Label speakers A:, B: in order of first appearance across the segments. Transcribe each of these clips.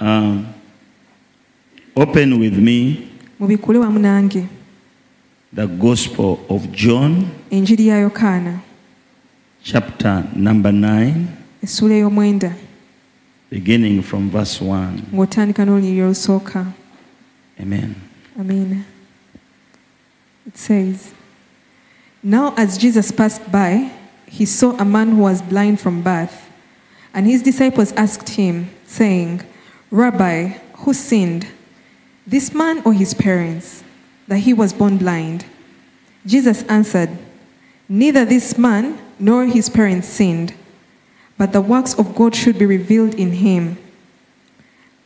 A: uh, open with me
B: mubikkule wamu nange
A: the Gospel of John,
B: enjiri ya yokaana
A: chapter number 9,
B: essuula ey'omwenda
A: beginning from verse 1.
B: ng'otandika n'olunyiriri olusooka
A: Amen.
B: Amen. It says, Now as Jesus passed by, he saw a man who was blind from birth. And his disciples asked him, saying, Rabbi, who sinned, this man or his parents, that he was born blind? Jesus answered, Neither this man nor his parents sinned, but the works of God should be revealed in him.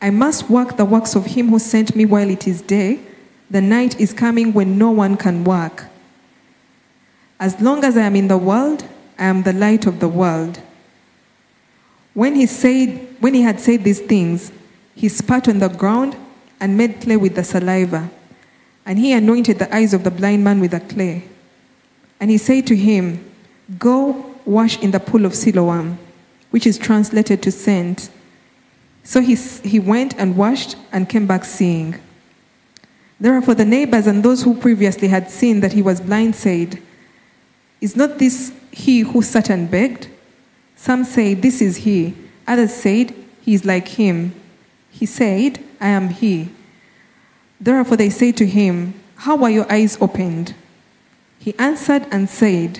B: I must work the works of him who sent me while it is day. The night is coming when no one can work. As long as I am in the world, I am the light of the world. When he, said, when he had said these things, he spat on the ground and made clay with the saliva. And he anointed the eyes of the blind man with the clay. And he said to him, Go wash in the pool of Siloam, which is translated to sent. So he, he went and washed and came back seeing. Therefore, the neighbors and those who previously had seen that he was blind said, Is not this he who sat and begged? Some say, This is he. Others said, He is like him. He said, I am he. Therefore, they say to him, How were your eyes opened? He answered and said,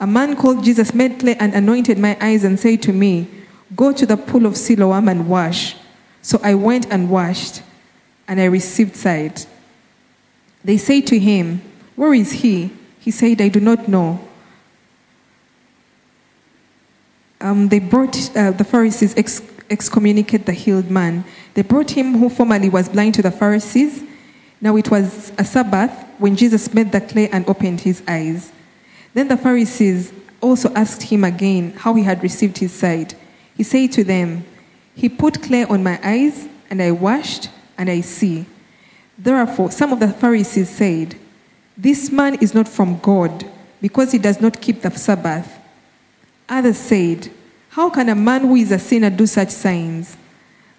B: A man called Jesus made clay and anointed my eyes and said to me, Go to the pool of Siloam and wash. So I went and washed, and I received sight. They say to him, Where is he? He said, I do not know. Um, they brought uh, the Pharisees ex- excommunicate the healed man. They brought him who formerly was blind to the Pharisees. Now it was a Sabbath when Jesus made the clay and opened his eyes. Then the Pharisees also asked him again how he had received his sight. He said to them, He put clay on my eyes, and I washed, and I see. Therefore, some of the Pharisees said, This man is not from God, because he does not keep the Sabbath. Others said, How can a man who is a sinner do such signs?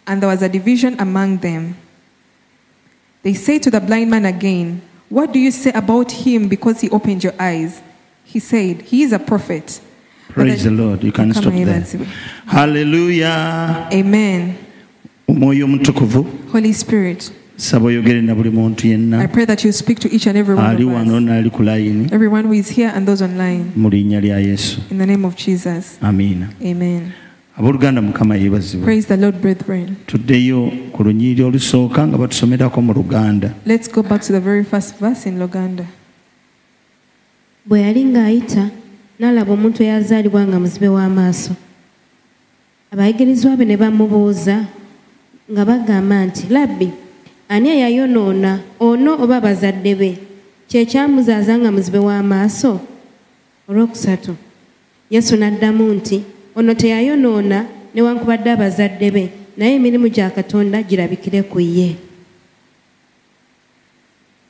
B: And there was a division among them. They say to the blind man again, What do you say about him because he opened your eyes? He said, He is a prophet.
A: Praise the
B: But
A: Lord. You can
B: Kama
A: stop
B: Eva
A: there.
B: Ziwe.
A: Hallelujah.
B: Amen.
A: Omwoyo omutukuvu
B: Holy Spirit,
A: saba oyogere na buli muntu
B: I
A: yenna
B: pray that you speak to each and every one
A: ali
B: of
A: wano
B: us,
A: n'ali ku layini
B: everyone who is here and those online.
A: mu linnya lya yesu
B: In the name of Jesus.
A: amiina
B: Amen.
A: abooluganda mukama yeebazibwe
B: Praise the Lord, brethren.
A: tuddeyo ku lunyiriri olusooka nga batusomerako mu luganda
B: Let's go back to the very first verse in Luganda.
C: bwe yali ng'ayita n'alaba omuntu eyazaalibwa nga muzibe w'amaaso abayigirizwa be ne bamubuuza nga bagamba nti labbi ani eyayonoona ono oba abazadde be kyekyamuzaaza nga muzibe w'amaaso olwokusatu yesu n'addamu nti ono teyayonoona newankubadde abazadde be naye emirimu gya katonda girabikire ku ye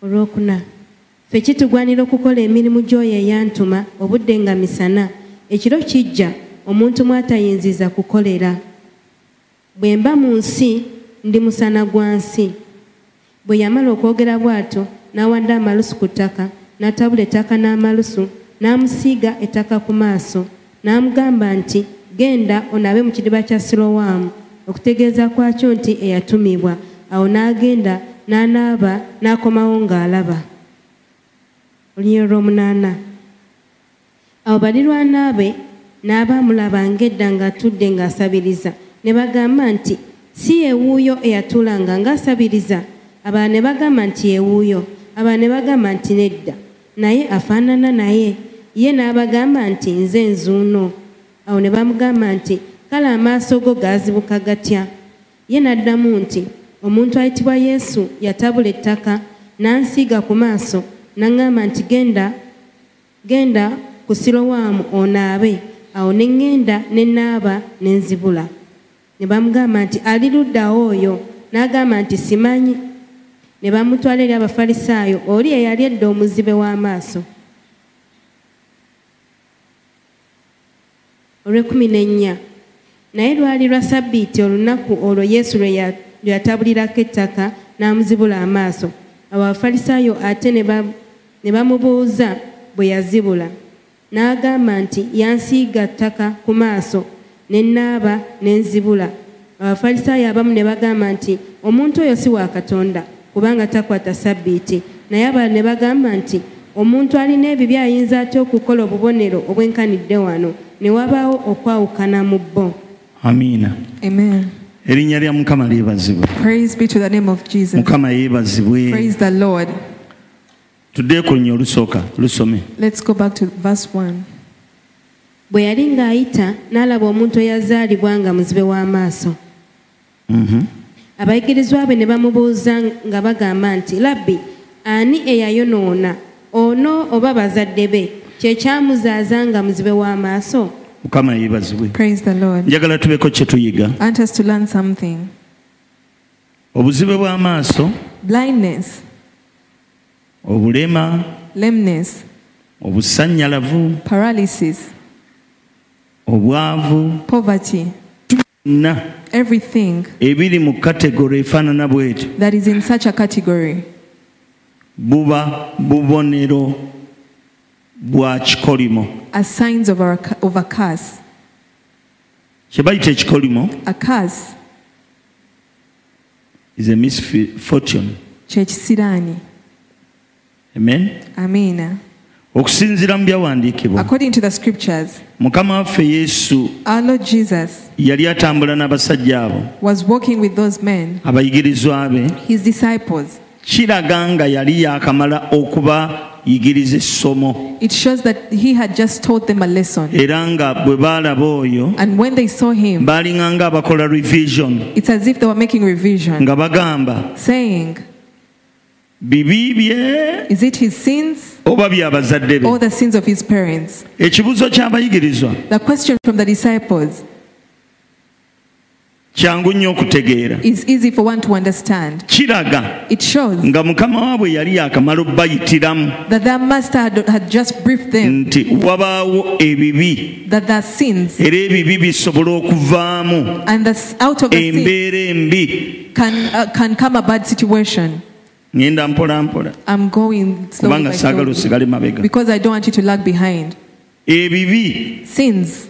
C: olwokuna ffe kitugwanira okukola emirimu gy'oyo eyantuma obudde nga misana ekiro kijja omuntu mwatayinziza kukolera bwe mba mu nsi ndi musana gwa nsi bwe yamala okwogera bw'atyo n'awadde amalusu ku ttaka n'atabula ettaka n'amalusu n'amusiiga ettaka ku maaso n'amugamba nti genda onaabe mu kidiba kya silowaamu okutegeeza kwakyo nti eyatumibwa awo n'agenda n'anaaba n'akomawo ng'alaba olunyiro lw'omunaana awo baliraana be n'abaamulaba ng'edda ng'atudde ng'asabiriza ne bagamba nti si yeewuuyo eyatuulanga ng'asabiriza abalala ne bagamba nti yeewuuyo abalala ne bagamba nti nedda naye afaanana naye ye n'abagamba nti nze nzuuno awo ne bamugamba nti kale amaaso go gaazibuka gatya ye n'addamu nti omuntu ayitibwa yesu yatabula ettaka n'ansiiga ku maaso n'aŋŋamba nti genda genda ku silowaamu onaabe awo ne ŋŋenda ne naaba ne nzibula ne bamugamba nti ali ludda oyo n'agamba nti simanyi ne bamutwala eri abafalisaayo oli eyali edda omuzibe w'amaaso olwekumi n'ennya naye lwali lwa sabbiiti olunaku olwo yesu lwe ya- lwe yatabulirako ettaka n'amuzibula amaaso awo abafalisaayo ate ne ba- ne bamubuuza bwe yazibula n'agamba nti yansiiga ttaka ku maaso ne naaba ne nzibula abafalisaayo abamu ne bagamba nti omuntu oyo si wa katonda kubanga takwata sabbiiti naye abalala ne bagamba nti omuntu alina ebibi ayinza atya okukola obubonero obwenkanidde wano ne wabaawo okwawukana mu bo
A: amiina
B: Amen.
A: erinnya lya mukama lyebazibwe
B: Praise be to the name of Jesus.
A: mukama yeebazibwe
B: Praise the Lord.
A: tudde ku lunya olusooka lusome
B: Let's go back to verse 1.
C: bwe yali ng'ayita n'alaba omuntu eyazaalibwa nga muzibe w'amaaso
A: Mhm.
C: abayigirizwa be ne bamubuuza nga bagamba nti labbi ani eyayonoona ono oba bazadde be kyekyamuzaaza nga muzibe w'amaaso
A: mukama yeebazibwe
B: Praise the Lord.
A: njagala tubeeko kye tuyiga
B: I want us to learn something.
A: obuzibe bw'amaaso
B: Blindness,
A: obulema
B: lameness,
A: obusanyalavu
B: paralysis,
A: obwavu
B: poverty,
A: na
B: everything
A: ebiri mu kategori efaanana bwetyo
B: that is in such a category
A: buba bubonero bwa kikolimo
B: are signs of, our, of a curse.
A: kye bayita ekikolimo
B: A curse,
A: is a misfortune
B: chechsirani,
A: amen
B: amina.
A: okusinziira mu byawandiikibwa
B: According to the scriptures,
A: mukama waffe yesu
B: our Lord Jesus
A: yali atambula n'abasajja abo
B: was walking with those men,
A: abayigirizwa be
B: his disciples.
A: kiraga nga yali yakamala okubayigiriza essomo
B: It shows that he had just taught them a lesson.
A: era nga bwe baalaba oyo
B: And when they saw him,
A: baalinga ng'abakola revision
B: it's as if they were making revision,
A: nga bagamba
B: saying,
A: bibi bye
B: Is it his sins
A: oba byabazadde be
B: or the sins of his parents?
A: ekibuuzo ky'abayigirizwa
B: The question from the disciples
A: kyangu nnyo okutegeera
B: is easy for one to understand.
A: kiraga
B: It shows
A: nga mukama waabwe yali yakamala obbayitiramu
B: that their master had, had just briefed them
A: nti wabaawo ebibi
B: that their sins
A: era ebibi bisobola okuvaamu
B: and the, s- out of the sin
A: embeera embi
B: can, uh, can come a bad situation.
A: ŋenda mpola mpola
B: I'm going slowly
A: kubanga
B: by
A: saagala
B: slowly
A: osigale mabega
B: because I don't want you to lag behind.
A: ebibi
B: Sins,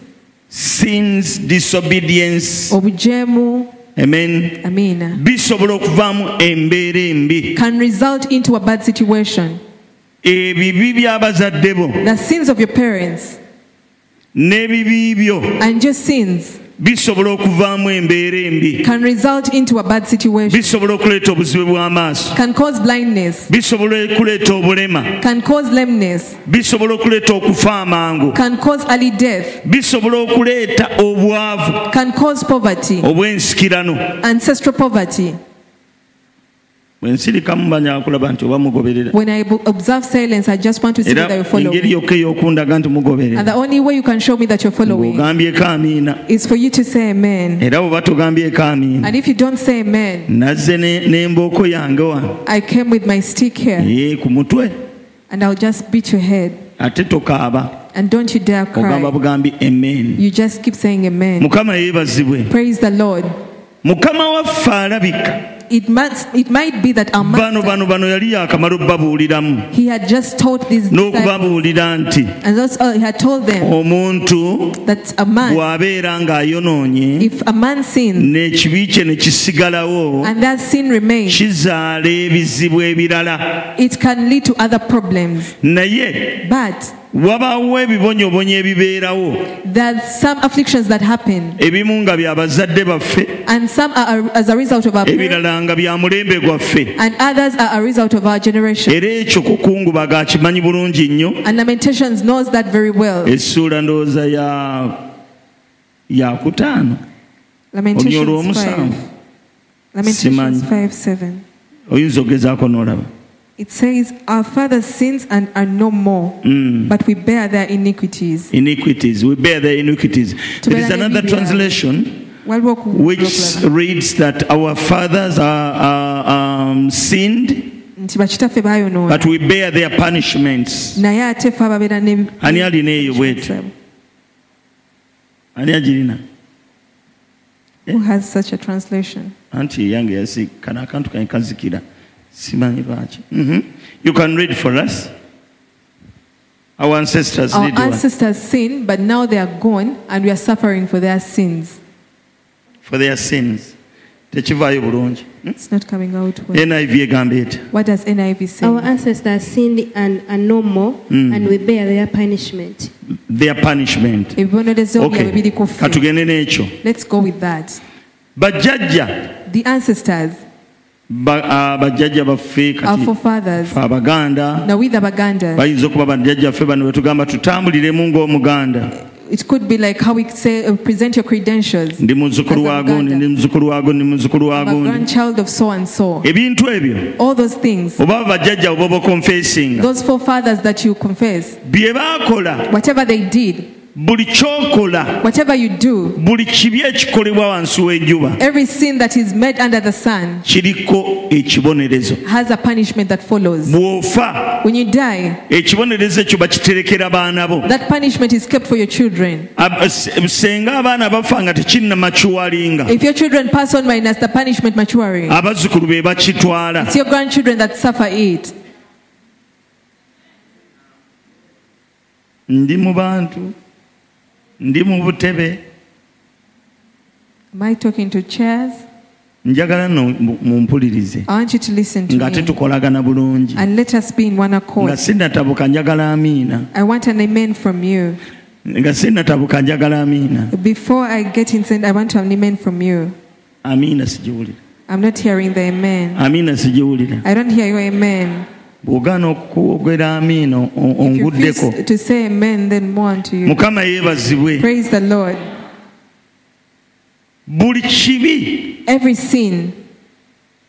A: sins disobedience
B: obujemu,
A: amen
B: amina,
A: bisobola okuvaamu embeera embi
B: can result into a bad situation.
A: ebibi by'abazadde bo
B: The sins of your parents
A: n'ebibi byo
B: and your sins
A: bisobola okuvaamu embeera embi
B: can result into a bad situation,
A: bisobola okuleeta obuzibe bw'amaaso
B: can cause blindness,
A: bisobola okuleeta obulema
B: can cause lameness,
A: bisobola okuleeta okufa amangu
B: can cause early death,
A: bisobola okuleeta obwavu
B: can cause
A: Oh.
B: poverty,
A: obwensikirano
B: ancestral poverty.
A: bwensirikamu banyakulaba nti oba mugoberera
B: When I ob- observe silence, I just want to see
A: era
B: whether you're
A: engeri
B: following.
A: yokka ey'okundaga nti
B: And
A: mugoberera
B: the only way you can show me that you're following
A: ng'ogambyeko amiina
B: is for you to say amen.
A: era bwe batogambyeko amiina
B: And if you don't say amen,
A: nazze ne- n'embooko yange wano
B: I came with my stick here
A: ee ku mutwe
B: and I'll just beat your head.
A: ate tokaaba
B: And don't you dare
A: ogamba
B: cry.
A: bugambi amen
B: You just keep saying amen.
A: mukama yeebazibwe
B: Praise the Lord.
A: mukama waffe alabika
B: It must it might be that our
A: bano
B: master
A: bano bano yali yakamala obbabuuliramu
B: he had just taught these disciples,
A: n'okubabuulira nti
B: and that's all he had told them
A: omuntu
B: that a man
A: bw'abeera ng'ayonoonye
B: if a man sins
A: n'ekibi kye ne kisigalawo
B: and that sin remains,
A: kizaala ebizibu ebirala
B: it can lead to other problems.
A: naye
B: But
A: wabaawo ebibonyobonyo ebibeerawo
B: there are some afflictions that happen
A: ebimu nga bya bazadde baffe
B: and some are as a result of our parents,
A: ebirala nga bya mulembe gwaffe
B: and others are a result of our generation.
A: era ekyo kukungubaga akimanyi bulungi nnyo
B: And Lamentations knows that very well.
A: essuula ndowooza ya yakutaano Olunya
B: Lamentations
A: olw'omusanvu.
B: 5. Lamentations
A: Simanyi.
B: 5 7.
A: oyinza ogezaako n'olaba
B: It says, Our fathers' sins and are no more,
A: Mm.
B: but we bear their iniquities.
A: iniquities we bear the iniquities there is another translation
B: Waliwo ku-
A: which reads that our fathers are, are, um, sinned
B: nti bakitaffe bayonoona
A: but we bear their punishments
B: naye ate fe ababeera ne-
A: Ani alina eyo bwetyo? ani agirina
B: Who has such a translation?
A: anti yange yasi kana akantu kane kazikira simanyi lwaki Mhm. you can read for us our ancestors
B: Our
A: did one.
B: ancestors sinned, but now they are gone, and we are suffering for their sins.
A: for their sins tekivaayo bulungi Hmm?
B: It's not coming out well.
A: niv egamba eta
B: What does NIV
C: Our
B: say?
C: ancestors sinned and are no more,
A: Mm.
C: and we bear their punishment.
A: their punishment
B: Ebibonero byabwe
A: okay
B: biri ku ffe.
A: katugende n'ekyo
B: Let's go with that.
A: bajjajja
B: The ancestors,
A: ba- ah, bajjajja baffe
B: our
A: kati
B: forefathers,
A: ffe abaganda
B: now with the Baganda,
A: bayinza okuba bajjajja ffe bano betugamba tutambuliremu ng'omuganda
B: it could be like how we say, uh, present your credentials.
A: ndi muzzukulu
B: As a
A: waagundi
B: Baganda.
A: ndi muzzukulu waagundi muzzukulu
B: I'm a
A: waagundi
B: grandchild of so and so.
A: ebintu ebyo
B: All those things,
A: oba bajjajja oba obakonfesinga
B: those forefathers that you confess,
A: bye baakola
B: whatever they did,
A: buli kyokola
B: whatever you do,
A: buli kibi ekikolebwa wansi w'ejjuba
B: every sin that is made under the sun
A: kiriko ekibonerezo
B: has a punishment that follows.
A: bw'ofa
B: When you die,
A: ekibonerezo ekyo bakiterekera baana bo
B: that punishment is kept for your children.
A: Ab- se- senga abaana bafa nga tekinnamakiwalinga
B: If your children pass on minus the punishment maturing,
A: Ah. abazzukulu be bakitwala
B: it's your grandchildren that suffer it.
A: ndi mu bantu ndi mu butebe
B: Am I talking to chairs?
A: njagala no mu- mumpulirize
B: I want you to listen to
A: ng'ate
B: me
A: tukolagana bulungi
B: and let us be in one
A: nga
B: accord.
A: sinnatabuka njagala amiina
B: I want an amen from you.
A: nga sinnatabuka njagala amiina
B: Before I get inside, I want an amen from you.
A: amiina sigiwulira
B: I'm not hearing the amen.
A: amiina sigiwulira
B: I don't hear your amen.
A: bw'ogaana okuwogera amiina o- o-
B: If you
A: onguddeko
B: refuse to say amen, then more unto you.
A: mukama yeebazibwe
B: Praise the Lord.
A: buli kibi
B: Every sin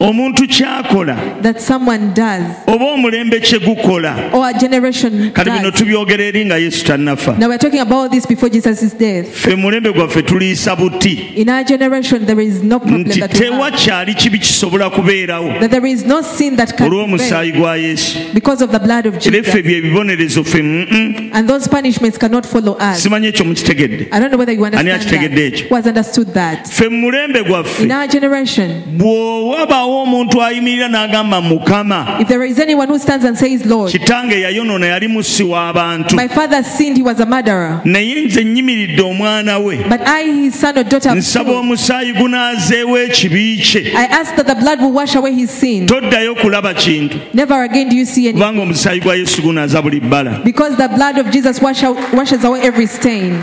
A: omuntu kyakola
B: that someone does
A: oba omulembe kye gukola
B: or a generation
A: kati bino
B: does.
A: tubyogera eri nga yesu tannafa
B: Now we're talking about this before Jesus' death.
A: ffe mulembe gwaffe tuliisa buti
B: In our generation, there is no problem
A: nti
B: that, we
A: tewa
B: have,
A: kyali kibi kisobola kubeerawo
B: that there is no sin that can prevail
A: olw'omusaayi gwa yesu
B: because of the blood of
A: era
B: Jesus.
A: ffe bye bibonerezo ffe mm-mm.
B: And those punishments cannot follow us.
A: simanyi ekyo mukitegedde
B: I don't know whether you understand
A: akitegedde
B: that.
A: ekyo?
B: Who has understood that?
A: ffe mu mulembe
B: In
A: gwaffe
B: our generation,
A: bw'owabaawo omuntu ayimirira n'agamba mukama
B: if there is anyone who stands and says, Lord,
A: kitange yayonoona yali mussi w'abantu
B: my father sinned, he was a murderer,
A: naye nze nyimiridde omwana we
B: but I, his son or daughter, have
A: nsaba
B: killed."
A: omusaayi gunaazeewo ekibi kye
B: I ask that the blood will wash away his sin.
A: toddayo kulaba kintu
B: Never again do you see any.
A: kubanga omusaayi gwa yesu gunaaza buli bbala
B: Because the blood of Jesus wash out, washes away every stain.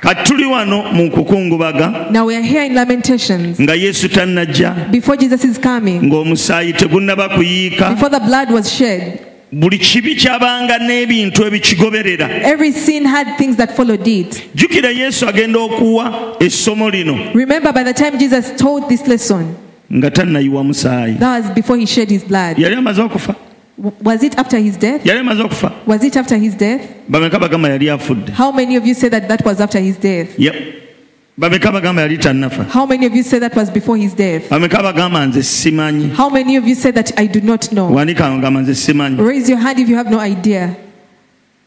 A: kati tuli wano mu kukungubaga
B: Now we are here in Lamentations.
A: nga yesu tannajja
B: Before Jesus is coming,
A: ng'omusaayi tegunnaba kuyiika
B: before the blood was shed,
A: buli kibi kyabanga n'ebintu ebikigoberera
B: every sin had things that followed it.
A: jjukira yesu agenda okuwa essomo lino
B: Remember, by the time Jesus told this lesson,
A: nga tannayiwa musaayi
B: that was before he shed his blood.
A: yali amaze okufa
B: W- Was it after his death?
A: yali amaze okufa
B: Was it after his death?
A: bameka bagamba yali afudde
B: How many of you say that that was after his death?
A: Ya- bameka bagamba yali tannafa
B: How many of you say that was before his death?
A: bameka abagamba nze simanyi
B: How many of you say that I do not know?
A: wandika ngamba nze simanyi
B: Raise your hand if you have no idea.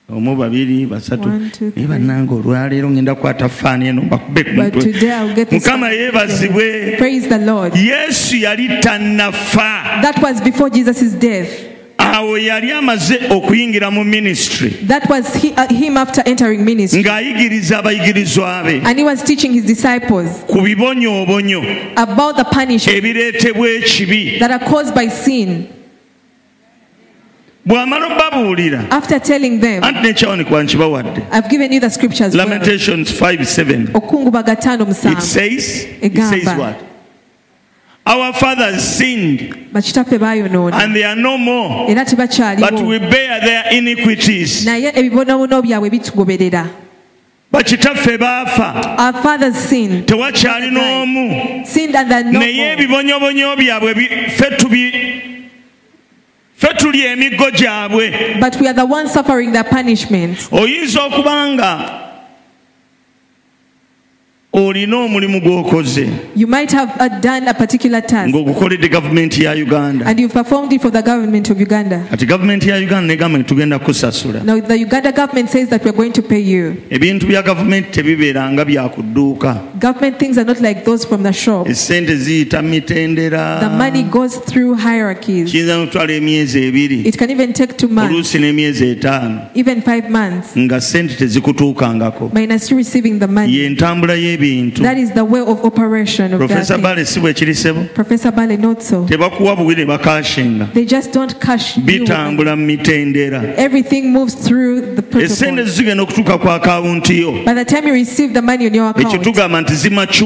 A: omu babiri basatu
B: One, two, three.
A: naye bannange olwaleero ngenda kukwata faani eno mbakube ku
B: But today I'll
A: mutwe
B: get this.
A: mukama yeebazibwe
B: Praise the Lord.
A: yesu yali tannafa
B: That was before Jesus' death.
A: awo yali amaze okuyingira mu ministry
B: That was he, uh, him after entering ministry.
A: ng'ayigiriza abayigirizwa be
B: And he was teaching his disciples
A: ku bibonyoobonyo
B: about the punishment
A: ebireetebwa ekibi
B: that are caused by sin.
A: bw'amala obabuulira
B: After telling them,
A: anti nekyawo nikwa nkibawadde
B: I've given you the scriptures. well.
A: lamentations 57
B: Okungubaga tano
A: It
B: musanvu.
A: says, it
B: Egamba.
A: says what? Our fathers sinned
B: Bakitaffe baayonoona.
A: and they are no more,
B: Era
A: but we
B: tebakyaliwo.
A: bear their iniquities.
B: Naye ebibonabono byabwe bitugoberera.
A: Bakitaffe baafa,
B: Our fathers sinned.
A: tewakyali n'omu,
B: Sinned and then no
A: naye
B: more.
A: ebibonyobonyo byabwe bi- ffe tubi ffe tuli emiggo gyabwe.
B: But we are the ones suffering their punishment.
A: Oyinza okuba nga olina omulimu gw'okoze
B: You might have uh, done a particular task
A: ng'ogukoledde gavumenti ya uganda
B: and you've performed it for the government of Uganda.
A: kati gavumenti ya uganda negamba netugenda kusasula
B: Now, the Uganda government says that we're going to pay you.
A: ebintu bya gavumenti tebibeeranga bya ku dduuka
B: Government things are not like those from the shop.
A: essente ziyita mitendera
B: The money goes through hierarchies.
A: kiyinza n'okutwala emyezi ebiri
B: It can even take two months,
A: oluusi n'emyezi etaano
B: even five months,
A: nga sente tezikutuukangako
B: minus you receiving the money.
A: yentambula y'ebintu
B: That is the way of operation of
A: profesa
B: that.
A: bale si bwe kirisebo
B: Professor Bale, not so.
A: tebakuwa buwire bakashinga
B: They just don't cash. you.
A: bitambula mu mitendera
B: Everything moves through the
A: essente
B: protocol.
A: zigenda okutuuka ku akawunti yo
B: By the time you receive the money on your
A: ekyo
B: account,
A: tugamba nti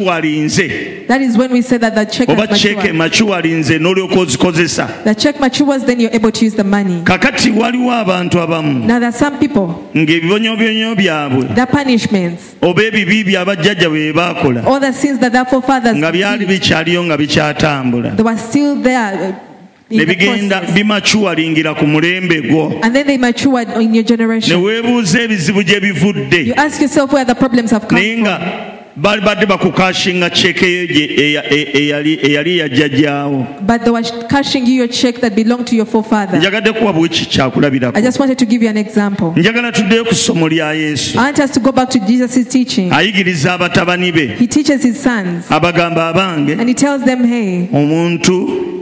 A: zimacuwalinze
B: that is when we say that the check
A: oba
B: has
A: ceke
B: matured.
A: macuwalinze n'olyoka ozikozesa
B: The check matures, then you're able to use the money.
A: kakati waliwo abantu abamu
B: Now, there are some people,
A: ng'ebibonyobyonyo byabwe
B: their punishments,
A: oba ebibi bya bajjajja bwe baakola
B: all the sins that their forefathers
A: nga byali
B: did,
A: bikyaliyo nga bikyatambula
B: they were still there uh,
A: ne
B: in the
A: bigenda
B: process.
A: bimacuwalingira ku mulembe gwo
B: And then they matured in
A: ne
B: your generation.
A: weebuuza ebizibu gye
B: You
A: bivudde
B: ask yourself where the problems have come
A: naye nga baali badde bakukashinga ceke yo gye- eya- e- eyali- eyali yajjajjaawo
B: But they were cashing you your check that belonged to your forefather.
A: njagadde kuwa bweki kyakulabirako
B: I just wanted to give you an example.
A: njagala tuddeyo ku ssomo lya yesu
B: I want us to go back to Jesus' teaching.
A: ayigiriza abatabani be
B: He teaches his sons
A: abagamba abange
B: and he tells them, hey,
A: omuntu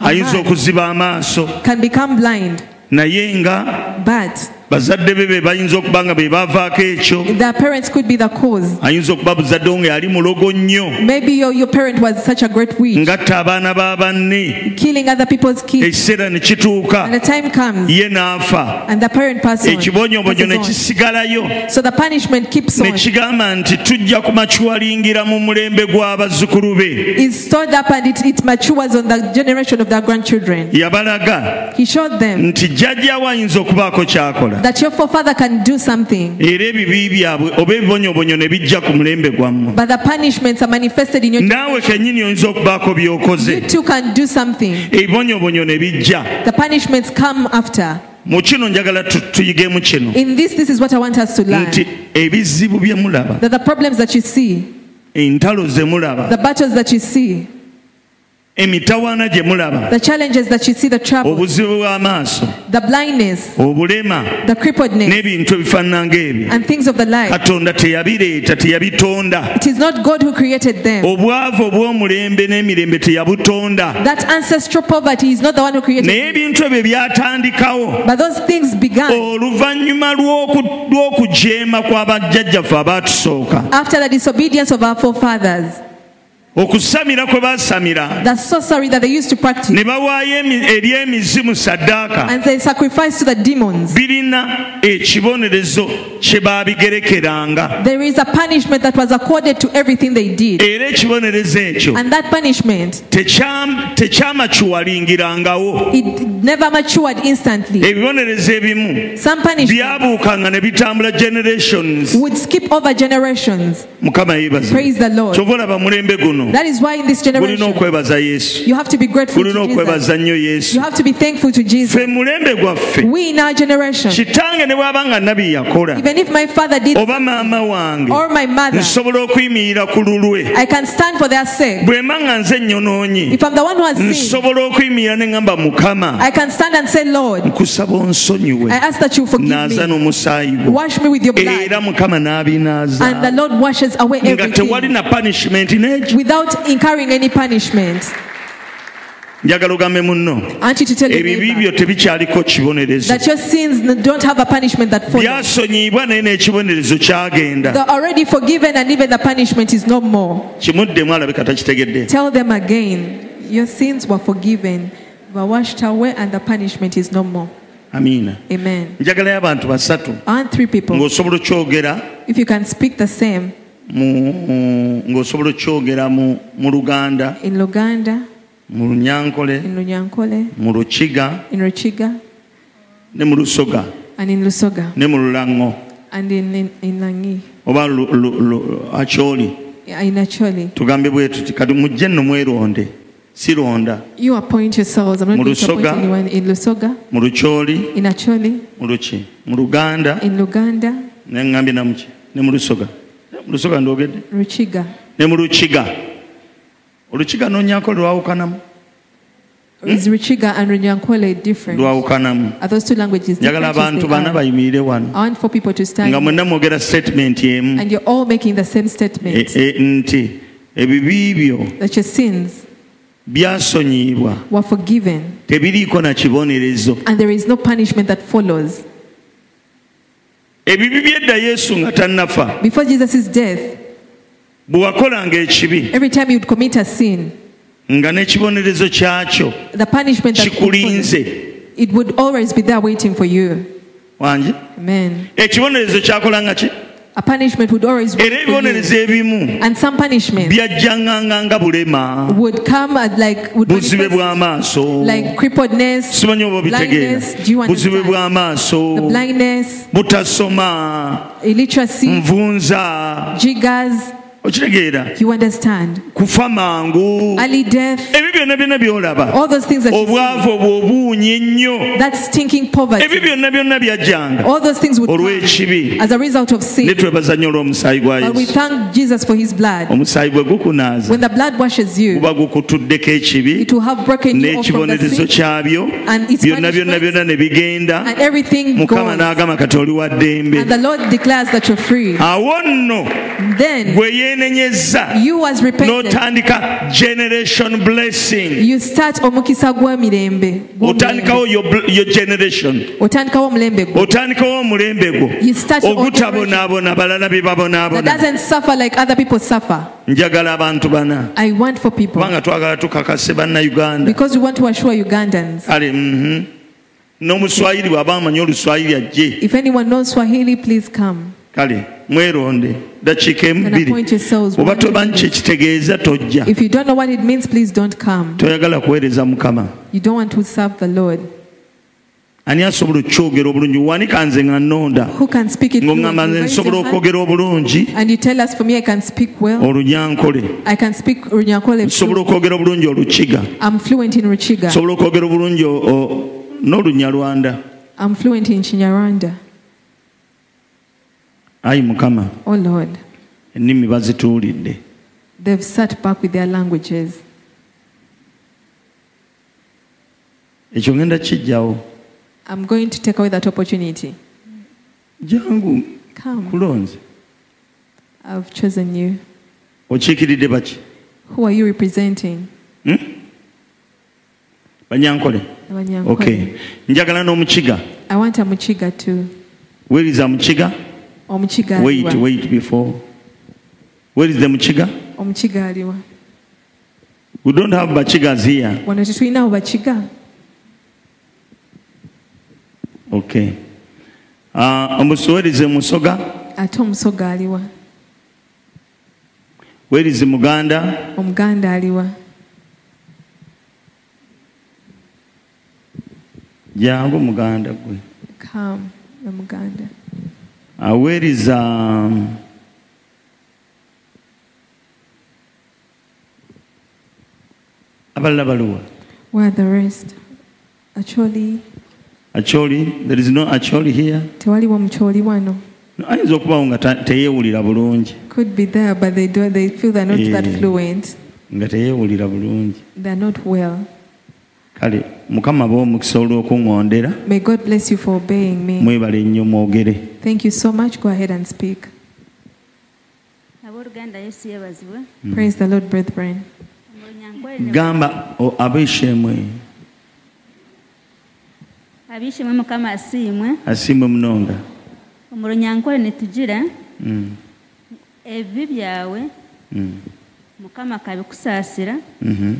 A: ayinza
B: man
A: okuziba amaaso
B: can become blind,
A: naye nga
B: but
A: bazadde be be bayinza okuba nga be baavaako ekyo
B: their parents could be the cause.
A: ayinza okuba buzadde nga yali mulogo nnyo
B: Maybe your, your parent was such a great witch,
A: ngatta abaana ba banne
B: killing other people's kids.
A: ekiseera ne kituuka
B: And the time comes
A: ye n'afa
B: and the parent passes on.
A: ekibonyobonyo ne
B: passes
A: kisigalayo
B: on. So the punishment keeps
A: ne
B: on.
A: kigamba nti tujja kumakiwalingira mu mulembe gw'abazzukulu be
B: It's stored up and it, it matures on the generation of their grandchildren.
A: yabalaga
B: He showed them
A: nti jjajjawo ayinza okubaako kyakola
B: that your forefather can do something,
A: era ebibi byabwe oba ebibonyobonyo ne bijja ku mulembe gwammwe
B: but the punishments are manifested in your
A: naawe kennyini oyinza okubaako
B: You
A: byokoze
B: too can do something.
A: ebibonyobonyo ne bijja
B: The punishments come after.
A: mu kino njagala tu- tuyigemu kino
B: In this, this is what I want us to learn.
A: nti ebizibu bye mulaba
B: That the problems that you see,
A: entalo ze
B: the
A: mulaba
B: battles that you see,
A: emitawaana gye mulaba
B: the challenges that you see, the trouble,
A: obuzibu bw'amaaso
B: the blindness,
A: obulema
B: the crippledness,
A: n'ebintu ebifaanana ng'ebyo
B: and things of the life.
A: katonda teyabireeta teyabitonda
B: It is not God who created
A: Oh.
B: them.
A: obwavu obw'omulembe n'emirembe teyabutonda
B: That ancestral poverty is not the one who
A: naye
B: created it.
A: ebintu ebyo byatandikawo
B: But those things
A: Oh.
B: began
A: oluvannyuma lw'oku- lw'okujeema kw'abajjajjaffe abaatusooka
B: after the disobedience of our forefathers.
A: okusamira kwe baasamira
B: The sorcery that they used to practice.
A: ne bawaayo emi- eri emizimu saddaaka
B: And they sacrificed to the demons.
A: birina ekibonerezo kye baabigerekeranga
B: There is a punishment that was accorded to everything they did.
A: era ekibonerezo ekyo
B: And that punishment
A: tekyam- tekyamakiwalingirangawo
B: it never matured instantly.
A: ebibonerezo ebimu
B: Some punishment
A: byabuukanga ne bitambula generations
B: would skip over generations.
A: mukama yeebaza
B: Praise the Lord.
A: kyova olaba mulembe guno
B: That is why in this
A: gulina
B: generation
A: okwebaza yesu
B: you have to be grateful
A: gulina
B: to Jesus.
A: okwebaza nnyo yesu
B: You have to be thankful to Jesus.
A: ffe mulembe gwaffe
B: We in our generation,
A: kitange ne bw'aba nga nabi yakola
B: even if my father did
A: oba maama wange
B: or my mother,
A: nsobola okuyimirira ku lulwe
B: I can stand for their sake.
A: bwe mba nga nze nnyonoonyi
B: If I'm the one who has sinned,
A: nsobola okuyimirira ne ŋŋamba mukama
B: I can stand and say, Lord,
A: nkusaba onsonyiwe
B: I ask that you
A: naaza
B: forgive me.
A: n'omusaayi gwo
B: Wash me with your
A: era
B: blood.
A: mukama
B: And the
A: n'abinaaza
B: Lord washes away
A: nga tewali
B: everything
A: na punishment n'ekyo
B: without incurring any punishment.
A: njagala ogambe munno
B: I want you to tell your
A: ebibi
B: neighbor
A: byo tebikyaliko kibonerezo
B: that your sins don't have a punishment that follows.
A: byasonyiyibwa naye n'ekibonerezo kyagenda
B: They're already forgiven, and even the punishment is no more.
A: kimuddemu alabika takitegedde
B: Tell them again, your sins were forgiven, were washed away, and the punishment is no more.
A: amiina
B: Amen.
A: njagalayo abantu basatu
B: Aren't three people?
A: ng'osobola okyogera
B: If you can speak the same
A: mu- ng'osobola okyogera mu mu luganda
B: in Luganda,
A: mu lunyankole
B: in Lunyankole,
A: mu lukiga
B: in Ruchiga,
A: ne mu lusoga
B: and in Lusoga,
A: ne mu lulango
B: and in, in, in Langi,
A: oba lu- lu- lu- akyoli
B: in Acholi,
A: tugambe bwe tuti kati mujje nno mweronde sironda
B: you appoint yourselves. I'm not going to appoint
A: Mulusoga.
B: anyone in Lusoga,
A: mu lukyoli
B: in Acholi,
A: mu luki mu luganda
B: in Luganda,
A: neŋambye namuki ne mu lusoga mu lusoga ndogedde
B: Ruchiga.
A: ne mu lukiga olukiga noonyako lwawukanamu Hmm?
B: Is Ruchiga and Runyankwale different?
A: lwawukanamu
B: Are those two languages different?
A: njagala
B: Yes, they
A: abantu bana
B: are.
A: bayimirire wano
B: I want for people to
A: nga
B: stand
A: mwenna mwogera statement emu
B: and you're all making the same statement
A: e- e- nti ebibi byo
B: that your sins
A: byasonyiyibwa
B: were forgiven
A: tebiriiko na kibonerezo
B: and there is no punishment that follows.
A: ebibi byedda yesu nga tannafa
B: Before Jesus' death,
A: bwe wakolanga ekibi
B: every time you'd commit a sin,
A: nga n'ekibonerezo kyakyo
B: the punishment that
A: kikulinze
B: it would always be there waiting for you.
A: wange
B: Amen.
A: ekibonerezo kyakolanga ki
B: A punishment would always
A: era
B: wait for you.
A: ebibonerezo ebimu
B: And some punishment
A: byajjanganga nga bulema
B: would come at like would
A: buzibe
B: manifest
A: bw'amaaso
B: like crippledness,
A: simanyi oba obitegeera
B: Blindness, do you understand?
A: buzibe bw'amaaso
B: the blindness,
A: butasoma
B: illiteracy,
A: nvunza
B: jiggers.
A: okitegeera
B: You understand?
A: kufa mangu
B: Early death,
A: ebyo byonna byonna byolaba
B: all those things that you
A: obwavu obwo obuunya ennyo
B: see, that stinking poverty,
A: ebyo byonna byonna byajjanga
B: all those things would
A: Olw'ekibi.
B: come as a result of
A: ne
B: sin.
A: twebazanya olw'omusaayi gwa
B: But we
A: yesu
B: thank Jesus for His blood.
A: omusaayi gwe gukunaaza
B: When the blood washes you,
A: guba gukutuddeko ekibi
B: it will have broken you off from the
A: n'ekibonerezo
B: sin,
A: kyabyo
B: And its
A: byonna byonna
B: punishment.
A: byonna ne bigenda
B: and everything
A: mukama
B: goes.
A: n'agamba kati oli wa ddembe
B: And the Lord declares that you're free.
A: awo nno
B: Then
A: gwe yeenenyeza
B: you was repentant.
A: n'otandika generation blessing
B: You start omukisa gwa mirembe. gwa
A: otandikawo yo bl- yo generation
B: mirembe. Otandikawo omulembe gwo.
A: otandikawo omulembe gwo
B: You start your own
A: ogutabonaabona balala bye
B: That
A: babonaabona
B: doesn't suffer like other people suffer.
A: njagala abantu bana
B: I want for people
A: kubanga twagala tukakase bannayuganda
B: because we want to assure Ugandans.
A: kale mhm. n'omuswayiri bw'aba amanyi oluswayiri ajje
B: If anyone knows Swahili, please come.
A: kale mweronde dakiika emu
B: And
A: bbiri
B: appoint yourselves
A: oba
B: one to
A: tomanyi
B: do
A: kyekitegeeza tojja
B: If you don't know what it means, please don't come.
A: toyagala kuweereza mukama
B: You don't want to serve the Lord.
A: ani asobola okukyogera obulungi wanika nze nga nnonda
B: Who can speak it?
A: ng'oŋŋamba nze
B: fluently? Raise your
A: nsobola
B: hand.
A: okwogera obulungi
B: And you tell us, for me, I can speak well.
A: Oh. olunyankole
B: I can speak Runyankole.
A: nsobola
B: flu-
A: okwogera obulungi olukiga
B: I'm fluent in Ruchiga.
A: nsobola okwogera obulungi o- o- n'olunyalwanda
B: I'm fluent in Chinyaranda.
A: ayi mukama
B: Oh Lord,
A: ennimi bazituulidde
B: they've sat back with their languages.
A: ekyo ngenda kijjawo
B: I'm going to take away that opportunity.
A: jangu
B: Come,
A: kulonze
B: I've chosen you.
A: okiikiridde baki
B: Who are you representing?
A: Hmm? banyankole
B: Abanyankole.
A: okay njagala n'omukiga
B: I want a Muchiga too.
A: where is amukiga
B: Omuchiga
A: wait
B: aliwa.
A: wait before where is the mukiga
B: Omuchiga aliwa.
A: we don't have bakigas here
B: Wano tetulinawo bakiga.
A: okay uh, omusuwerize musoga
B: Ate omusoga aliwa.
A: werize muganda
B: Omuganda aliwa.
A: jangu muganda gwe
B: Come, the Muganda.
A: uh, weriza um, abalala baluwa
B: Where are the rest? Acholi.
A: acholi there is no acholi here
B: Tewaliwo mcholi wano.
A: No, ayinza okubawo nga ta- teyewulira bulungi
B: Could be there, but they, do, they feel they're not that
A: Yeah.
B: fluent.
A: nga teyewulira bulungi
B: They're not well.
A: kale mukama ba omukisa olw'okuŋŋondera
B: May God bless you for obeying me.
A: mwebale ennyo mwogere
B: Thank you so much. Go ahead and speak.
D: abooluganda yesu yeebazibwe
B: Praise the Lord, brethren.
D: mulunyankwere
A: gamba o- ab'esheemwe
D: abishimwe mukama asiimwe
A: asiimwe munonga
D: omulunyankwere netugira
A: Mm,
D: ebibi byawe
A: mm,
D: mukama kabikusaasira
A: mhm,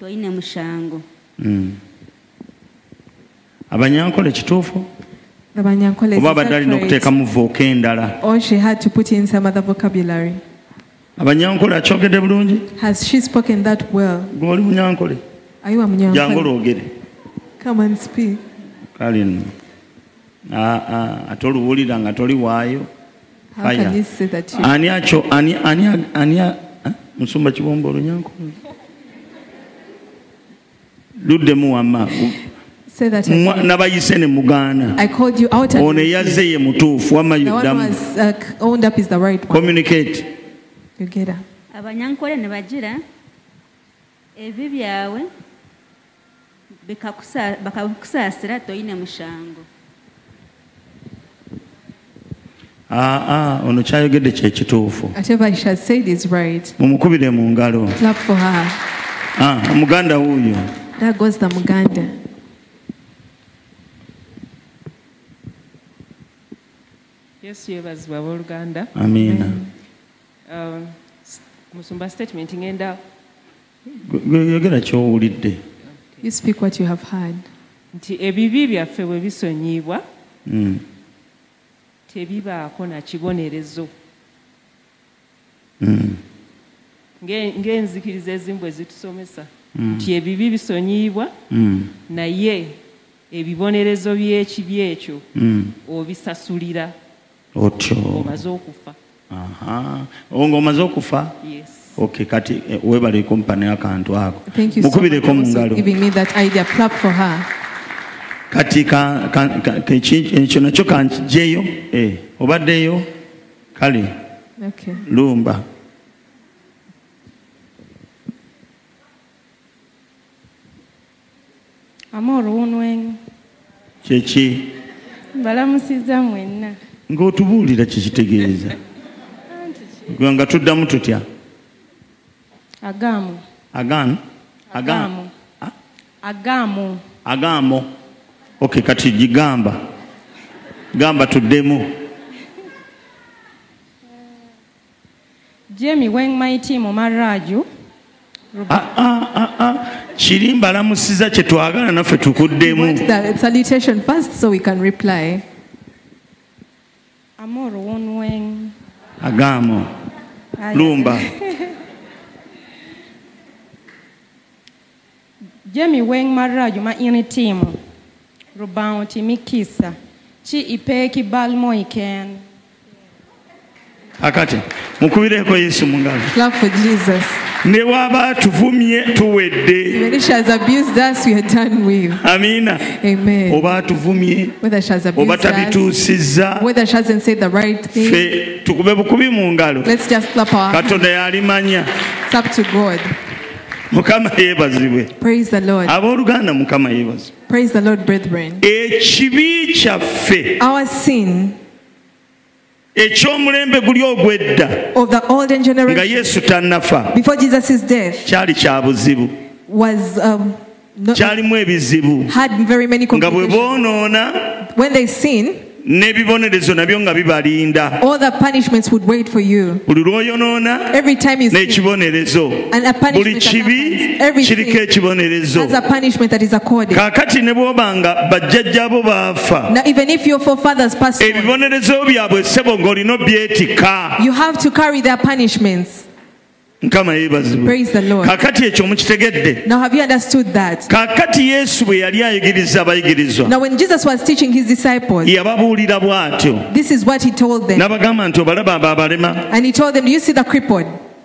D: toyine mushango
A: mm. abanyankole kituufu
B: The Banyankole
A: oba abadde alina
B: is that right?
A: okuteekamu voka endala
B: Or she had to put in some other vocabulary.
A: abanyankole akyogedde bulungi
B: Has she spoken that well?
A: gwe oli munyankole
B: Are you a
A: jangu
B: Munyankole?
A: lwogere
B: Come and speak.
A: kale nno aa ate oluwulira nga toliwaayo
B: How
A: Fire.
B: can you say that you
A: ani akyo ani ani ani ah, musumba kibombo olunyanko luddemu wamma
B: Say that
A: Mwa-
B: again.
A: nabayise ne mugaana
B: I called you out. and-
A: ono eyazze ye mutuufu wama
B: The one who
A: yuddamu
B: has uh, c- owned up is the right one.
A: communicate
B: You get her.
D: abanyankole ne bagira ebi byawe bikakusa- bakakusaasira toyina musango
A: aa Ah, ono kyayogedde kyekituufu
B: Whatever she has said is right.
A: mumukubire mu ngalo
B: Clap for her.
A: Ah, omuganda wuuyo
B: There goes the Muganda.
E: yesu yebazibwa abooluganda
A: amiina
E: Um, s- musumba statement ngenda
A: Gwe- gwe yogera kyowulidde
B: You speak what you have heard.
E: nti ebibi byaffe bwe bisonyiibwa
A: Mm,
E: tebibaako na kibonerezo
A: mm,
E: Nge- ng'enzikiriza ezimu bwe zitusomesa nti ebibi bisonyiibwa
A: mm,
E: naye ebibonerezo by'ekibi ekyo
A: mm.
E: obisasulira
A: otyo
E: omaze okufa
A: Aha. Owo ng'omaze okufa
E: yes
A: okay kati eh, webale kumpana akantu ako
B: Thank you so much
A: mukubireko
B: for
A: mu
B: also
A: ngalo
B: giving me that idea. Clap for her.
A: kati ka- ka- ka- ke- ki- ekyo nakyo kankiggyeyo Eh, obaddeyo kale
B: Okay.
A: lumba
F: amor wunwenyi
A: kyeki
F: mbalamusizza mwenna
A: ng'otubuulira kyekitegeeza gwe nga tuddamu tutya
F: agamu
A: agaano
F: Agamu. agamu
A: Ah? agamo okay kati gigamba gamba tuddemu
F: jemi weng maiti mu maraju
A: Ah, ah, ah, ah. kiri mbalamusiza kyetwagala naffe
B: Want
A: tukuddemu
B: the salutation first so we can reply.
F: amor wunwenyi
A: agamo
F: Aya.
A: lumba
F: jemi weng maraju ma ini timu rubanwo timi kisa chi ipeki balmo iken
A: akati mukubireko yesu mungalo
B: Clap for Jesus.
A: newaba tuvumye tuwedde
B: Whether she has abused us, we are done with.
A: amiina
B: Amen.
A: oba atuvumye
B: Whether she has
A: oba
B: abused us,
A: tabituusiza
B: whether she hasn't said the right thing,
A: ffe tukube bukubi mu ngalo
B: let's just clap our hands.
A: katonda yalimanya
B: It's up to God.
A: mukama yeebazibwe
B: Praise the Lord.
A: Ah. abooluganda mukama yeebazibwe
B: Praise the Lord, brethren.
A: ekibi kyaffe
B: Our sin
A: eky'omulembe guli ogw'edda
B: of the olden
A: nga
B: generation
A: yesu tannafa
B: before Jesus' death
A: kyali kya buzibu
B: was um, not,
A: kyalimu ebizibu
B: had very many
A: nga bwe
B: complications.
A: boonoona
B: When they sin,
A: n'ebibonerezo nabyo nga bibalinda
B: all the punishments would wait for you.
A: buli lwoyonoona
B: Every time you sin,
A: n'ekibonerezo
B: And a punishment
A: buli
B: that
A: kibi
B: happens. Everything
A: kiriko ekibonerezo
B: as a punishment that is accorded.
A: kaakati ne bwobanga bajjajjabo baafa
B: Now, even if your forefathers passed on,
A: ebibonerezo byabwe ssebo ng'olina byetika
B: you have to carry their punishments.
A: mukama yeebazibwe
B: Praise the Lord.
A: kaakati ekyo mukitegedde
B: Now, have you understood that?
A: kaakati yesu bwe yali ayigiriza abayigirizwa
B: Now, when Jesus was teaching his disciples,
A: yababuulira bw'atyo
B: this is what he told them.
A: n'abagamba nti obalaba abo abalema
B: And he told them, Do you see the crippled?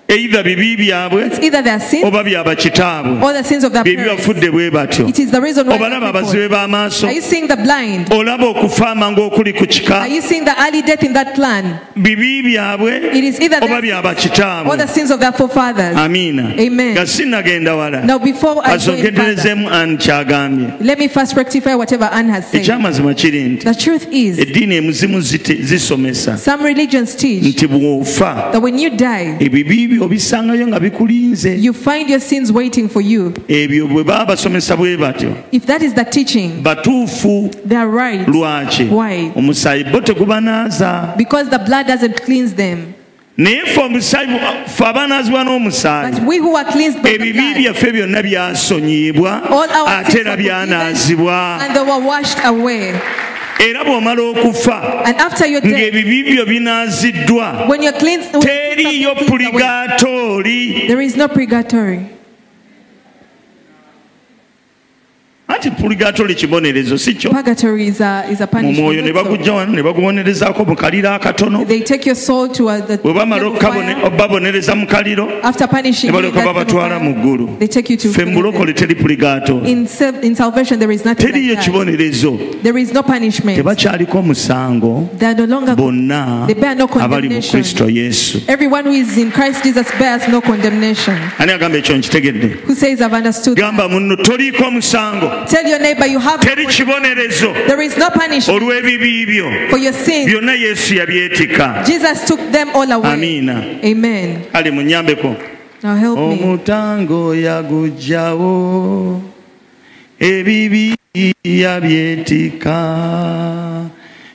A: eitha bibi byabwe
B: It's either their sins
A: oba byaba kitaabwe
B: or the sins of their
A: bye
B: parents.
A: bibafudde bwe batyo
B: It is the reason why.
A: obalaba
B: they're
A: abazibe
B: crippled.
A: b'amaaso
B: Are you seeing the blind?
A: olaba okufa amangu okuli ku
B: Are
A: kika
B: you seeing the early death in that clan?
A: bibi byabwe
B: It is either
A: oba
B: their
A: byaba
B: All the
A: kitaabwe
B: sins of their forefathers.
A: amiina
B: Amen.
A: nga sinnagenda wala
B: Now, before I go any further,
A: asokenderezemu ani kyagambye
B: let me first rectify whatever Anne has said.
A: ekyamazima kiri nti
B: The truth is,
A: eddiini emuzimu zite- zisomesa
B: some religions teach
A: nti bw'ofa
B: that when you die,
A: ebibi byo obisangayo nga bikulinze
B: you find your sins waiting for you.
A: ebyo bwe baba basomesa bwe batyo
B: If that is the teaching,
A: batuufu
B: they are right.
A: lwaki
B: Why?
A: omusaayi bo tegubanaaza
B: Because the blood doesn't cleanse them.
A: naye ffe omusaayi ffe abanaazibwa n'omusaayi
B: But we who are cleansed by the
A: ebibi
B: blood,
A: byaffe byonna byasonyiyibwa
B: All our
A: ate
B: sins
A: era
B: were forgiven,
A: byanaazibwa
B: and they were washed away.
A: era bw'omala okufa
B: And after your death,
A: ng'ebibi byo binaaziddwa
B: when you're cleansed, when your sins
A: teriiyo
B: are cleansed away,
A: puligatooli
B: there is no purgatory.
A: anti puligatoli kibonerezo si kyo
B: Purgatory is a, is a
A: mu
B: punishment.
A: mwoyo ne
B: that's all.
A: bagujja wano ne bagubonerezaako mu kaliro akatono
B: They take your soul to a, the
A: bwe bamala
B: lake of
A: okukabone-
B: fire.
A: obabonereza mu kaliro
B: After punishing
A: ne
B: you,
A: balyoka
B: that lake of
A: babatwala mu
B: fire,
A: ggulu
B: they take you to
A: ffe mu bulokole teri puligatoli
B: in, sal- in salvation there is nothing
A: teriyo
B: like that.
A: kibonerezo
B: There is no punishment.
A: tebakyaliko omusango
B: They are no longer
A: bonna
B: They bear no
A: abali mu
B: condemnation.
A: kristo yesu
B: Everyone who is in Christ Jesus bears no condemnation.
A: ani agamba ekyo nkitegedde
B: Who says I've understood?
A: gamba muno toliiko omusango
B: Tell your neighbor you have.
A: teri kibonerezo
B: There is no punishment
A: olw'ebibi byo
B: for your sins.
A: byonna yesu yabyetika
B: Jesus took them all away.
A: amiina
B: Amen.
A: kale munyambeko
B: Now help
A: Oh,
B: me.
A: omutango yagujjawo ebibi yabyetika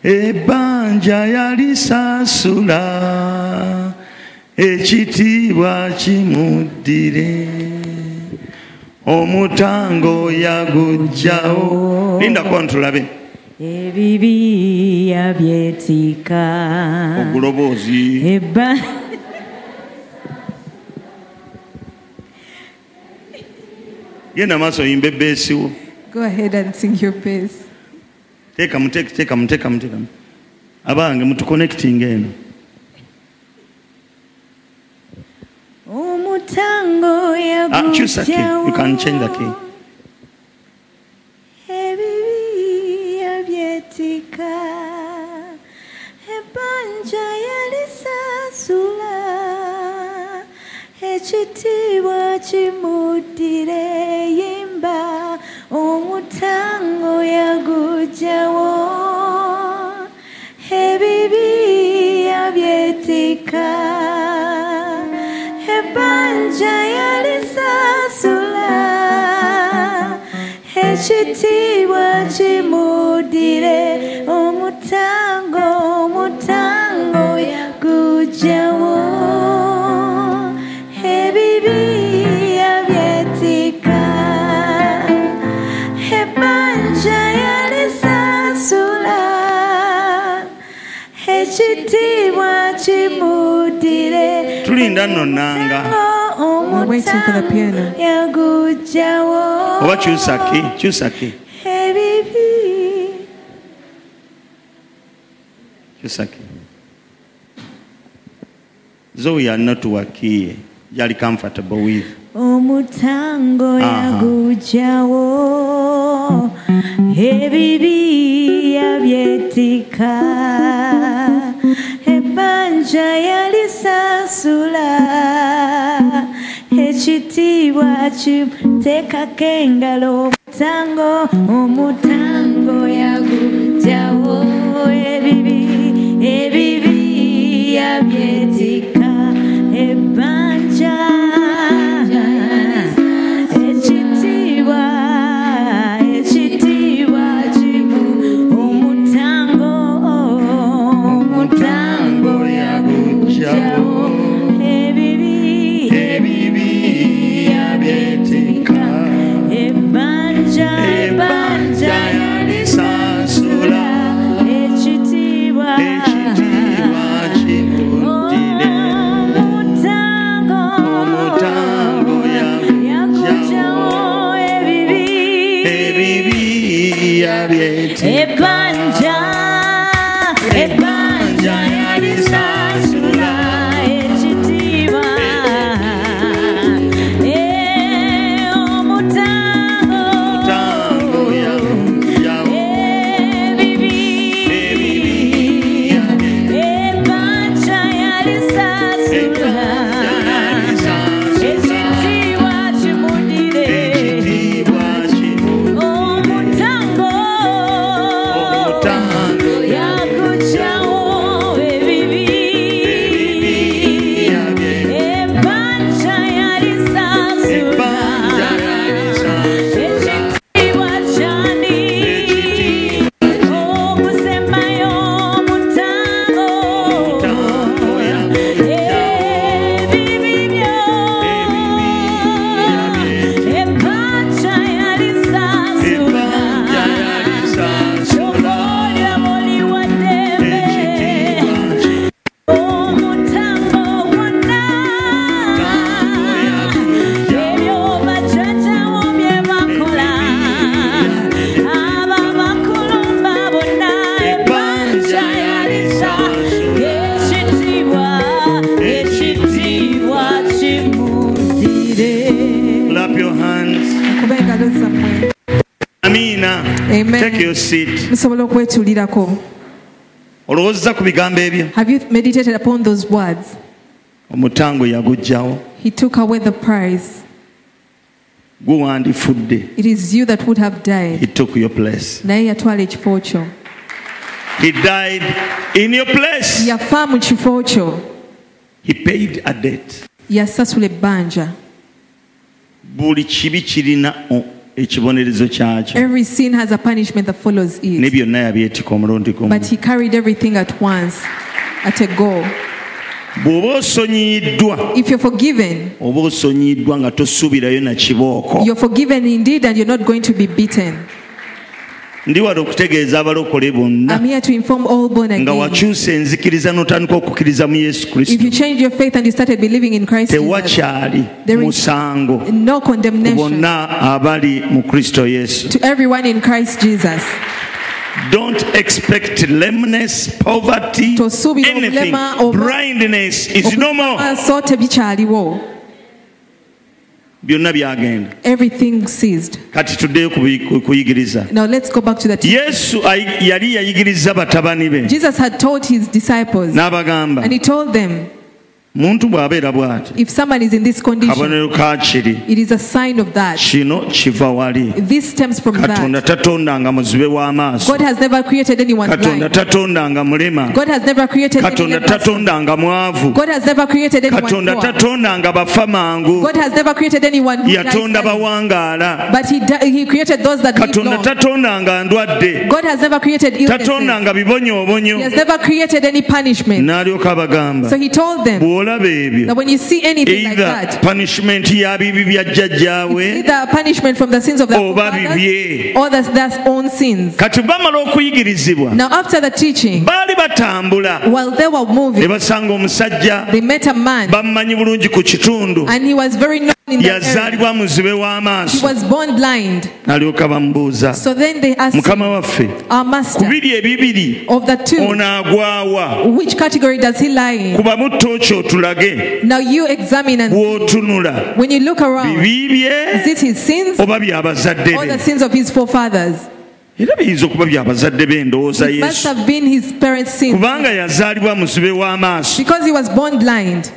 A: ebbanja yalisaasula ekitiibwa kimuddire omutango yagujjawo lindako ntulabe
E: ebibi yabyetika Ah.
A: oguloboozi
E: eba
A: genda maaso oyimba ebbeesiwo
B: Go ahead and sing your praise.
A: teekamu teeka- teekamu teekamu teekamu abange mutukonectinga eno
D: omutango
A: Ah, choose a key. You can change the key.
D: ebibi yabyetika ebbanja yalisaasula ekitiibwa kimuddire yimba omutango yagujjawo ebibi yabyetika ebbanja yalisaasula ekitiibwa kimuddire omutango omutango yagujjawo ebibi yabyetika ebbanja yalisaasula ekitiibwa kimuddire
A: tulinda nno nanga
B: We're waiting for the piano.
D: yagujjawo
A: oba kyusa ki kyusa ki
D: ebibi
A: kyusa ki though we are not wakiye jali comfortable with
D: oh, omutango
A: Aha.
D: yagujjawo ebibi yabyetika ebbanja yalisaasula ekitiibwa kimuteekako engalo omutango omutango yagujjawo ebibi E ebibi yabyetika e ebbanja E ekitiibwa e ekitiibwa kimu omutango omutango yagujjawo E ebibi
A: ebibi yabyetika
D: e ebbanja
A: E
D: ebbanja yalisaasula e ekitiibwa
A: E ekitiibwa kimutire
D: omutango
A: omutango yagujjawo
D: yagujjawo ebibi
A: ebibi yabyetika
D: ebbanja ebbanja yalisaasula ekitiibwa
E: E
D: Eh, omutango
A: omutango yagujjawo
D: ebibi
A: ebibi
E: E
A: yabyetika
D: ebbanja yalisaasula
E: E
D: ekitiibwa kimudire omutango
A: Omutango
D: yagujjawo ebibi
A: Amen.
B: Amen.
A: Take your seat.
B: musobola okwetuulirako
A: Olowooza ku bigambo ebyo.
B: have you meditated upon those words
A: Omutango yagugjawo.
B: he took away the prize
A: Gwe wandifudde.
B: it is you that would have
A: He
B: died
A: took your place.
B: naye yatwala ekifo kyo
A: He died in your place.
B: yafa mu kifo kyo
A: He paid a debt.
B: yasasula ebbanja
A: Buli kibi kirina o- ekibonerezo kyakyo.
B: every sin has a punishment that follows
A: Ne
B: it
A: byonna yabyetika omulundi gumu.
B: but he carried everything at once at a go
A: Bw'oba osonyiyiddwa,
B: if you're forgiven
A: oba osonyiyiddwa nga tosuubirayo na kibooko.
B: you're forgiven indeed and you're not going to be beaten
A: Ndi wano okutegeeza abalokole bonna.
B: i'm here to inform all born
A: nga
B: again
A: wakyusa enzikiriza n'otandika okukkiriza mu yesu
B: if you
A: kristo
B: change your faith and you started believing in christ Jesus,
A: tewakyali
B: There is-
A: musango
B: no
A: ku
B: condemnation
A: bonna abali mu kristo yesu
B: to everyone in christ jesus
A: don't expect lameness poverty
B: Tosuubira
A: anything
B: obulema oba-
A: blindness is no more
B: so tebikyaliwo
A: byonna byagenda
B: everything ceased
A: kati tuddeyo ku bi- ku- kuyigiriza
B: now let's go back to that
A: yesu ayi- yali yayigiriza batabani be
B: jesus had told his disciples
A: n'abagamba
B: and he told them
A: muntu bw'abeera bw'ati
B: if someone is in this condition
A: kabonero ka kiri
B: it is a sign of that
A: kino kiva wali
B: this stems from
A: katonda
B: that
A: tatondanga muzibe w'amaaso
B: god has never created anyone
A: katonda
B: blind
A: tatondanga mulema
B: god has never created any
A: katonda
B: leprous.
A: tatondanga mwavu
B: god has never created anyone
A: katonda
B: poor.
A: tatondanga bafa mangu
B: god has never created anyone who dies
A: yatonda
B: early.
A: bawangaala
B: but he, di- he created those that live
A: katonda
B: long
A: tatondanga ndwadde
B: god has never created illnesses
A: tatondanga
B: he
A: bibonyoobonyo
B: has never created any punishment
A: n'alyoka abagamba
B: so he told them
A: bw'olaba
B: that
A: ebyo
B: when you see anything like
A: eitha
B: that
A: punishment ya bibi bya jjajjaawe
B: It's either punishment from the sins of the
A: Oba bibye.
B: forefathers or the, their own sins.
A: kati bamala okuyigirizibwa
B: Now, after the teaching,
A: baali batambula
B: while they were
A: ne
B: moving,
A: basanga omusajja
B: they met a man,
A: bamumanyi bulungi ku kitundu
B: and he was very known in that area.
A: yazaalibwa muzibe
B: He
A: w'amaaso
B: was born blind.
A: n'alyoka bamubuuza
B: So then they asked him,
A: mukama waffe
B: our
A: ku
B: master,
A: biri ebibiri
B: of the two,
A: ono agwawa
B: which category does he lie in?
A: kuba mutto kyo otulage
B: Now you examine and
A: bw'otunula
B: when you look around,
A: bibi
B: is
A: bye
B: it his sins
A: oba byabazadde
B: or the
A: be
B: sins of his forefathers?
A: era biyinza okuba byabazadde be ndowooza
B: It must
A: yesu
B: have been his parents' sins
A: kubanga yazaalibwa muzibe w'amaaso
B: because he was born blind.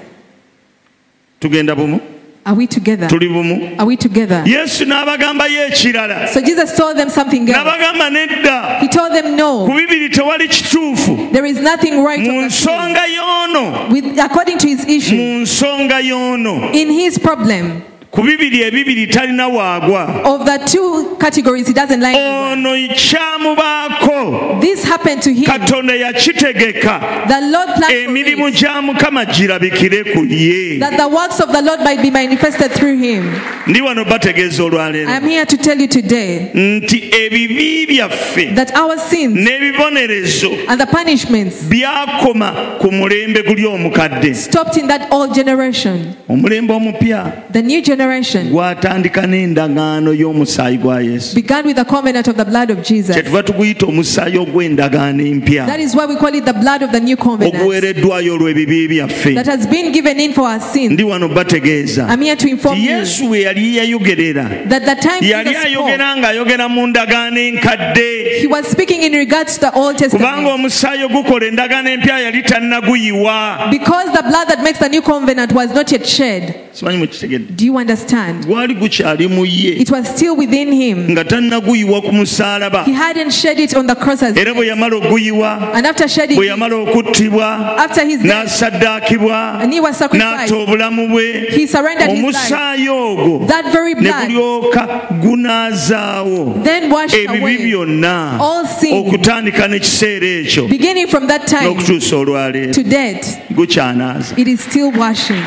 A: tugenda bumu
B: Are we together?
A: tuli bumu
B: Are we together?
A: yesu n'abagambayo ekirala
B: So Jesus told them something else.
A: n'abagamba nedda
B: He told them,
A: ku
B: No,
A: bibiri tewali kituufu
B: there is nothing right
A: mu
B: on the throne.
A: nsonga y'ono
B: with according to his issue.
A: mu nsonga y'ono
B: In his problem,
A: ku bibiri ebibiri talina waagwa
B: of the two categories, he doesn't like anyone.
A: ono kyamubaako
B: This happened to him.
A: katonda yakitegeka
B: The Lord
A: Eh,
B: planned for
A: emirimu
B: it,
A: gya mukama girabikire ku ye
B: that the works of the Lord might be manifested through him.
A: ndi wano bategeeza
B: I'm
A: olwaleero
B: here to tell you today
A: nti ebibi byaffe
B: that our sins
A: n'ebibonerezo
B: and the punishments
A: byakoma ku mulembe guli omukadde
B: stopped in that old generation.
A: omulembe omupya
B: The new generation
A: gwatandika n'endagaano y'omusaayi gwa yesu
B: began with the covenant of the blood of Jesus.
A: kyetuva tuguyita omusaayi ogw'endagaano empya
B: That is why we call it the blood of the new covenant
A: oguweereddwayo olw'ebibi byaffe
B: that has been given in for our sins.
A: ndi wano bategeeza
B: I'm here to inform
A: ti
B: you
A: yesu we yali yayogerera
B: that the time
A: yali
B: Jesus spoke,
A: ayogera ng'ayogera mu ndagaano enkadde
B: he was speaking in regards to the Old
A: kubanga
B: Testament.
A: omusaayi ogukola endagaano empya yali tannaguyiwa
B: Because the blood that makes the new covenant was not yet shed.
A: simanyi mukitegedde
B: Do you understand?
A: gwali gukyali mu ye
B: It was still within him.
A: nga tannaguyiwa ku musaalaba
B: He hadn't shed it on the cross as
A: era bwe yamala oguyiwa
B: And after shedding,
A: bwe
B: it,
A: yamala okuttibwa
B: after his death,
A: n'asaddaakibwa
B: And he was sacrificed.
A: n'ata obulamu bwe
B: He surrendered his
A: omusaayi ogwo
B: that very
A: ne
B: blood
A: gulyoka gunaazaawo
B: then washed
A: ebibi
B: away,
A: byonna
B: All sin.
A: okutandika n'ekiseera ekyo
B: beginning from that time
A: n'okutuusa olwaleero
B: to death.
A: gukyanaaza
B: It is still washing.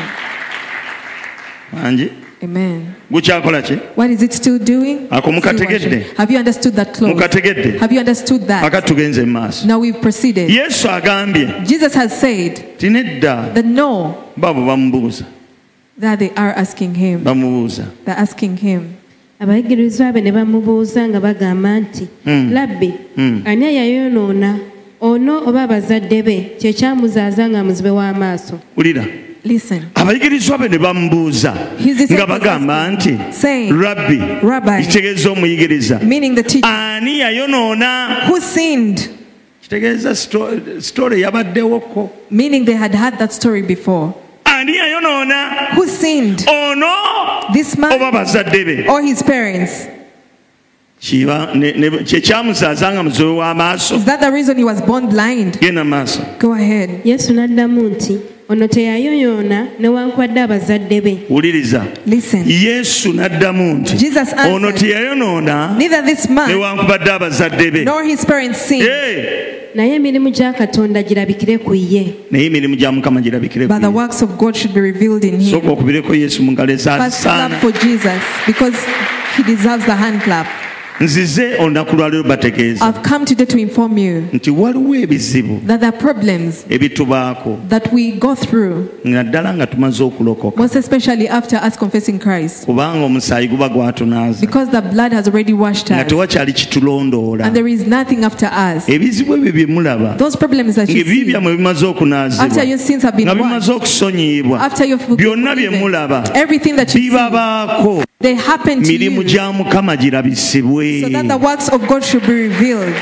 A: bangi
B: Amen.
A: gukyakola ki
B: What is it still doing?
A: Ako
B: Still
A: Ah, mukategedde.
B: washing. Have you understood that clause?
A: mukategedde
B: Have you understood that?
A: paka tugenze mu maaso
B: Now we've proceeded.
A: yesu agambye
B: Jesus has said
A: tinedda
B: that no,
A: babo bamubuuza
B: that they are asking him.
A: bamubuuza
B: They're asking him.
C: abayigirizwa be ne bamubuuza nga bagamba nti
A: Mm.
C: labbi
A: Mm.
C: ani eyayonoona ono oba abazadde be kyekyamuzaaza nga muzibe w'amaaso
A: wulira
B: Listen.
A: abayigirizwa be ne bamubuuza
B: His disciples
A: nga bagamba
B: asked
A: nti
B: him, saying,
A: rabbi
B: Rabbi."
A: kitegeeza omuyigiriza
B: Meaning the teacher.
A: ani yayonoona
B: Who sinned?
A: kitegeeza sitore yabaddewoko
B: Meaning they had heard that story before.
A: ani yayonoona
B: Who sinned?
A: ono Oh.
B: This man
A: oba bazadde be
B: or his parents?
A: Kiba- ne- ne- kyekyamusaaza nga muzibe w'amaaso
B: Is that the reason he was born blind?
A: genda mu maaso
B: Go ahead.
C: yesu n'addamu nti ono teyayoyoona newankwadde abazadde be
A: wuliriza
B: Listen.
A: yesu n'addamu nti
B: Jesus answered,
A: ono teyayonoona
B: Neither this man
A: newankubadde abazadde be
B: nor his parents sinned,
A: Eh,
C: naye emirimu gya katonda girabikire ku ye
A: naye emirimu gya mukama girabikire
B: but the
A: ku ye.
B: works of God should be revealed in him.
A: sooka okubireko yesu mu ngalo
B: First clap
A: ezasaana
B: for Jesus because he deserves the hand clap.
A: nzize olunaku lwaleero bategeeza
B: I've come today to inform you
A: nti waliwo ebizibu
B: that there are problems
A: ebitubaako
B: that we go through,
A: nga ddala nga tumaze okulokoka
B: most especially after us confessing Christ,
A: kubanga omusaayi guba gwatunaaza
B: because the blood has already washed
A: nga
B: us
A: tewakyali kitulondoola
B: and there is nothing after us.
A: ebizibu ebyo bye mulaba
B: Those problems that you
A: ng'ebibi
B: see
A: byammwe bimaze okunaazibwa
B: After your sins have been
A: nga bimaze okusonyibwa
B: after you've
A: byonna bye
B: forgiven,
A: mulaba
B: everything that you see,
A: bibabaako
B: they happen to
A: mirimu
B: you.
A: gya mukama girabisibwe
B: So that the works of God should be revealed.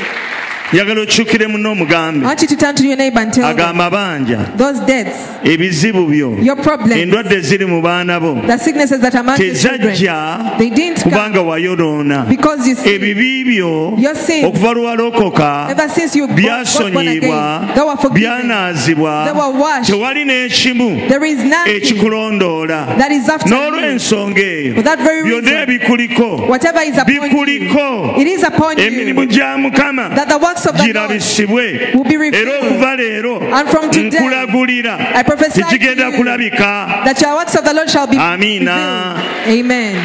A: njagala okyukire muno
B: I
A: omugambe
B: want you to turn to your neighbor and tell them
A: agamba banja
B: those deaths,
A: ebizibu byo
B: your problems,
A: endwadde eziri mu baana bo
B: the sicknesses that are among your
A: tezajja
B: children, they didn't come
A: kubanga wayonoona
B: because you see,
A: ebibi byo
B: Your sins,
A: okuva lwalokoka
B: ever since you got got born
A: byasonyiyibwa
B: again, they were forgiven.
A: byanaazibwa
B: They were washed.
A: tewali n'ekimu
B: There is nothing
A: ekikulondoola
B: that is after you.
A: n'olw'ensonga eyo
B: For that very
A: byonna
B: reason,
A: ebikuliko
B: Whatever is upon you,
A: Bikuliko.
B: it is upon
A: emirimu
B: you
A: gya mukama
B: that the works of the Lord
A: girabisibwe
B: will be revealed.
A: era okuva leero
B: And from today,
A: nkulagulira
B: I prophesy
A: tekigenda
B: to you
A: kulabika
B: that your works of the Lord shall be
A: Ah. Amina.
B: revealed. Amen.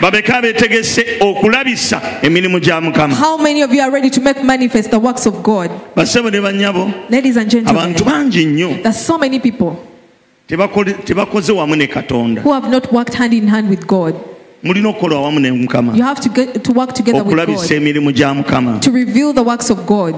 A: babeka abeetegese okulabisa emirimu gya mukama
B: How many of you are ready to make manifest the works of God?
A: basebo ne bannyabo
B: Ladies and gentlemen,
A: abantu bangi nnyo
B: there's so many people
A: tebakole- tebakoze wamu ne katonda
B: who have not worked hand in hand with God.
A: mulina okukola wamu ne mukama
B: You have to get to work together with
A: okulabisa
B: God
A: emirimu gya mukama
B: to reveal the works of God.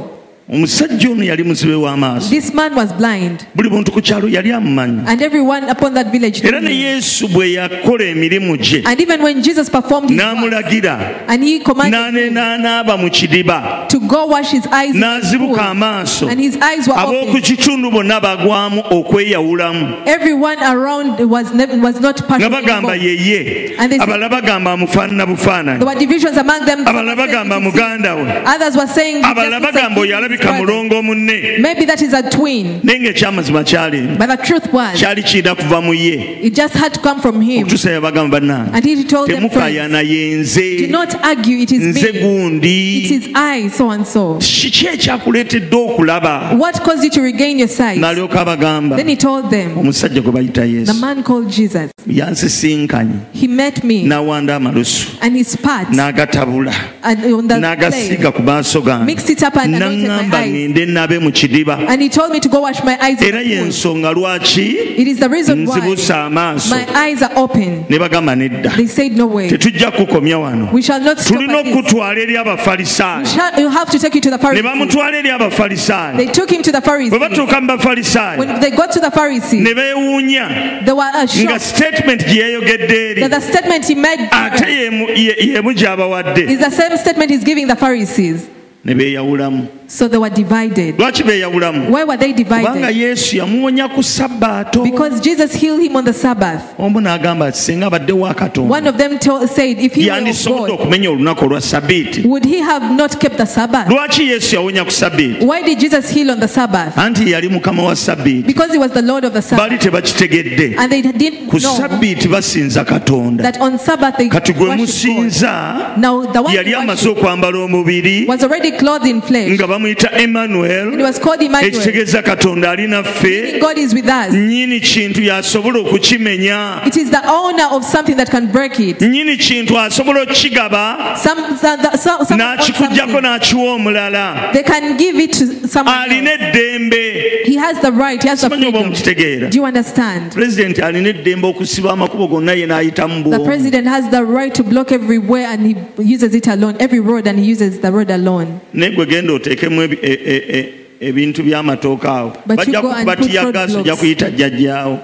A: omusajja ono yali muzibe w'amaaso
B: This man was blind,
A: buli muntu ku kyalo yali amumanyi
B: and everyone upon that village.
A: era
B: Knew
A: ne
B: him.
A: yesu bwe yakola emirimu gye
B: And even when Jesus performed his works,
A: n'amulagira
B: and he commanded him
A: n'anaaba mu kidiba
B: to go wash his eyes, in the pool,
A: n'azibuka amaaso
B: and his eyes were
A: ab'oku
B: open.
A: kitundu bonna bagwamu okweyawulamu
B: Everyone around was never, was not part
A: nga
B: of
A: bagamba
B: anymore.
A: yeye
B: And they said-
A: abalala bagamba amufaanana bufaananyi
B: There were divisions among them. Some
A: abalala
B: were
A: bagamba
B: saying it is him.
A: muganda we
B: Others were saying "He just
A: abalala
B: looks like
A: bagamba
B: him,
A: oyo
B: his
A: alabika
B: brother."
A: mulongo munne
B: maybe that is a twin.
A: naye ngaekyamazima kyali
B: But the truth was,
A: kyali kiyina kuva mu ye
B: it just had to come from him.
A: okutuusa yabagamba
B: And
A: bannange
B: he told them, friends,
A: temukayana
B: do
A: yenze
B: not argue, it is
A: nze
B: me, it
A: gundi
B: is I, so and so.
A: kiki ekyakuleetedde okulaba
B: What caused you to regain your sight?
A: n'alyoka abagamba
B: Then he told them,
A: omusajja gwe bayita
B: the
A: yesu
B: man called Jesus,
A: yansisinkanye
B: he met me
A: n'awanda amalusu
B: and he spat
A: n'agatabula
B: and on the
A: n'agasiiga
B: clay,
A: ku maaso gange
B: mixed it up and anointed my
A: n'aŋŋamba
B: eyes.
A: ŋŋende nabe mu kidiba
B: And he told me to go wash my eyes. in
A: era
B: the pool.
A: yensonga lwaki
B: It is the reason why
A: nzibusa amaaso
B: my eyes are open.
A: ne bagamba nedda
B: They said, no way.
A: tetujja kukomya wano
B: We shall not stop
A: tulina
B: at this.
A: okukutwala eri
B: We
A: abafalisaayo
B: shall, you have to take you to the
A: ne
B: Pharisees.
A: bamutwala eri
B: They
A: abafalisaayo
B: took him to the
A: bwe
B: Pharisees.
A: batuuka mu bafalisaayo
B: When they got to the Pharisees,
A: ne beewuunya
B: they were
A: nga Ah,
B: assured
A: statement gye yayogedde eri
B: that the statement he made
A: ate yemu- ye- yemu gy'abawadde
B: is the same statement he's giving the Pharisees.
A: ne beeyawulamu
B: So they were divided.
A: lwaki beeyawulamu
B: Why were they
A: kubanga
B: divided?
A: yesu yamuwonya ku sabbaato
B: Because Jesus healed him on the Sabbath.
A: omu n'agamba ati, singa abaddewo
B: One
A: akatonda
B: of them told, said, If he were of
A: yandisobodde
B: God,
A: okumenya olunaku olwa sabiiti
B: would he have not kept the Sabbath?
A: lwaki yesu yawonya ku sabiiti
B: Why did Jesus heal on the Sabbath?
A: anti yali mukama wa sabiiti
B: Because he was the Lord of the
A: bali
B: Sabbath.
A: tebakitegedde
B: And they didn't
A: ku
B: know
A: sabiiti basinza katonda
B: that on Sabbath they
A: kati gwe
B: worship God.
A: musinza
B: Now, the one
A: yali
B: who
A: amaze
B: worship
A: okwambala omubiri
B: was already clothed in flesh.
A: nga bamuyita
B: And he
A: emmanuel
B: was called Emmanuel.
A: ekitegeeza katonda ali naffe
B: God is with us.
A: nnyini kintu y'asobola okukimenya
B: It is the owner of something that can break it.
A: nnyini kintu asobola okukigaba
B: Some, some, some, someone owns
A: n'akikugjako
B: something.
A: n'akiwa omulala
B: They can give it to someone.
A: alina
B: Else.
A: eddembe
B: He has the right. He has the
A: simanyi oba
B: freedom.
A: omukitegeera
B: Do you understand?
A: pulezidenti alina eddembe okusiba amakubo gonna ye n'ayitamu
B: The
A: bwomu
B: president has the right to block everywhere and he uses it alone, every road and he uses the road alone.
A: naye gwe genda oteekemu ebi- e- e- e- ebintu by'amatooke awo
B: But you
A: bajja
B: go and put
A: kubatiyagasi ojja
B: roadblocks.
A: kuyita jjajjaawo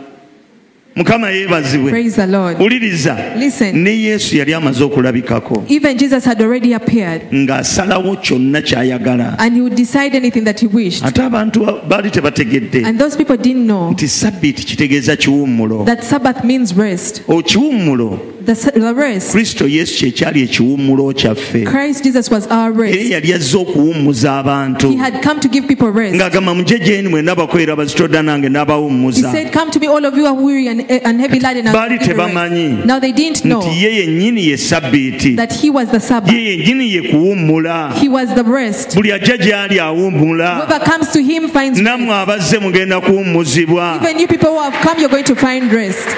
A: mukama yeebazibwe
B: Praise the Lord.
A: wuliriza
B: Listen.
A: ne yesu yali amaze okulabikako
B: Even Jesus had already appeared
A: ng'asalawo kyonna ky'ayagala
B: and he would decide anything that he wished.
A: ate abantu ba- baali tebategedde
B: And those people didn't know
A: nti sabbiiti kitegeeza kiwummulo
B: that Sabbath means rest.
A: okiwummulo
B: The, s- the rest,
A: kristo yesu kyekyali ekiwummulo kyaffe
B: Christ Jesus was our
A: era
B: rest.
A: yali azze okuwummuza abantu
B: He had come to give people rest.
A: ng'agamba mujje gyeni mwenna bakwera bazitodda nange
B: He
A: n'abawummuza
B: said, Come to me, all of you who are weary and, and heavy laden. and I will
A: Baali
B: give you rest."
A: tebamanyi.
B: Now they didn't
A: nti
B: know
A: ye yennyini ye sabbiiti
B: that he was the
A: ye
B: Sabbath,
A: yennyini ye kuwummula
B: he was the rest.
A: buli ajja gy'ali awummula
B: Whoever comes to him finds
A: nammwe
B: rest.
A: abazze mugenda kuwummuzibwa
B: Even you people who have come, you're going to find rest.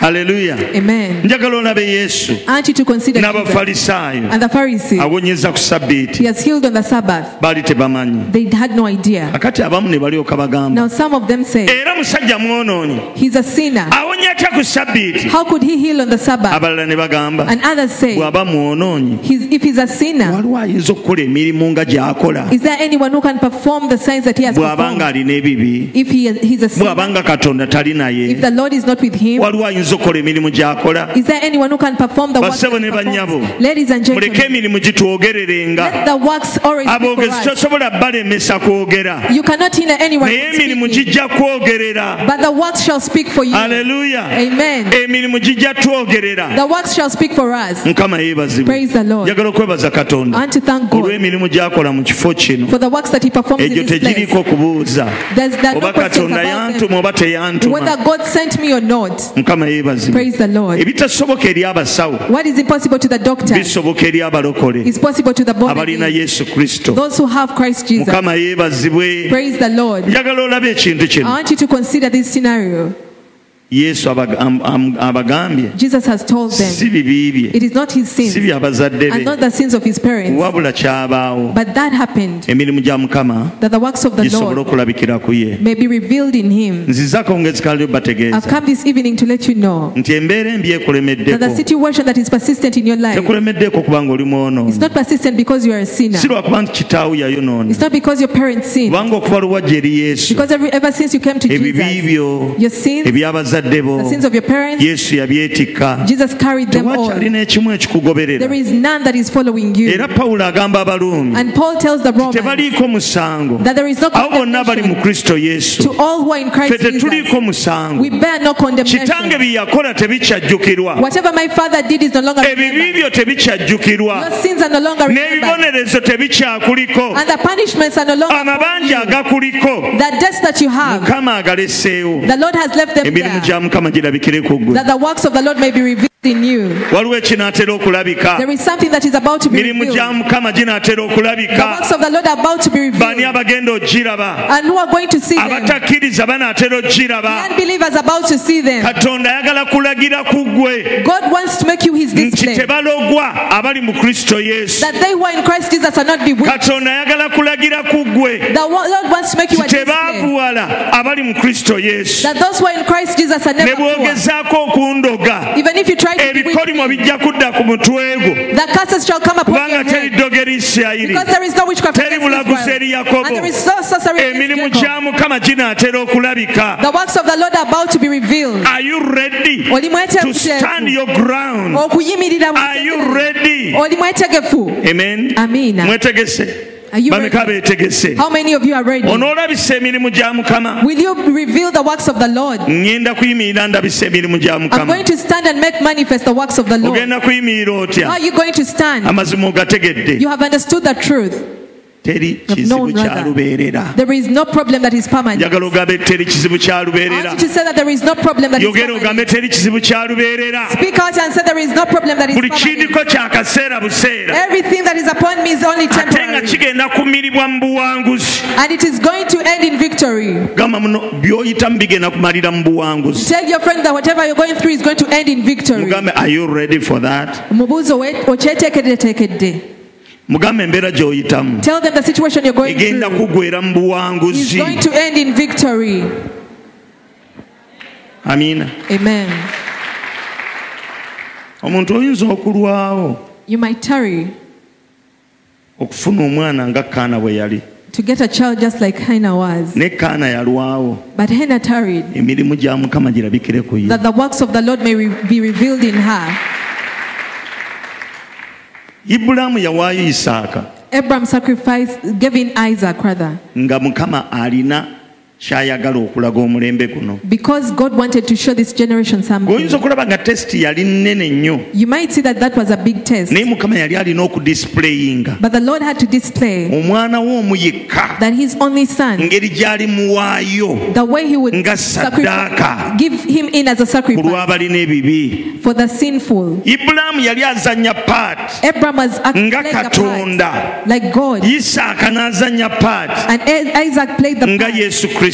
A: aleluya
B: Amen.
A: njagala olabe yesu
B: Aren't you to consider Jesus
A: n'abafalisaayo
B: and the Pharisees?
A: awonyeza ku sabbiiti
B: He has healed on the Sabbath.
A: baali tebamanyi
B: They had no idea.
A: akati abamu ne balyoka bagamba
B: Now some of them say,
A: era musajja mwonoonyi
B: He's a sinner.
A: awonya atya ku sabbiiti
B: How could he heal on the Sabbath?
A: abalala ne bagamba
B: And others say,
A: bw'aba mwonoonyi
B: he's, if he's a sinner,
A: waliwo ayinza okukola emirimu nga gy'akola
B: is there anyone who can perform the signs that he has
A: bw'abanga
B: performed?
A: alina ebibi
B: If he, he's a sinner,
A: bw'abanga katonda tali
B: if
A: naye
B: the Lord is not with him,
A: waliwo ayinza okukola emirimu gy'akola
B: is there anyone who can perform the works? that
A: Bassebo ne
B: he
A: bannyabo,
B: performs? Ladies and
A: muleke
B: gentlemen,
A: emirimu
B: let
A: gitwogererenga
B: the works always speak
A: aboogezi
B: for us.
A: tosobola balemesa kwogera
B: You cannot hinder anyone
A: naye emirimu
B: from speaking,
A: gijja kwogerera
B: but the works shall speak for you.
A: aleluya
B: Amen.
A: emirimu gijja twogerera
B: The works shall speak for us.
A: mukama yeebazibwe
B: Praise the Lord.
A: njagala okwebaza katonda
B: And to thank God
A: olw'emirimu gy'akola mu kifo kino
B: for the works that he performs in
A: egyo
B: this
A: tegiriiko
B: place.
A: kubuuza
B: There's there are no
A: oba
B: questions
A: katonda
B: about
A: yantuma
B: them.
A: oba teyantuma
B: Whether God sent me or not,
A: mukama yeebazibwe
B: praise the Lord.
A: ebitasoboka eri abasawo
B: What is impossible to the doctor?
A: bisoboka eri abalokole
B: is possible to the born
A: abalina
B: again.
A: yesu kristo
B: Those who have Christ Jesus.
A: mukama yeebazibwe
B: Praise the Lord.
A: njagala olabe ekintu
B: I
A: kino
B: want you to consider this scenario.
A: yesu abaga- am- am- abagambye
B: Jesus has told them
A: si bibi bye
B: it is not his
A: si
B: sins
A: byabazadde
B: and not
A: be
B: the sins of his parents,
A: wabula kyabaawo
B: but that happened
A: emirimu gya mukama
B: that the works of the
A: gisobole
B: Lord
A: okulabikira ku ye
B: may be revealed in him.
A: nzize akongezi kalyo
B: I've
A: bategeeza
B: come this evening to let you know
A: nti embeera embi
B: that the
A: ekulemeddeko
B: situation that is persistent in your life
A: tekulemeddeko kubanga oli
B: is
A: mwonoona
B: not persistent because you are a sinner.
A: si lwakuba nti kitaawo
B: It's
A: yayonoona
B: not because your parents sinned.
A: kubanga okuva luwajja eri yesu
B: Because every, ever since you came to
A: ebibi
B: Jesus,
A: byo
B: your sins,
A: ebyabazadde bo
B: the sins of your parents,
A: yesu yabyetikka
B: Jesus carried them all.
A: tewakyalina ekimu ekikugoberera
B: There is none that is following you.
A: era pawulo agamba abaluumi
B: And Paul tells the Romans
A: tebaliiko musango
B: that there is no
A: abo bonna bali mu
B: condemnation
A: kristo yesu
B: to all who are in
A: ffe
B: Christ
A: tetuliiko
B: Jesus.
A: musango
B: We bear no
A: kitange
B: condemnation.
A: bye yakola tebikyajjukirwa
B: Whatever my father did is no longer
A: ebibi
B: remembered.
A: byo
B: Your
A: tebikyajjukirwa
B: sins are no longer remembered.
A: n'ebibonerezo tebikyakuliko
B: And the punishments are no longer upon
A: amabanja
B: you.
A: agakuliko
B: The debts that you have,
A: mukama agaleseewo
B: the Lord has left them
A: emirimu
B: there.
A: gya mukama girabikire ku ggwe
B: That the works of the Lord may be revealed in you.
A: waliwo ekinaatera okulabika
B: There is something that is about to be
A: mirimu
B: revealed.
A: gya
B: The
A: mukama ginaatera
B: works
A: okulabika
B: of the Lord are about to be
A: bani
B: revealed.
A: abagenda ogiraba
B: And who are going to see them? The
A: abatakkiriza banaatera ogiraba
B: unbelievers are about to see them.
A: katonda ayagala kulagira ku ggwe
B: God wants to make you his
A: nti
B: display.
A: tebalogwa abali mu kristo yesu
B: that they who are in Christ Jesus are not bewitched.
A: katonda ayagala kulagira ku ggwe
B: The wo- Lord wants to make you a
A: nti
B: display.
A: tebaavuwala abali mu kristo yesu
B: That those who are in Christ Jesus are
A: ne
B: never poor.
A: bwogezaako okundoga
B: Even if you try
A: Eh,
B: to be wicked,
A: ebikolimo bijja kudda ku mutwe gwo
B: the curses shall come upon
A: kubanga
B: your
A: teri
B: head.
A: ddoga eri isirayiri
B: Because there is no witchcraft
A: Teri
B: against
A: bulaguzi eri
B: Israel.
A: Yakobo. Eh,
B: And there is no sorcery
A: emirimu
B: against
A: gya
B: Jacob.
A: mukama ginaatera okulabika
B: The works of the Lord are about to be revealed.
A: are you ready
B: Oli
A: to stand
B: mwetegefu.
A: your ground
B: Oh, Okuyimirira mu
A: are you
B: kitegefu.
A: ready
B: Oli mwetegefu.
A: amen
B: Amina.
A: mwetegese
B: Are you
A: bameka
B: ready?
A: beetegese
B: How many of you are ready?
A: onoolabisa emirimu gya mukama
B: Will you reveal the works of the Lord?
A: ŋŋenda kuyimirira ndabisa emirimu gya
B: I'm going
A: mukama
B: to stand and make manifest the works of the Lord.
A: ogenda kuyimirira
B: How are
A: otya
B: you going to stand?
A: amazima ogategedde
B: You have understood the truth.
A: teri
B: have
A: kizibu
B: known rather.
A: kyalubeerera
B: There is no problem that is permanent.
A: njagala ogambe teri kizibu
B: I
A: kyalubeerera
B: want you to say that there is no problem that is
A: yogera ogambe
B: permanent.
A: teri kizibu kyalubeerera
B: Speak out and say there is no problem that is
A: buli
B: permanent.
A: kindiko kyakaseera buseera
B: Everything that is upon me is only
A: ate nga
B: temporary.
A: kigenda kumiribwa mu buwanguzi
B: And it is going to end in victory.
A: gamba muno byoyitamu bigenda kumalira mu buwanguzi
B: Tell your friend that whatever you're going through is going to end in victory.
A: mugambe are you ready for that
B: Mubuuze we- okyeteekeddeteekedde.
A: mugambe embeera gy'oyitamu
B: Tell them the situation you're going
A: egenda
B: through
A: kugwera mu
B: is
A: buwanguzi
B: going to end in victory.
A: amiina
B: Amen.
A: omuntu oyinza okulwawo
B: You might tarry
A: okufuna omwana nga kaana bwe yali
B: to get a child just like Hannah was.
A: ne kaana yalwawo
B: But Hannah tarried,
A: emirimu gya mukama girabikire ku ye
B: that the works of the Lord may re- be revealed in her.
A: ibulaamu yawaayo isaaka
B: Abram sacrificed, gave in Isaac rather,
A: nga mukama alina kyayagala okulaga omulembe guno
B: because God wanted to show this generation something.
A: gweoyinza okulaba nga tesiti yali nnene nnyo
B: You might see that that was a big test,
A: naye mukama yali alina okudisplayinga
B: but the Lord had to display
A: omwana we omu yekka
B: that His only Son,
A: ngeri gy'alimuwaayo
B: the way He would
A: Nga saddaaka.
B: sacrifice, give Him in as a
A: ku
B: sacrifice
A: lw'abalina ebibi
B: for the sinful.
A: ibulaamu yali azannya paati
B: Abram was actually
A: nga
B: playing a part,
A: katonda
B: like God,
A: isaaka n'azannya paati
B: and A- Isaac played the,
A: nga
B: part,
A: yesu kristo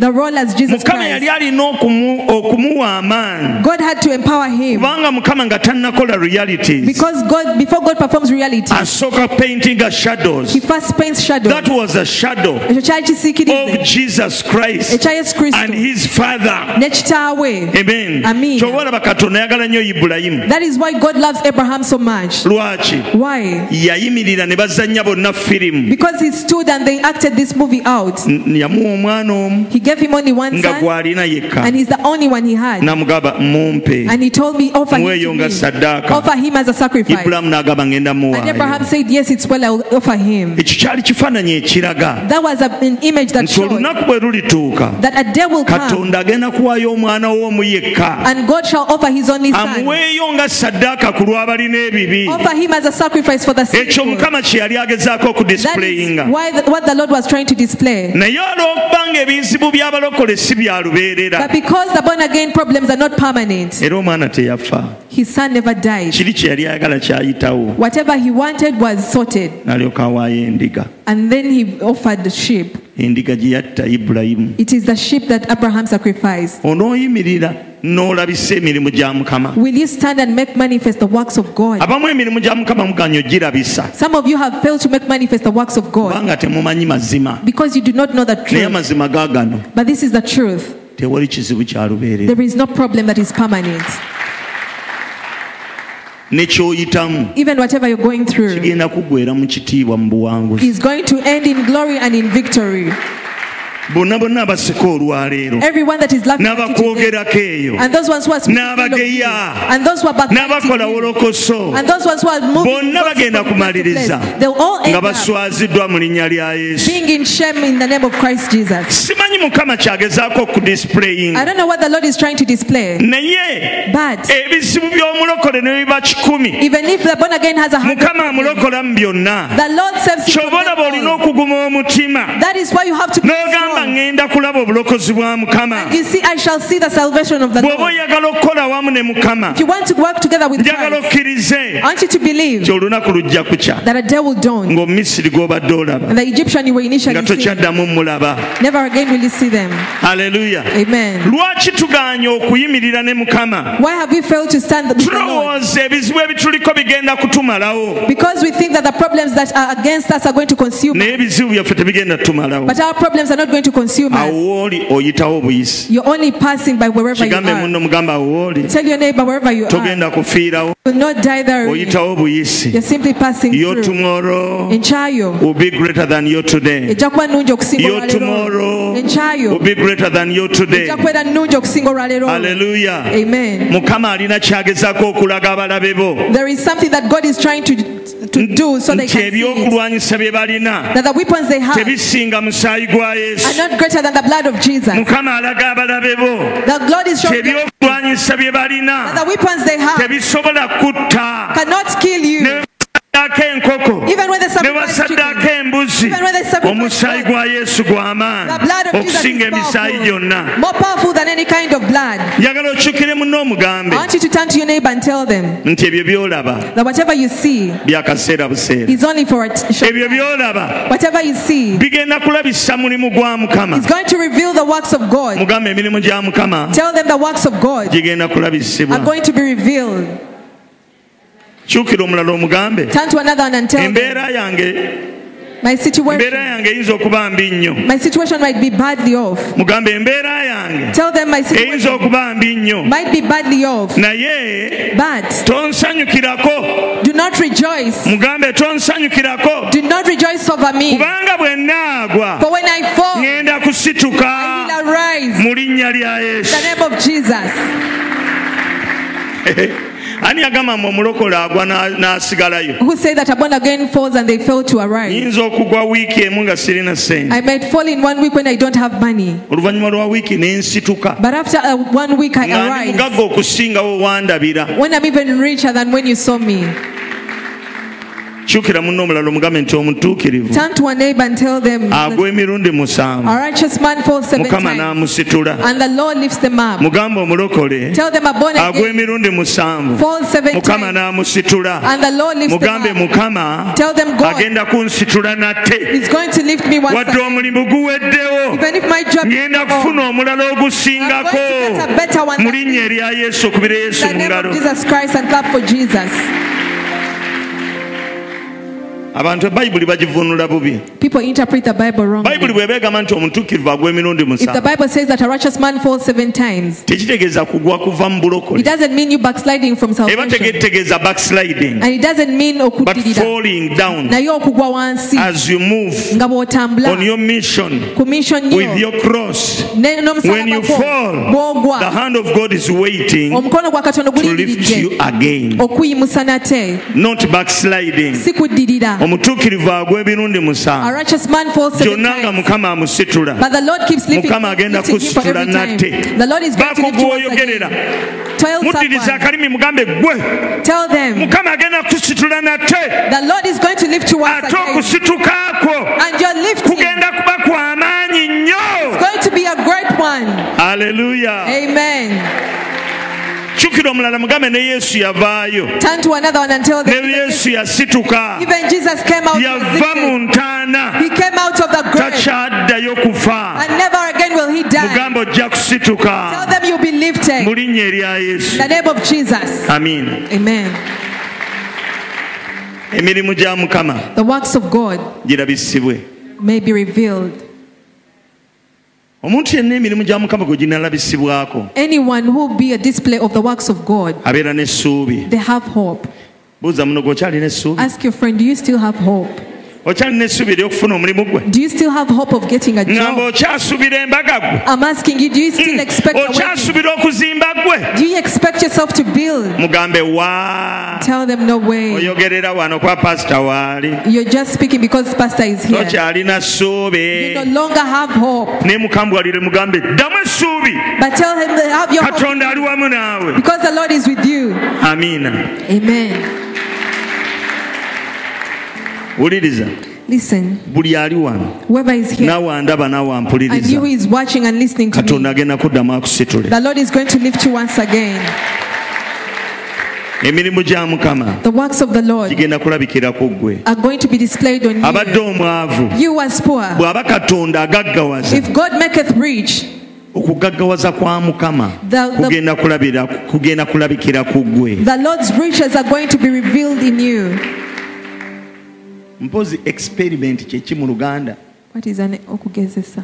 B: the role as Jesus
A: mukama
B: Christ.
A: yali alina okumu- okumuwa amaanyi
B: God had to empower him
A: kubanga mukama nga tannakola realities
B: because God, before God performs reality,
A: asooka paintinga shadows
B: he first paints
A: that
B: shadows.
A: was a shadow
B: Ekyo kyali
A: of
B: kisikirize
A: jesus christ
B: ekya yesu
A: and
B: kristo
A: his father
B: ne kitaawe
A: amen
B: Amina.
A: kyobalaba katonda yagala nnyo ibulayimu
B: that is why god loves abraham so much
A: lwaki
B: why
A: yayimirira ne bazannya bonna firimu
B: because he stood and they acted this movie out
A: N- yamuwa omwana omu
B: he gave him only one
A: nga
B: son
A: gwalina yekka
B: and he's the only one he had
A: namugamba mumpe
B: and he told me offer him,
A: Muweeyo
B: to
A: nga
B: me.
A: saddaaka."
B: offer him as a sacrifice
A: ibulaamu n'agamba ngenda
B: and abraham
A: muwaayo
B: said yes it's well i'll offer him
A: ekyo kyali kifaananyi ekiraga
B: that was a, an image that
A: nti
B: showed
A: olunaku bwe lulituuka
B: that a day will come
A: katonda agenda kuwaayo omwana w'omu yekka
B: and god shall offer his only son
A: amuweeyo nga saddaaka ku lw'abalina ebibi
B: offer him as a sacrifice for the
A: ekyo
B: sinful.
A: mukama kye yali agezaako
B: That is
A: okudisplayinga
B: why the, what the Lord was trying to display.
A: naye olw'okubanga ebizibu by'abalokole si bya
B: That
A: lubeerera
B: because the born again problems are not permanent,
A: era omwana teyafa
B: his son never died.
A: kiri kye yali ayagala kyayitawo
B: Whatever he wanted was sorted.
A: n'alyoka awaayo endiga
B: And then he offered the sheep.
A: endiga gye yatta ibulayimu
B: It is the sheep that Abraham sacrificed.
A: onooyimirira n'olabisa emirimu gya mukama
B: Will you stand and make manifest the works of God?
A: abamu emirimu gya mukama muganya ogirabisa
B: Some of you have failed to make manifest the works of God
A: kubanga temumanyi mazima
B: because you do not know the
A: naye
B: truth.
A: amazima gaagano
B: But this is the truth.
A: tewali kizibu kya lubeerera
B: There is no problem that is permanent.
A: nekyoyitamu
B: Even whatever you're going through
A: kigenda kugwera mu kitiibwa mu buwanguzi
B: is going to end in glory and in victory.
A: bonna bonna abaseka olwaleero
B: Everyone that is laughing at you today,
A: n'abakwogerako eyo
B: And those ones who are speaking ill of you,
A: N'abageya.
B: and those who are backbiting
A: n'abakola
B: you,
A: wolokoso
B: and those ones who are moving
A: bonna
B: from place
A: bagenda
B: to place,
A: kumaliriza
B: they'll all
A: nga
B: end up
A: baswaziddwa mu linnya lya yesu
B: being in shame in the name of Christ Jesus.
A: simanyi mukama kyagezaako okudisplaying
B: I don't know what the Lord is trying to display,
A: naye
B: but
A: ebizibu by'omulokole ne biba kikumi
B: even if the born again has a hundred,
A: mukama amulokola mu byonna
B: the Lord saves him. from
A: kyoba olaba
B: them
A: olina
B: all.
A: okuguma omutima
B: That is why you have to be
A: n'ogamba
B: strong.
A: ŋŋenda kulaba obulokozi bwa mukama
B: You see, I shall see the salvation of the
A: bw'oba
B: Lord.
A: oyagala okukola awamu ne mukama
B: If you want to work together with
A: njagala
B: Christ,
A: okkirize
B: I want you to believe
A: nti olunaku lujja kukya
B: that a day will dawn,
A: ng'omumisiri gw'obadde olaba
B: and the Egyptian you were
A: nga
B: initially seeing,
A: tokyaddamu mulaba
B: never again will you see them.
A: haleluya
B: Amen.
A: lwaki tuganye okuyimirira ne mukama
B: Why have we failed to stand before the Lord?
A: tulowooza ebizibu ebituliko bigenda kutumalawo
B: Because we think that the problems that are against us are going to consume us.
A: naye ebizibu byaffe tebigenda tumalawo
B: But our problems are not going to consume us.
A: awo wooli oyitawo obuyisi
B: You're only passing by wherever you
A: kigambe
B: are.
A: muno mugamba awo wooli
B: Tell your neighbor wherever you are.
A: togenda kufiirawo
B: You'll not die there.
A: oyitawo obuyisi
B: You're simply passing
A: your
B: through.
A: tomorrow
B: Enkyayo.
A: will be greater than your today
B: Ejakuba nungi okusinga
A: your
B: olwaleero.
A: tomorrow will
B: Enkyayo.
A: be greater than your today
B: Ejakubeera nungi okusinga olwaleero.
A: haleluya
B: Amen.
A: mukama alina kyagezaako okulaga abalabe bo
B: There is something that God is trying to, to do so they
A: nti
B: can see it. Ah.
A: ebyokulwanyisa bye balina
B: That the weapons they have are
A: tebisinga musaayi gwa yesu
B: not greater than the blood of Jesus.
A: mukama alaga abalabe bo
B: That God is
A: nti
B: showing them
A: ebyokulwanyisa bye
B: that
A: balina
B: the weapons they have
A: tebisobola kutta
B: cannot kill you.
A: ne basaddaako enkoko
B: Even when they
A: ne
B: sacrifice
A: basaddaako
B: chicken,
A: embuzi
B: Even when they sacrifice
A: omusaayi
B: goats.
A: gwa yesu gw'amaanyi
B: the blood of Jesus
A: okusinga
B: is
A: emisaayi
B: powerful,
A: gyonna
B: more powerful than any kind of blood.
A: njagala okyukire muno
B: I
A: omugambe
B: want you to turn to your neighbor and tell them
A: nti ebyo byolaba
B: that whatever you see
A: byakaseera buseera
B: is only for a t- short
A: ebyo
B: time.
A: byolaba
B: Whatever you see
A: bigenda kulabisa mulimu gwa mukama
B: is going to reveal the works of God.
A: mugamba emirimu gya mukama
B: Tell them the works of God
A: gigenda
B: are
A: kulabisibwa
B: going to be revealed.
A: kyukira omulala omugambe
B: Turn to another one and tell them
A: embeera yange
B: My situation,
A: embeera yange eyinza okuba mbi nnyo
B: my situation might be badly off.
A: mugambe embeera yange
B: Tell them my
A: eyinza
B: situation
A: okuba mbi nnyo
B: might be badly off,
A: naye
B: but
A: tonsanyukirako
B: do not rejoice.
A: mugambe tonsanyukirako
B: Do not rejoice over me.
A: kubanga bwe naagwa
B: For when I fall,
A: ŋŋenda kusituka
B: I will arise.
A: mu linnya lya
B: In
A: yesu
B: the name of Jesus.
A: ani yagamba mwe omulokole agwa na- n'asigalayo
B: Who say that a born again falls and they fail to arise?
A: nyinza okugwa wiiki emu nga sirina sente
B: I might fall in one week when I don't have money,
A: oluvannyuma lwa wiiki nensituka
B: but after uh, one week I
A: nga ndi
B: arise.
A: mugagga okusingawo wandabira
B: When I'm even richer than when you saw me.
A: kyukira munno omulala omugambe nti omutuukirivu
B: Turn to one neighbor and tell them, that
A: agwa emirundi
B: A
A: musanvu
B: righteous man falls seven
A: Ah, mukama
B: times,
A: n'amusitula
B: and the Lord lifts them up.
A: mugamba omulokole
B: Tell them a born
A: agwa
B: again
A: emirundi musanvu
B: falls seven
A: Ah, mukama
B: times,
A: n'amusitula
B: and the Lord lifts
A: mugambe
B: them up.
A: mukama
B: Tell them God
A: agenda kunsitula nate
B: is going to lift me once
A: wadde
B: again.
A: omulimu guweddewo
B: Even if my job
A: ngenda
B: is
A: kufuna
B: wrong,
A: omulala ogusingako
B: I'm going to get a better one.
A: mu linnya erya yesu okubira
B: in
A: yesu
B: the
A: mu
B: name
A: ngalo
B: of Jesus Christ and clap for Jesus.
A: abantu ebayibuli bagivunula bubi
B: People interpret the Bible
A: bayibuli
B: wrongly.
A: bweba egamba nti omutuukirivu agwa emirundi
B: If the
A: musanvu
B: Bible says that a righteous man falls seven times,
A: tekitegeeza kugwa kuva mu
B: it
A: bulokole
B: doesn't mean you backsliding from
A: eba
B: salvation.
A: tegetegeeza backsliding
B: And it doesn't mean
A: but
B: okudirira.
A: falling down
B: Naye okugwa wansi
A: as you move
B: nga
A: on
B: bw'otambula
A: your mission
B: ku mission
A: with
B: yo
A: your cross
B: ne-
A: when you
B: n'omusalaba gwo
A: fall the
B: bw'ogwa
A: hand of god is waiting
B: omukono gwa katonda
A: to lift you
B: gulindiridde
A: again
B: okuyimusa nate
A: not backsliding
B: si kuddirira
A: omutuukirivu agwa ebirundi
B: a
A: musanvu
B: righteous man falls seven
A: gyonna nga
B: times
A: mukama amusitula
B: But the Lord keeps lifting,
A: Mukama agenda
B: lifting him for
A: kusitula
B: every time.
A: nate.
B: The Lord is going to lift you once
A: Bakugwoyogerera.
B: again. Tell
A: muddiriza
B: someone,
A: akalimi mugambe gwe
B: tell them,
A: mukama agenda kusitula nate
B: the Lord is going to lift you once
A: ate
B: again.
A: okusitukako
B: And your lifting is
A: kugenda kuba kwamaanyi nnyo
B: going to be a great one.
A: aleluya
B: Amen.
A: kyukira omulala mugambe ne yesu yavaayo
B: Turn to another one and tell
A: ne
B: them,
A: yesu yasituka
B: even Jesus came out of the
A: yava mu
B: grave.
A: ntaana
B: He came out of the grave.
A: takyaddayo kufa
B: And never again will he die.
A: mugambe ojja
B: Tell
A: kusituka
B: them you'll be lifted.
A: mu
B: In
A: linnya erya yesu
B: the name of Jesus.
A: amiina
B: Amen.
A: emirimu gya mukama
B: The works of God
A: girabisibwe
B: may be revealed.
A: omuntu yenna emirimu gya mukama gwe ginalabisibwako
B: Anyone who be a display of the works of God,
A: abeera n'essuubi
B: they have hope.
A: buuza muno gwe okyalina essuubi
B: Ask your friend, do you still have hope?
A: okyalina essuubi eryokufuna omulimu gwe
B: Do you still have hope of getting a
A: ngamba
B: job?
A: okyasubira embaga gwe Mm.
B: I'm asking you, do you
A: Hmm.
B: still expect a wedding?
A: okyasubira okuzimba gwe
B: Do you expect yourself to build?
A: mugambe wa
B: Tell them no way.
A: oyogerera wano kwa pasita waali
B: You're just speaking because pastor is here.
A: tokyalina
B: You
A: ssuubi
B: no longer have hope.
A: naye mukambwalire mugambe ddamu essuubi
B: But tell him that have your hope
A: katonda ali wamu naawe
B: because the Lord is with you.
A: amiina
B: Amen.
A: wuliriza
B: Listen,
A: buli ali wano
B: whoever is here
A: naawe andaba naawe
B: and you who
A: ampuliriza
B: is uh, watching and listening to
A: katonda
B: me,
A: agenda kuddamu akusitule
B: the Lord is going to lift you once again.
A: emirimu gya mukama
B: The works of the Lord
A: gigenda kulabikira ku ggwe
B: are going to be displayed on you.
A: abadde omwavu
B: You as poor.
A: bw'aba katonda agaggawaza
B: If God maketh rich,
A: okugaggawaza kwa mukama
B: The- the-
A: kugenda kulabira- kugenda kulabikira ku ggwe
B: the Lord's riches are going to be revealed in you.
A: mpozi experiment kyeki mu luganda
B: What is an okugezesa?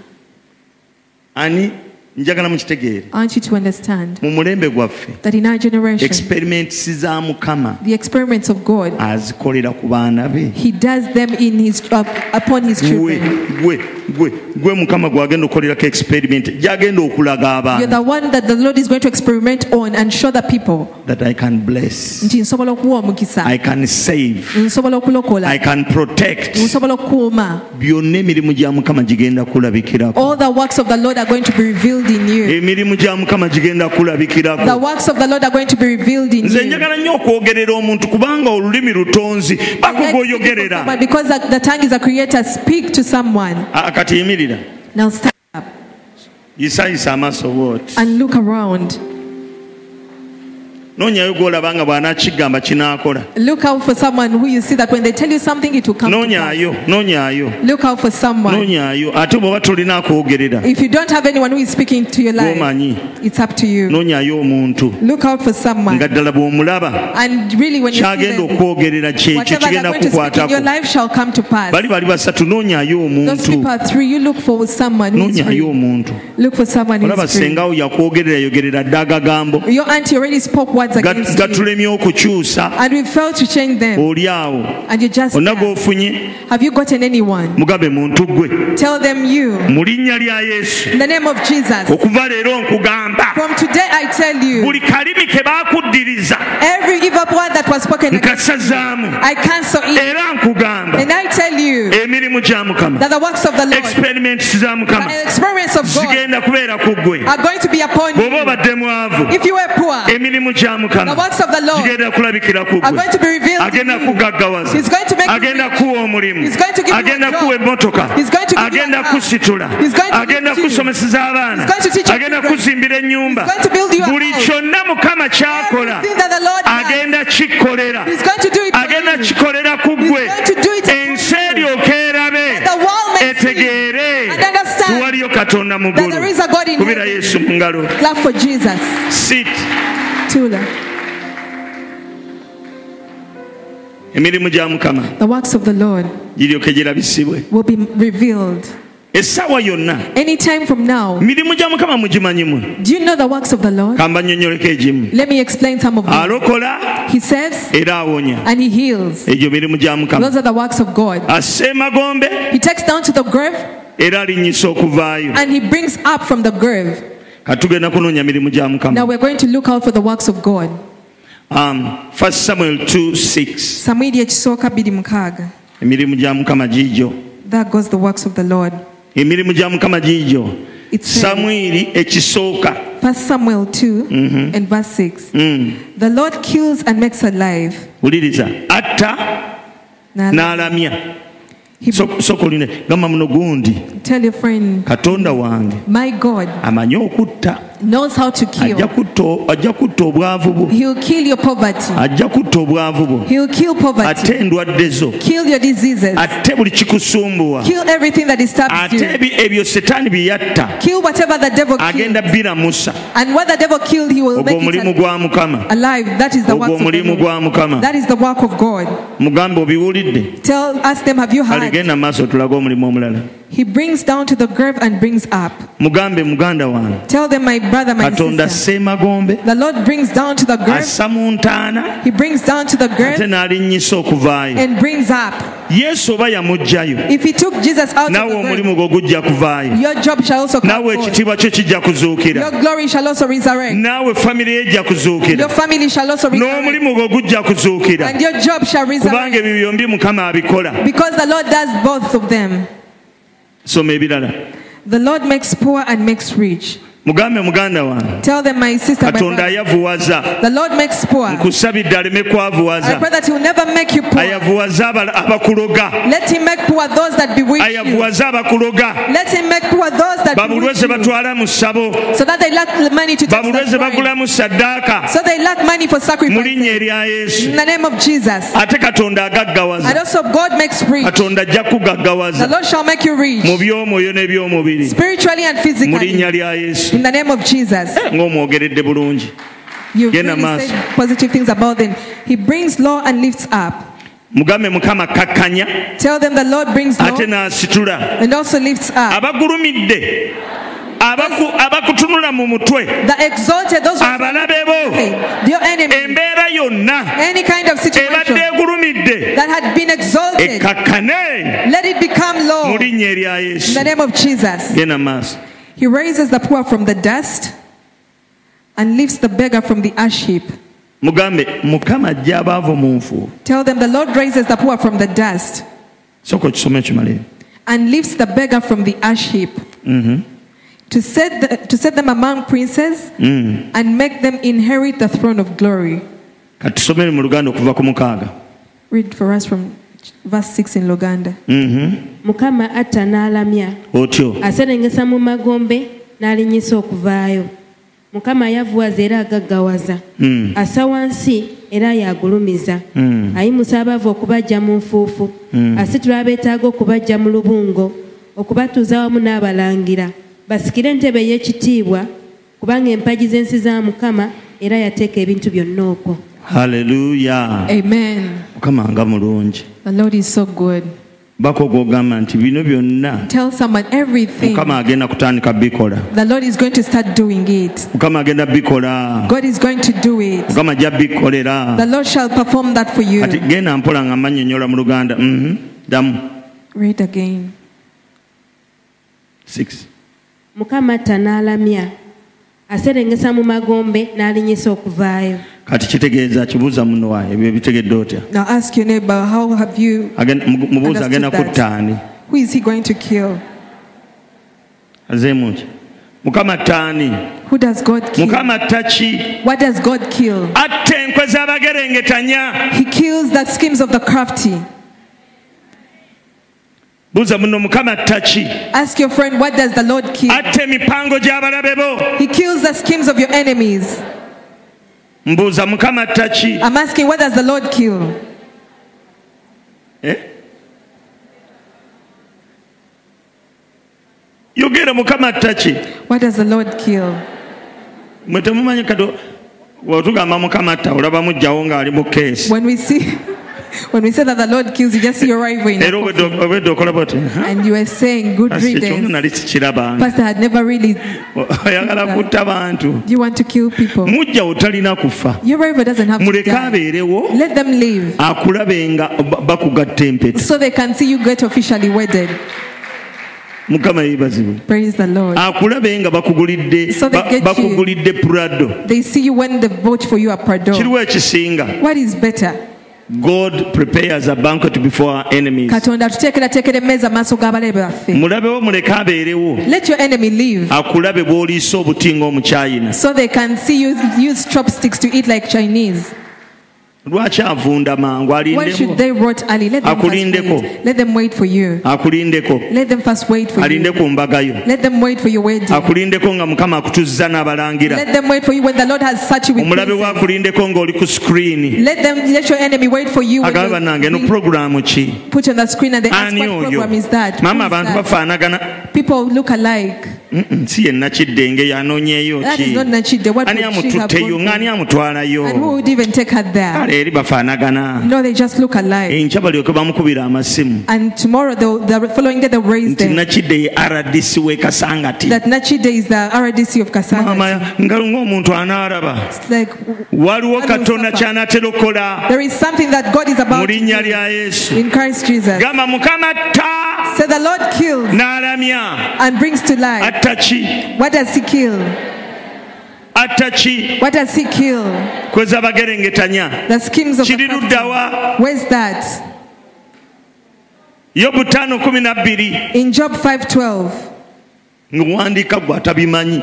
A: ani njagala mukitegeere
B: I want you to understand
A: mu mulembe gwaffe
B: that in our generation,
A: experiments za mukama
B: the experiments of God,
A: azikolera ku baana be
B: He does them in His up- upon His
A: gwe
B: children.
A: gwe gwe gwe mukama gwagenda okukolerako experiment gyagenda okulaga
B: You're
A: abaana
B: the one that the Lord is going to experiment on and show the people.
A: that i can bless
B: nti nsobola okuwa omukisa
A: i can save
B: nsobola
A: i
B: okulokola
A: can protect
B: nsobola okukuuma
A: byonna emirimu gya mukama gigenda kulabikirako
B: all the works of the Lord are going to be revealed in you
A: emirimu gya mukama gigenda
B: the
A: kulabikirako
B: works of the Lord are going to be revealed in
A: nze
B: you
A: njagala nnyo okwogerera omuntu kubanga olulimi lutonzi bakugwoyogerera
B: But because the, the tongue is a creator, speak to someone.
A: Ah, kati yimirira
B: Now stand up
A: yisayisa amaaso booti
B: and look around.
A: noonyayo gwolaba nga bw'anaakigamba kinaakola
B: Look out for someone who you see that when they tell you something, it will come. to pass.
A: noonyayo noonyayo
B: Look out for someone.
A: noonyayo ate bwoba tolina akwogerera
B: If you don't have anyone who is speaking to your life,
A: gwomanyi
B: it's up to you.
A: noonyayo omuntu
B: Look out for
A: nga
B: someone.
A: ddala bw'omulaba
B: And really, when you see
A: kyagenda
B: them,
A: okwogerera kyekyo
B: whatever they're
A: kigenda
B: going to speak in your
A: kukwatako
B: life shall come to pass.
A: bali bali basatu noonyayo omuntu
B: Those people are three. You look for someone who is
A: noonyayo
B: free.
A: omuntu
B: Look for someone who
A: olaba
B: is free.
A: sengawo yakwogerera yogerera dda agagambo
B: Your auntie already spoke words
A: Ga-
B: against you,
A: gatulemye okukyusa
B: and we failed to change them.
A: oli awo
B: And you just
A: onna gwofunye
B: have you gotten anyone?
A: mugabe muntu gwe
B: Tell them you.
A: mu linnya lya yesu
B: In the name of Jesus.
A: okuva leero nkugamba
B: From today, I tell you,
A: Oh. buli kalimi ke baakuddiriza
B: every evil word that was spoken,
A: nkasazaamu
B: I cancel it.
A: era nkugamba
B: And I tell you
A: emirimu gya mukama
B: that the works of the Lord,
A: experiments za mukama
B: the experience of God,
A: zigenda kubeera ku ggwe
B: are going to be upon you.
A: bw'oba obadde mwavu
B: If you were poor,
A: emirimu gya
B: the
A: mukama
B: works of the Lord
A: gigenda kulabikira ku
B: are going to
A: ggwe
B: be revealed.
A: agenda kugaggawaza
B: He's going to make you
A: agenda
B: rich.
A: kuwa omulimu
B: He's going to give you a
A: agenda
B: job.
A: kuwa emmotoka
B: He's going to give you
A: agenda
B: a car.
A: kusitula
B: He's going to
A: agenda
B: teach you.
A: kusomeseza abaana
B: He's going to teach your
A: agenda
B: children.
A: kuzimbira ennyumba
B: He's going to build you a
A: buli
B: house.
A: kyonna mukama kyakola
B: Everything that the Lord does,
A: agenda kikolera
B: He's going to do it
A: agenda
B: for you.
A: kikolera ku
B: He's
A: ggwe
B: going to do it for
A: ensi
B: you.
A: eryoka erabe
B: The world may see
A: etegeere
B: and understand
A: tiwaliyo katonda mu
B: that
A: ggulu
B: there is a God in
A: kubira
B: heaven.
A: yesu mu ngalo
B: Clap for Jesus.
A: sit
B: Tula.
A: emirimu gya mukama
B: The works of the Lord
A: giryoke girabisibwe
B: will be revealed.
A: essaawa yonna
B: Anytime from now,
A: mirimu gya mukama mugimanyimwe
B: do you know the works of the Lord?
A: kambanyonyoleko egimu
B: Let me explain some of
A: Uh,
B: them.
A: alokola
B: He saves
A: era awonya
B: and he heals.
A: egyo mirimu gya mukama
B: Those are the works of God.
A: assa emagombe
B: He takes down to the grave
A: era alinyisa okuvaayo
B: and he brings up from the grave.
A: katugenda kunoonya mirimu gya
B: Now
A: mukama
B: we're going to look out for the works of God.
A: Um, 1 samuel 26
B: Samwiri ekisoka bbiri mukaaga.
A: emirimu gya mukama giigyo
B: There goes the works of the Lord.
A: emirimu gya mukama giigyo
B: It says-
A: samwiri ekisooka
B: 1 Samuel 2 and verse 6.
A: Mm,
B: The Lord kills and makes alive.
A: wuliriza atta
B: Now,
A: n'alamya
B: he
A: So- sooka oline gamba muno gundi
B: tell your friend,
A: katonda wange
B: My God
A: amanyi okutta
B: knows how to kill.
A: ajja kutta o- ajja kutta obwavu bwo
B: He'll kill your poverty.
A: ajja kutta obwavu bwo
B: He'll kill
A: ate
B: poverty.
A: endwadde zo
B: Kill your diseases.
A: ate buli kikusumbuwa
B: Kill everything that disturbs
A: ate
B: you.
A: ebi- ebyo setaani bye yatta
B: Kill whatever the devil killed.
A: agenda biramusa
B: And what the devil killed, he will
A: ogwo
B: make it
A: omulimu
B: al-
A: gwa mukama
B: alive. That is the work
A: ogwo
B: of
A: omulimu
B: the
A: gwa
B: Lord.
A: mukama
B: That is the work of God.
A: mugambe obiwulidde
B: Tell ask them, have you
A: kale
B: heard?
A: genda mu maaso tulage omulimu omulala
B: He brings down to the grave and brings up.
A: mugambe muganda wange
B: Tell them, my brother, my
A: katonda
B: sister.
A: seemagombe
B: The Lord brings down to the grave.
A: assa mu ntaana
B: He brings down to the
A: ate
B: grave
A: n'alinnyisa okuvaayo
B: and brings up.
A: yesu oba yamuggyayo
B: If he took Jesus out of
A: naawe
B: the grave,
A: omulimu gwo gujja kuvaayo
B: your job shall also come
A: naawe
B: forth.
A: ekitiibwa kyo kijja
B: Your
A: kuzuukira
B: glory shall also resurrect.
A: naawe famire ye ejja kuzuukira
B: Your family shall also resurrect.
A: n'omulimu gwo gujja kuzuukira
B: And your job shall
A: kubanga
B: resurrect.
A: ebyo byombi mukama abikola
B: Because the Lord does both of them.
A: soma ebirala
B: The Lord makes poor and makes rich.
A: mugambe muganda wange
B: Tell them, my sister, my
A: katonda
B: brother,
A: ayavuwaza
B: the Lord makes poor. I
A: nkusabidde aleme
B: pray
A: kwavuwaza
B: that He will never make you poor.
A: ayavuwaza abala- abakuloga
B: Let Him make poor those that bewitch you.
A: ayavuwaza abakuloga
B: Let Him make poor those that
A: babulwe
B: bewitch
A: ze
B: you.
A: batwala mu ssabo
B: So that they lack money to take
A: babulwe ze
B: the bride.
A: bagulamu saddaaka
B: So they lack money for
A: mu
B: sacrifice.
A: linnya erya
B: In
A: yesu
B: the name of Jesus.
A: ate katonda
B: And
A: agaggawaza
B: also God makes rich.
A: katonda ajja
B: The
A: kugaggawaza
B: Lord shall make you
A: mu
B: rich.
A: by'omwoyo n'eby'omubiri
B: Spiritually and
A: mu
B: physically.
A: linnya lya yesu
B: In the name of Jesus.
A: ng'omwogeredde bulungi
B: You've
A: Genda
B: really
A: maaso.
B: said positive things about them. He brings law and lifts up.
A: mugambe mukama kakkanya
B: Tell them the Lord brings law
A: ate n'asitula
B: and also lifts up.
A: abagulumidde abaku- abakutunula mu mutwe
B: The exalted, those who
A: abalabe bo
B: are your enemy,
A: embeera yonna
B: any kind of
A: ebadde
B: situation
A: egulumidde
B: that had been exalted,
A: ekkakkane
B: let it become law
A: mu
B: Oh. in
A: linnya erya yesu
B: the name of Jesus.
A: genda mu maaso
B: He raises the poor from the dust and lifts the beggar from the ash heap.
A: mugambe mukama ajja abaavu mu nfuufu
B: Tell them the Lord raises the poor from the dust
A: sooka okisoma ekimaleyo
B: and lifts the beggar from the ash heap
A: Mhm.
B: to set, the, to set them among princes
A: Mm.
B: and make them inherit the throne of glory.
A: katusomere mu luganda okuva ku mukaaga
B: Read for us from verse 6 in Luganda.
A: Mhm.
C: mukama atta n'alamya
A: otyo
C: aserengesa mu magombe n'alinyisa okuvaayo mukama ayavuwaza era agaggawaza
A: Mm.
C: asa wansi era yagulumiza
A: Mm.
C: ayimusa abaavu okubajja mu nfuufu
A: Mm.
C: asitula abeetaaga okubajja mu lubungo okubatuuza wamu n'abalangira basikire entebe ey'ekitiibwa kubanga empagi z'ensi za mukama era yateeka ebintu byonna okwo
A: haleluya
B: Amen.
A: mukama nga mulungi
B: The Lord is so good.
A: bakoga ogamba nti bino byonna
B: Tell someone everything.
A: mukama agenda kutandika bikola
B: The Lord is going to start doing it.
A: mukama agenda bikola
B: God is going to do it.
A: mukama ajja
B: The
A: bikolera
B: Lord shall perform that for you.
A: kati genda mpola nga manyonyola mu luganda Mhm. ddamu
B: Read again.
A: 6
C: mukama atta n'alamya aserengesa mu magombe n'alinyisa okuvaayo
A: kati kitegeeza kibuuza muno wa ebyo bitegedde otya
B: Now ask your neighbor, how have you?
A: Agenda- mugu- mubuuza
B: Understood
A: agenda
B: that.
A: kuttaani
B: Who is he going to kill?
A: azeemu nti mukama ttaani
B: Who does God kill?
A: mukama ttaki
B: What does God kill?
A: atta enkwe z'abagerengetanya
B: He kills the schemes of the crafty.
A: buuza muno mukama ttaki
B: Ask your friend, what does the Lord kill?
A: atta emipango gy'abalabe bo
B: He kills the schemes of your enemies.
A: mbuuza mukama ttaki
B: I'm asking, what does the Lord kill?
A: Eh? yogera mukama ttaki
B: What does the Lord kill?
A: mwe temumanyi kato wetugamba mukama tta olaba mujjawo ng'ali mu keesi
B: When we see, when we say that the Lord kills, you just see your rival in a
A: era obwedde
B: coffin.
A: obwedde okolaba oti
B: and you are saying good
A: ekyona
B: riddance.
A: nali sikiraba
B: Pastor had never really. Do
A: oyagala kutta bantu
B: you want to kill people?
A: mujja wotalina kufa
B: Your rival doesn't have to
A: muleke
B: die.
A: abeerewo
B: Let them live
A: akulabe nga ba- bakugatta empeta
B: so they can see you get officially wedded.
A: mukama yeebazibwe
B: Praise the Lord.
A: Ah. akulabe nga bakugulidde
B: So they
A: ba-
B: get you.
A: bakugulidde prado
B: They see you when they vote for you at Prado.
A: kiriwo ekisinga
B: What is better?
A: god prepares a banquet before our enemies
B: katonda atuteekerateekera emmeeza mu maaso g'abalabe baffe
A: mulabewo muleke abeerewo
B: let your enemy
A: Ah.
B: live
A: akulabe bw'oliisa obuti nga omukyayina
B: so they can see you use chopsticks to eat like chinese
A: lwaki avunda mangu
B: why
A: alindeko
B: should they rot early let them, first
A: Akulindeko.
B: wait. let them wait for you
A: akulindeko
B: let them first wait for
A: alinde
B: you
A: ku mbagayo
B: let them wait for your wedding
A: akulindeko nga mukama akutuzza n'abalangira
B: let them wait for you when the lord has such you with
A: omulabe we
B: places.
A: akulindeko ng'oli ku screen
B: let them let your enemy wait for you when
A: agabe bannange no
B: you
A: puroguramu ki
B: put on the screen and they ask
A: ani
B: what
A: oyo
B: program is that
A: maama
B: Who is
A: abantu
B: that?
A: bafaanagana
B: people look alike
A: Mm-mm, si yenna kiddenge yanoonyeeyo
B: that
A: ki
B: is not Nachide. what
A: ani
B: would she have
A: amututteyo
B: gone
A: ng'ani
B: through? and who Mm-hmm.
A: amutwalayo
B: would even take her there
A: kale eri bafaanagana
B: no they just look alike
A: enkya balyoke bamukubira amasimu
B: And tomorrow, they'll, the following day, they'll raise
A: nti
B: them.
A: nakidde ye rdc wekasangati
B: That Nachi Day is the RDC of Kasanga.
A: maama nga ng'omuntu anaalaba
B: It's like w-
A: waliwo katonda ky'anatera okukola
B: there is something that God is
A: mu
B: about to
A: linnya
B: do
A: lya yesu
B: in Christ Jesus.
A: gamba mukama tta
B: So the Lord kills
A: n'alamya
B: and brings to life.
A: atta ki
B: What does He kill?
A: atta ki
B: What does He kill?
A: kweza abagerengetanya
B: The schemes of
A: kiri
B: the crafty.
A: luddawa
B: Where's that?
A: yobu 512
B: In Job 5:12.
A: ngaowandiika gwe atabimanyi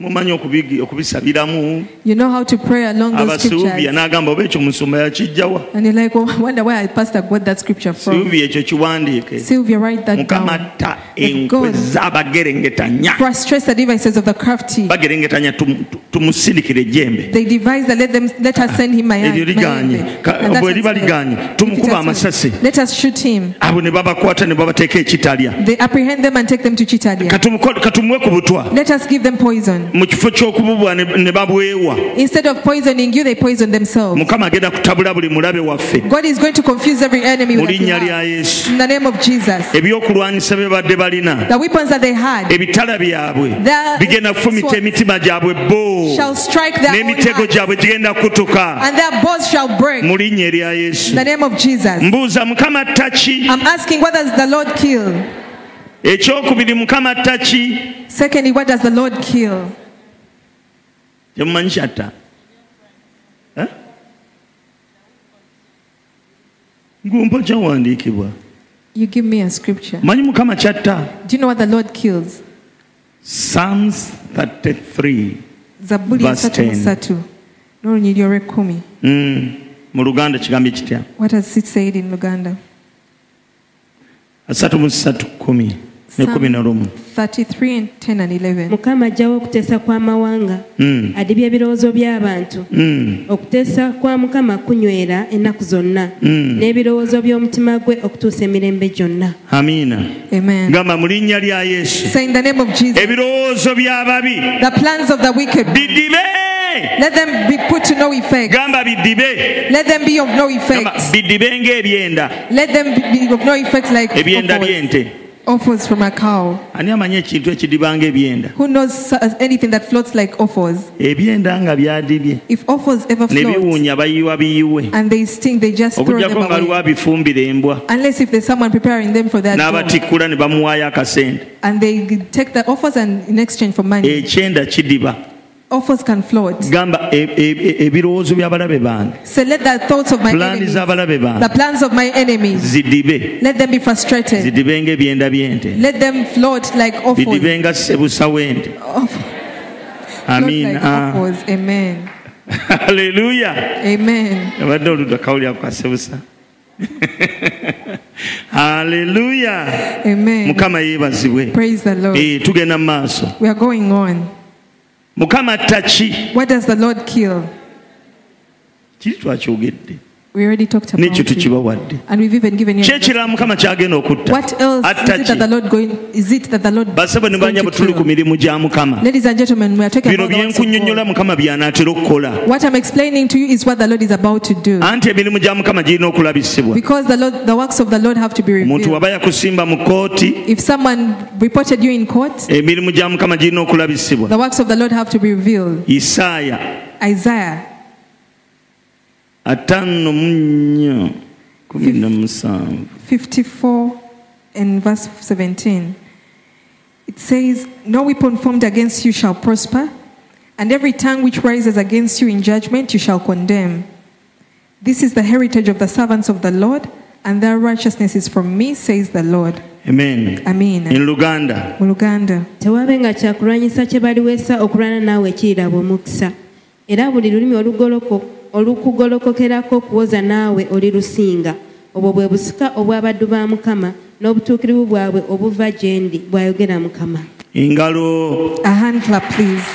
A: mumanyi okubigi- okubisabiramu
B: You know how to pray along those
A: abasuubiya
B: scriptures.
A: n'agamba oba ekyo musumba yakijjawa
B: And you're like, oh, I wonder where I pastor got that scripture from.
A: suubiya ekyo kiwandiike
B: Sylvia, write that
A: mukama
B: down.
A: ta
B: God
A: enkwe z'abagerengetanya
B: Frustrates the devices of the crafty.
A: bagerengetanya tumu- tu- tumusindikire ejjembe
B: they devise that let them let us send him my
A: Eryo liganye. Ka- bwe liba liganye, tumukube amasasi.
B: let us shoot him
A: abo ne babakwata ne babateeka ekitalya
B: they apprehend them and take them to Chitalia
A: Katumuko- katumuwe ku butwa
B: let us give them poison
A: mu kifo ky'okububwa ne ne babwewa
B: instead of poisoning you they poison themselves
A: mukama agenda kutabula buli mulabe waffe
B: God is going to confuse every enemy
A: mu
B: that you
A: linnya lya
B: have.
A: yesu
B: in the name of Jesus
A: ebyokulwanyisa bye badde balina
B: the weapons that they had
A: ebitala byabwe
B: Their
A: bigenda kufumita
B: swords
A: emitima gyabwe bo
B: shall strike their own
A: n'emitego
B: hearts,
A: gyabwe gigenda kutuka
B: and their bows shall break
A: mu
B: in
A: linnya erya yesu
B: the name of Jesus
A: mbuuza mukama ttaki
B: I'm asking what does the Lord kill
A: ekyokubiri mukama ttaki
B: secondly what does the Lord kill
A: temumanyi kyatta Eh? ngumpa kyawandiikibwa
B: you give me a scripture
A: manyi mukama kyatta
B: do you know what the Lord kills
A: psalms 33
B: zabbuli
A: Verse
B: esatu mu
A: 10.
B: ssatu n'olunyiri olw'ekkumi
A: Mm, mu luganda kigambo kitya
B: what has it said in luganda
A: 3 mu 3 10 ne kumi na lumu
B: 33 and 10 and 11.
C: mukama ajjawo okuteesa kw'amawanga
A: Mm.
C: adibya ebirowoozo by'abantu
A: Mm.
C: okuteesa kwa mukama kunywera ennaku zonna n'ebirowoozo by'omutima gwe okutuusa emirembe gyonna
A: amina
B: Amen.
A: gamba mu linnya lya yesu
B: Say in the name of Jesus,
A: ebirowoozo by'ababi
B: the plans of the wicked,
A: bidibe
B: let them be put to no effect.
A: gamba bidibe
B: Let them be of no
A: gamba
B: effect.
A: bidibe ng'ebyenda
B: Let them be be of no effect like
A: ebyenda
B: offals,
A: by'ente
B: offals from a cow.
A: ani amanyi ekintu ekidibanga ebyenda
B: Who knows uh, anything that floats like offals?
A: ebyenda nga byadibye
B: If offals ever
A: ne
B: float
A: biwunya bayiwa biyiwe
B: and they sting, they just throw them
A: okugjako nga
B: away.
A: liwa bifumbira embwa
B: Unless if there's someone preparing them for that job,
A: n'abatikkula ne bamuwaayo akasente
B: and they take the offers and in exchange for money,
A: ekyenda kidiba
B: offers can float.
A: gamba e- e- e- ebirowoozo by'abalabe bange
B: So let the thoughts of my
A: pulaani
B: enemies,
A: z'abalabe
B: the
A: bange
B: plans of my enemies,
A: zidibe
B: let them be frustrated.
A: zidibe ng'ebyenda by'ente
B: Let them float like offals.
A: bidibe nga sebusa Ah. w'ente
B: Float like
A: amiina
B: offals. Amen.
A: haleluya
B: Amen.
A: abadde oludda kawuli akukasebusa haleluya
B: Amen.
A: mukama yeebazibwe
B: Praise the Lord.
A: Eh, tugenda mu maaso
B: We are going on.
A: mukama taki
B: What does the Lord kill?
A: kiri twakyogedde
B: We already talked about
A: n'ekyo
B: it.
A: tukibawadde
B: And we've even given you. an example.
A: kyekirala mukama kyagenda okutta
B: What else is it that the
A: attaki
B: Lord going? Is it that the Lord?
A: basebo ne
B: is going
A: banya
B: to
A: butuli ku
B: kill?
A: mirimu gya mukama
B: Ladies and gentlemen, we are talking
A: bino
B: about the works of
A: byenkunnyonnyola
B: God.
A: mukama by'anaatera okukola
B: What I'm explaining to you is what the Lord is about to do.
A: anti emirimu gya mukama girina okulabisibwa
B: Because the, Lord, the works of the Lord have to be
A: omuntu
B: revealed.
A: waba yakusimba mu kooti
B: If someone reported you in court,
A: emirimu gya mukama girina okulabisibwa
B: the works of the Lord have to be revealed.
A: isaaya
B: Isaiah
A: ataano mu nnya kumi na musanvu
B: 54 and verse 17. It says, No weapon formed against you shall prosper, and every tongue which rises against you in judgment you shall condemn. This is the heritage of the servants of the Lord, and their righteousness is from me, says the Lord.
A: amen
B: Amen.
A: in luganda
B: Mu Luganda.
C: tewaabenga kyakulwanyisa kye baliweesa okulwana naawe ekiyiraba omukisa era buli lulimi olugoloko- olukugolokokerako okuwoza naawe olirusinga obwo bwe busika obw'abaddu ba mukama n'obutuukirivu bwabwe obuva gye ndi bw'ayogera mukama
A: engalo
B: A hand clap, please.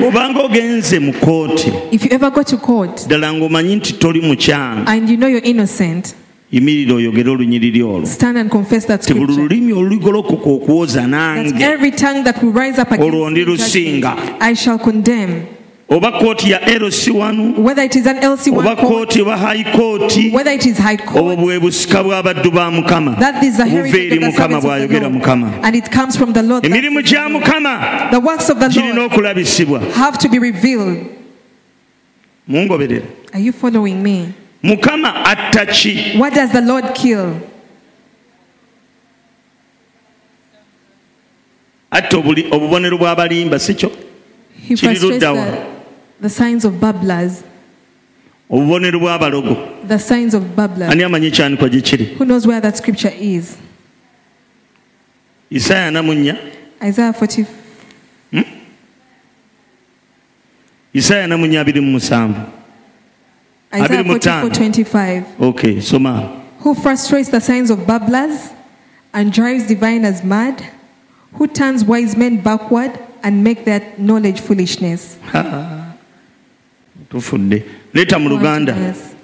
A: obanga ogenze mu kooti
B: If you ever go to court
A: ddala ng'omanyi nti toli mukyanga
B: and you know you're innocent,
A: yimirira oyogere olunyiriri olwo
B: stand and confess that
A: ti buli
B: scripture.
A: lulimi olugolokoka okuwoza
B: That
A: nange
B: every tongue that will rise up against
A: olwo
B: me in judgment,
A: ndirusinga
B: I shall condemn.
A: oba kooti ya LC1
B: Whether it is an
A: oba
B: LC1 court,
A: kooti oba high kooti
B: whether it is High
A: obwo
B: Court,
A: bwe busika bw'abaddu ba mukama
B: that is the
A: buva
B: heritage
A: eri
B: of the
A: mukama
B: servants of the
A: bw'ayogera
B: Lord.
A: mukama
B: And it comes from the Lord.
A: emirimu
B: that-
A: gya mukama
B: The works of the
A: girina
B: Lord
A: okulabisibwa
B: have to be revealed.
A: mungoberera
B: Are you following me?
A: mukama atta ki
B: What does the Lord kill?
A: atta obuli- obubonero bw'abalimba si kyo
B: He
A: Kiri
B: frustrates the,
A: luddawa.
B: the signs of babblers.
A: obubonero bw'abalogo
B: The signs of babblers.
A: ani amanyi ekyanikwa gye kiri
B: Who knows where that scripture is?
A: isaaya namunya
B: Isaiah 40.
A: isaaya namunya abiri mu musanvu
B: Isaiah
A: Abiri mu ttaano.
B: 44, 25.
A: okay soma
B: who frustrates the signs of babblers and drives diviners mad, who turns wise men backward and make their knowledge foolishness.
A: tufudde leeta mu luganda
B: Yes.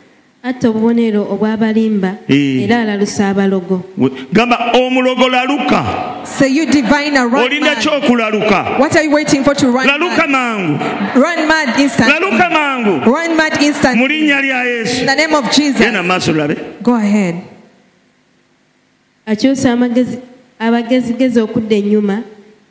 C: atta obubonero obw'abalimba
A: Eh.
C: era alalusa abalogo
A: We- gamba omulogo laluka
B: Say, you diviner, run
A: olina
B: mad.
A: kyokulaluka
B: What are you waiting for to run
A: laluka
B: mad?
A: mangu
B: Run mad instantly.
A: laluka mangu
B: Run mad
A: mu
B: instantly.
A: linnya lya yesu
B: In the name of
A: genda mu
B: Jesus.
A: maaso labe
B: Go ahead.
C: akyusa amagezi abagezigezi okudda ennyuma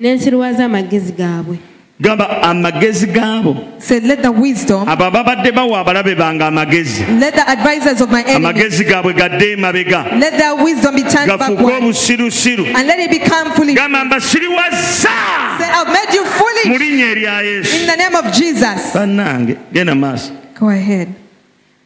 C: n'ensirwa z'amagezi gaabwe
A: gamba amagezi gaabo
B: Say, let the wisdom,
A: abo ababadde bawa abalabe bange amagezi
B: let the advisors of my enemies,
A: amagezi gaabwe gadde emabega
B: let their wisdom be turned
A: gafuuke
B: backward
A: obusirusiru
B: and let it become foolish. Say,
A: gamba mbasiriwazza
B: I've made you
A: mu
B: foolish
A: linnya erya
B: in
A: yesu
B: the name of Jesus.
A: bannange genda mu maaso
B: Go ahead.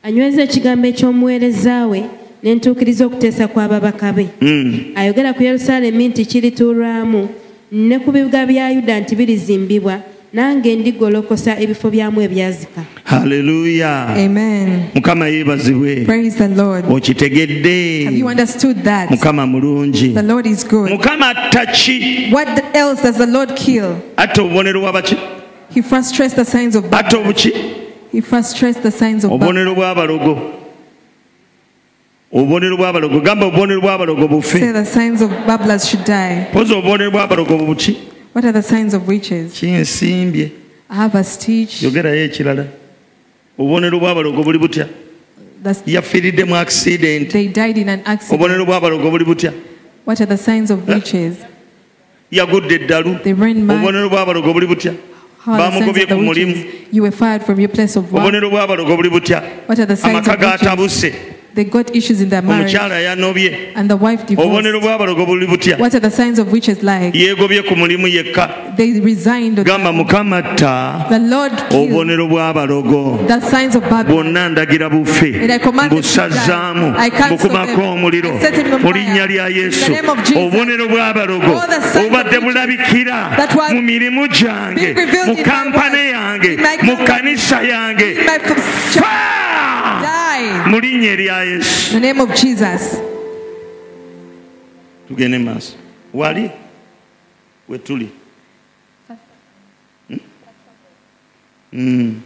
C: anyweza ekigambo eky'omuweereza we n'entuukiriza okuteesa kw'ababaka be
A: Mm.
C: ayogera ku yerusaalemi nti kirituulwamu ne ku bibuga bya yuda nti birizimbibwa nange ndigolokosa ebifo byamu ebyazika
A: haleluya
B: Amen.
A: mukama yeebazibwe
B: Praise the Lord.
A: okitegedde
B: Have you understood that?
A: mukama mulungi
B: The Lord is good.
A: mukama atta ki
B: What else does the Lord kill?
A: atta obubonero bwabaki
B: He frustrates the signs of
A: atta
B: Baal.
A: obuki
B: He frustrates the signs of Baal.
A: obubonero bw'abalogo obubonero bw'abalogo gamba obubonero bw'abalogo
B: Say
A: bufe
B: the signs of babblers should die.
A: pozi obubonero bw'abalogo bubuki
B: What are the signs of witches?
A: kinsimbye
B: I have a stitch.
A: yogerayo ekirala obubonero bw'abalogo buli butya
B: That's,
A: yafiiridde mu akisidenti
B: they died in an accident.
A: obubonero bw'abalogo buli butya
B: What are the signs of witches?
A: yagudde eddalu
B: They ran mad.
A: obubonero bw'abalogo buli butya
B: How are the signs
A: bamugobye
B: of the
A: ku mulimu
B: witches? You were fired from your place of work.
A: obubonero bw'abalogo buli butya
B: What are the signs
A: amaka
B: of witches?
A: gatabuse
B: They got issues in their marriage
A: omukyala yanobye
B: and the wife
A: obubonero
B: divorced.
A: bw'abalogo buli butya
B: What are the signs of witches like?
A: yeegobye ku mulimu yekka
B: They resigned. or-
A: gamba mukama ta
B: The Lord killed
A: obubonero bw'abalogo
B: the signs of Babylon.
A: bwonna ndagira bufe
B: And I command them to die.
A: busazaamu
B: I cancel
A: bukumako
B: them.
A: omuliro
B: I set them on
A: mu
B: fire.
A: linnya lya yesu
B: In the name of Jesus.
A: obubonero bw'abalogo
B: All the signs of
A: obubadde
B: witches
A: bulabikira
B: that were
A: mu mirimu gyange
B: being revealed
A: mu
B: in my
A: kampane
B: life,
A: yange
B: in my
A: mu
B: company,
A: kanisa yange
B: My f-
A: Fa!
B: die.
A: mu linnya erya yesu
B: In the name of Jesus.
A: tugende maaso wali wetuli Hmm? Mm.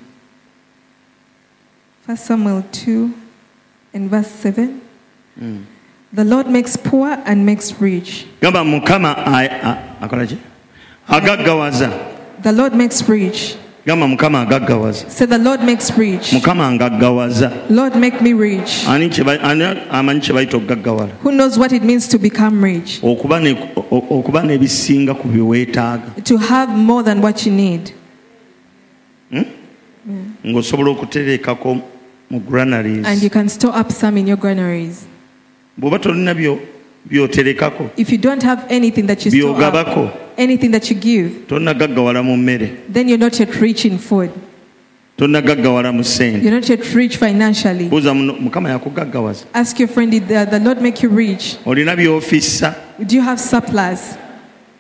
B: 1 Samuel 2 and verse 7. The Lord makes poor and makes rich.
A: gamba mukama a- a- akolaki agaggawaza
B: The Lord makes rich.
A: gamba mukama agaggawaza
B: Say, The Lord makes rich.
A: mukama ngaggawaza
B: Lord, make me rich.
A: ani kye ba- ani amanyi kye bayita okugaggawala
B: Who knows what it means to become rich?
A: okuba ne- o- okuba n'ebisinga ku byeweetaaga
B: To have more than what you need.
A: ng'osobola okutereekako mu granaries
B: And you can store up some in your granaries.
A: bw'oba tolina byo- byoterekako
B: If you don't have anything that you store
A: Byogabako.
B: up, anything that you give,
A: tonnagaggawala mu mmere
B: then you're not yet rich in food.
A: tonnagaggawala mu ssente
B: You're not yet rich financially.
A: buuza muno mukama yakugaggawaza
B: Ask your friend, did the, the Lord make you rich?
A: olina byofissa
B: Do you have surplus?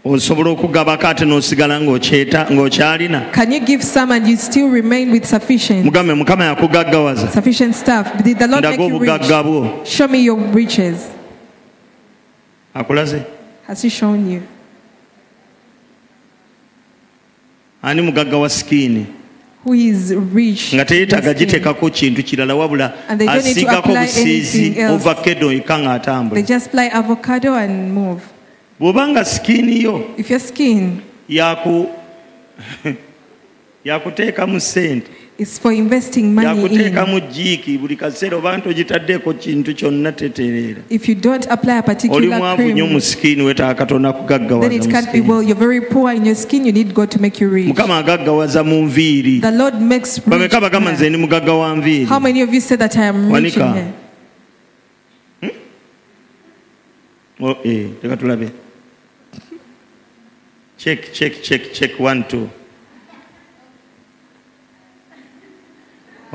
A: osobola okugabako ate n'osigala ng'okyeta- ng'okyalina
B: Can you give some and you still remain with sufficient?
A: mugambe mukama yakugaggawaza
B: Sufficient stuff. Did the Lord make
A: ndaga
B: you
A: obugagga
B: rich?
A: bwo
B: Show me your riches.
A: akulaze
B: Has He shown you?
A: ani mugagga wa sikiini
B: Who is rich?
A: nga teyeetaaga
B: in skin?
A: giteekako kintu kirala wabula
B: And they don't need to
A: asiigako
B: apply
A: busiizi
B: anything else.
A: ovakedo eka
B: They
A: ng'atambula
B: just fly avocado and move.
A: bw'obanga sikiini yo
B: If your skin
A: yaku yakuteekamu ssente
B: is for investing money in,
A: yakuteekamu jiiki buli kaseera oba ntogitaddeeko kintu kyonna tetereera
B: if you don't apply a
A: oli
B: particular
A: mwavu nnyo mu
B: cream,
A: sikiini wetaaga katono
B: then
A: akugaggawaza
B: it
A: mu
B: can't be
A: sikiini.
B: well. You're very poor in your skin. You need God to make you rich.
A: mukama agaggawaza mu nviiri
B: The Lord makes rich.
A: bameka bagamba nze
B: man.
A: ndi mugagga wa nviiri
B: How many of you say that I am rich in
A: Wanika.
B: here?
A: Oh, eh, teka tulabe check check check check one two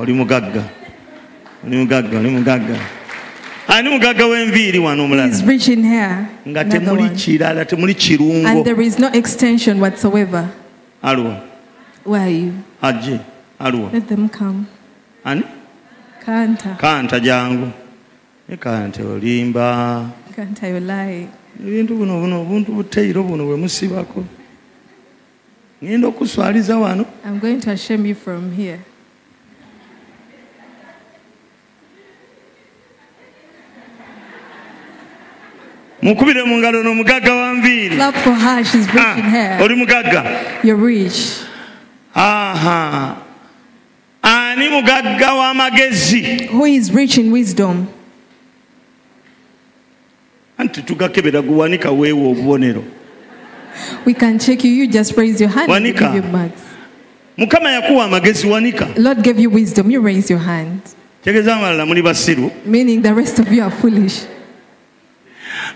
A: oli mugagga oli mugagga oli mugagga ani mugagga w'enviiri wano omulala
B: He's rich in hair.
A: nga
B: Another
A: temuli
B: one.
A: kirala temuli
B: And
A: kirungo
B: there is no extension whatsoever.
A: aluwa
B: Where are you?
A: ajje aluwa
B: Let them come.
A: ani
B: Kanta.
A: kanta jangu ekante olimba
B: Kanta, you lie.
A: ebintu buno buno obuntu buteiro buno bwe musibako ngenda okuswaliza wano
B: I'm going to shame you from here.
A: mukubire mu ngalo n'omugagga wa nviiri
B: Clap for her. She's rich
A: Ah,
B: in hair.
A: oli mugagga
B: You're rich.
A: aha ani mugagga w'amagezi
B: Who is rich in wisdom?
A: anti tugakebera guwanika weewo obubonero
B: We can check you. You just raise your hand. and we
A: Wanika.
B: give you marks.
A: mukama yakuwa amagezi wanika
B: Lord gave you wisdom. You raise your hand.
A: tegeza abalala muli basiru
B: Meaning the rest of you are foolish.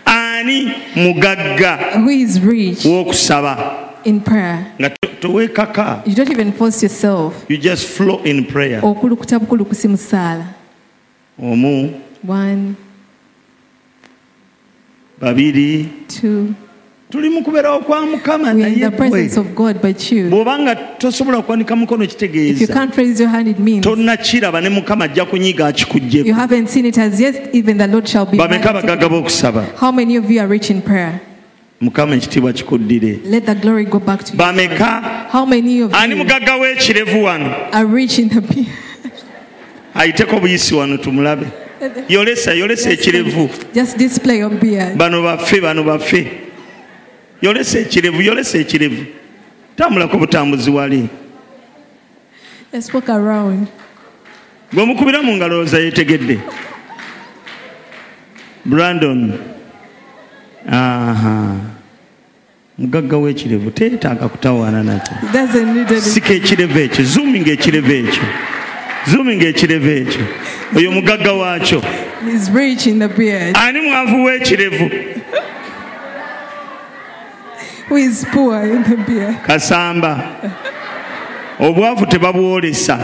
A: ani mugagga
B: Who is rich
A: w'okusaba
B: in prayer?
A: nga to- teweekaka
B: You don't even force yourself.
A: you just flow in prayer
B: Okulukuta bukulukusi mu ssaala.
A: omu
B: One,
A: babiri
B: two,
A: tuli mu kubeerawo kwa mukama
B: We are in
A: naye
B: the
A: ggwe
B: presence of God, but you,
A: bw'obanga tosobola kuwanika mukono
B: if you
A: kitegeeza
B: can't raise your hand, it means
A: tonnakiraba ne mukama ajja kunyiga
B: you
A: akikuggyeku
B: haven't seen it as yet, even the Lord shall be.
A: bameka
B: mighty.
A: abagaga b'okusaba
B: How many of you are rich in prayer?
A: mukama ekitiibwa kikuddire
B: Let the glory go back to you.
A: bameka
B: How many of
A: ani
B: you
A: mugagga w'ekirevu wano
B: are rich in the
A: ayiteko buyisi wano tumulabe yolesa yolesa ekirevu
B: Just display your beard.
A: bano baffe bano baffe yolesa ekirevu yolesa ekirevu tambulako butambuzi wali
B: Let's walk around.
A: gwe mukubira mu ngalo loza yetegedde brandon aha mugagga w'ekirevu teetaaga kutawaana nakyo
B: It doesn't need any.
A: sika ekirevu ekyo zuuminga ekirevu ekyo zuuminga ekirevu ekyo oyo mugagga waakyo
B: He's rich in the beard.
A: ani mwavu w'ekirevu
B: Who is poor in the beard?
A: kasamba obwavu tebabwolesa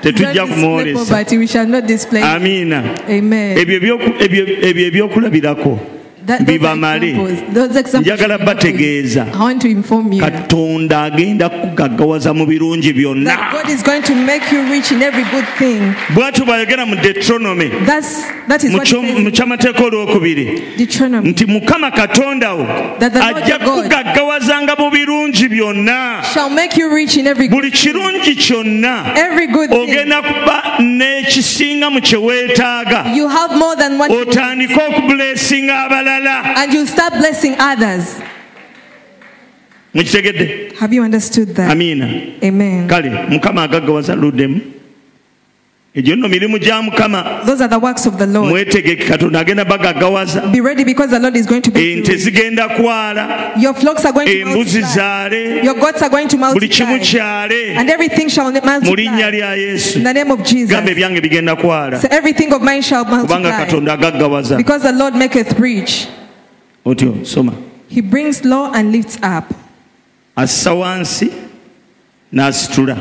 A: tetujja
B: Don't display
A: kumwolesa
B: poverty. We shall not display.
A: amiina
B: Amen.
A: ebyo ebyoku- ebyo- ebyo ebyokulabirako
B: That, those are
A: bibamale
B: examples. Those examples
A: Njagala
B: should not
A: bategeeza.
B: be- I want to inform you that
A: katonda agenda kukugaggawaza mu birungi byonna
B: God is going to make you rich in every good thing.
A: bwatyo bwayogera mu deuteronomy
B: That's that is
A: mu
B: what it
A: kyo-
B: says
A: mu
B: in
A: kyamateeka olwokubiri
B: Deuteronomy.
A: nti mukama katonda wo
B: That the Lord
A: ajja
B: your God-
A: kukugaggawazanga mu birungi byonna
B: Shall make you rich in every
A: buli kirungi kyonna
B: every good thing.
A: ogenda kuba n'ekisinga mu kye weetaaga
B: You have more than what you need,
A: otandike okubulesinga abalala
B: and you start blessing others.
A: mukitegedde
B: Have you understood that?
A: amiina
B: Amen.
A: kale mukama agaggawaza luddemu egyo nno mirimu gya mukama
B: Those are the works of the Lord.
A: mwetegeke katonda agenda bagaggawaza
B: Be ready because the Lord is going to be
A: ente zigenda kwala
B: Your flocks are going to
A: embuzi
B: multiply.
A: zaale
B: Your gods are going to
A: buli kimu
B: multiply.
A: kyale
B: And everything shall
A: mu linnya
B: multiply.
A: lya yesu
B: In the name of
A: gamba
B: Jesus.
A: ebyange bigenda kwala
B: So everything of mine shall
A: kubanga
B: multiply.
A: katonda agaggawaza
B: Because the Lord maketh rich.
A: otyo soma
B: He brings low and lifts up.
A: assa wansi n'asitula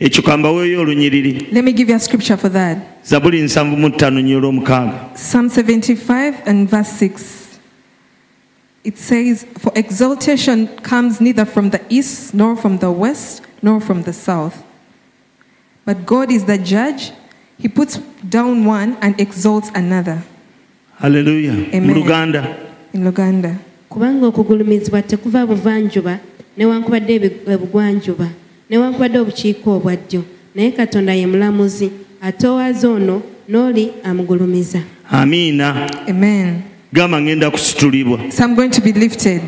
A: ekyo kambaweeyo olunyiriri
B: Let me give you a scripture for that.
A: zabuli 75 nyo olwomukaaga
B: Psalm 75 and verse 6. It says, For exaltation comes neither from the east, nor from the west, nor from the south. But God is the judge. He puts down one and exalts another.
A: haleluya
B: Amen.
A: mu luganda
B: In Luganda.
C: kubanga okugulumizibwa tekuva buvanjuba newankubadde ebi- ebugwanjuba newankubadde obukiiko obwa ddyo naye katonda ye mulamuzi atoowaza ono n'oli amugulumiza
A: amiina
B: Amen.
A: gamba ngenda kusitulibwa
B: So I'm going to be lifted.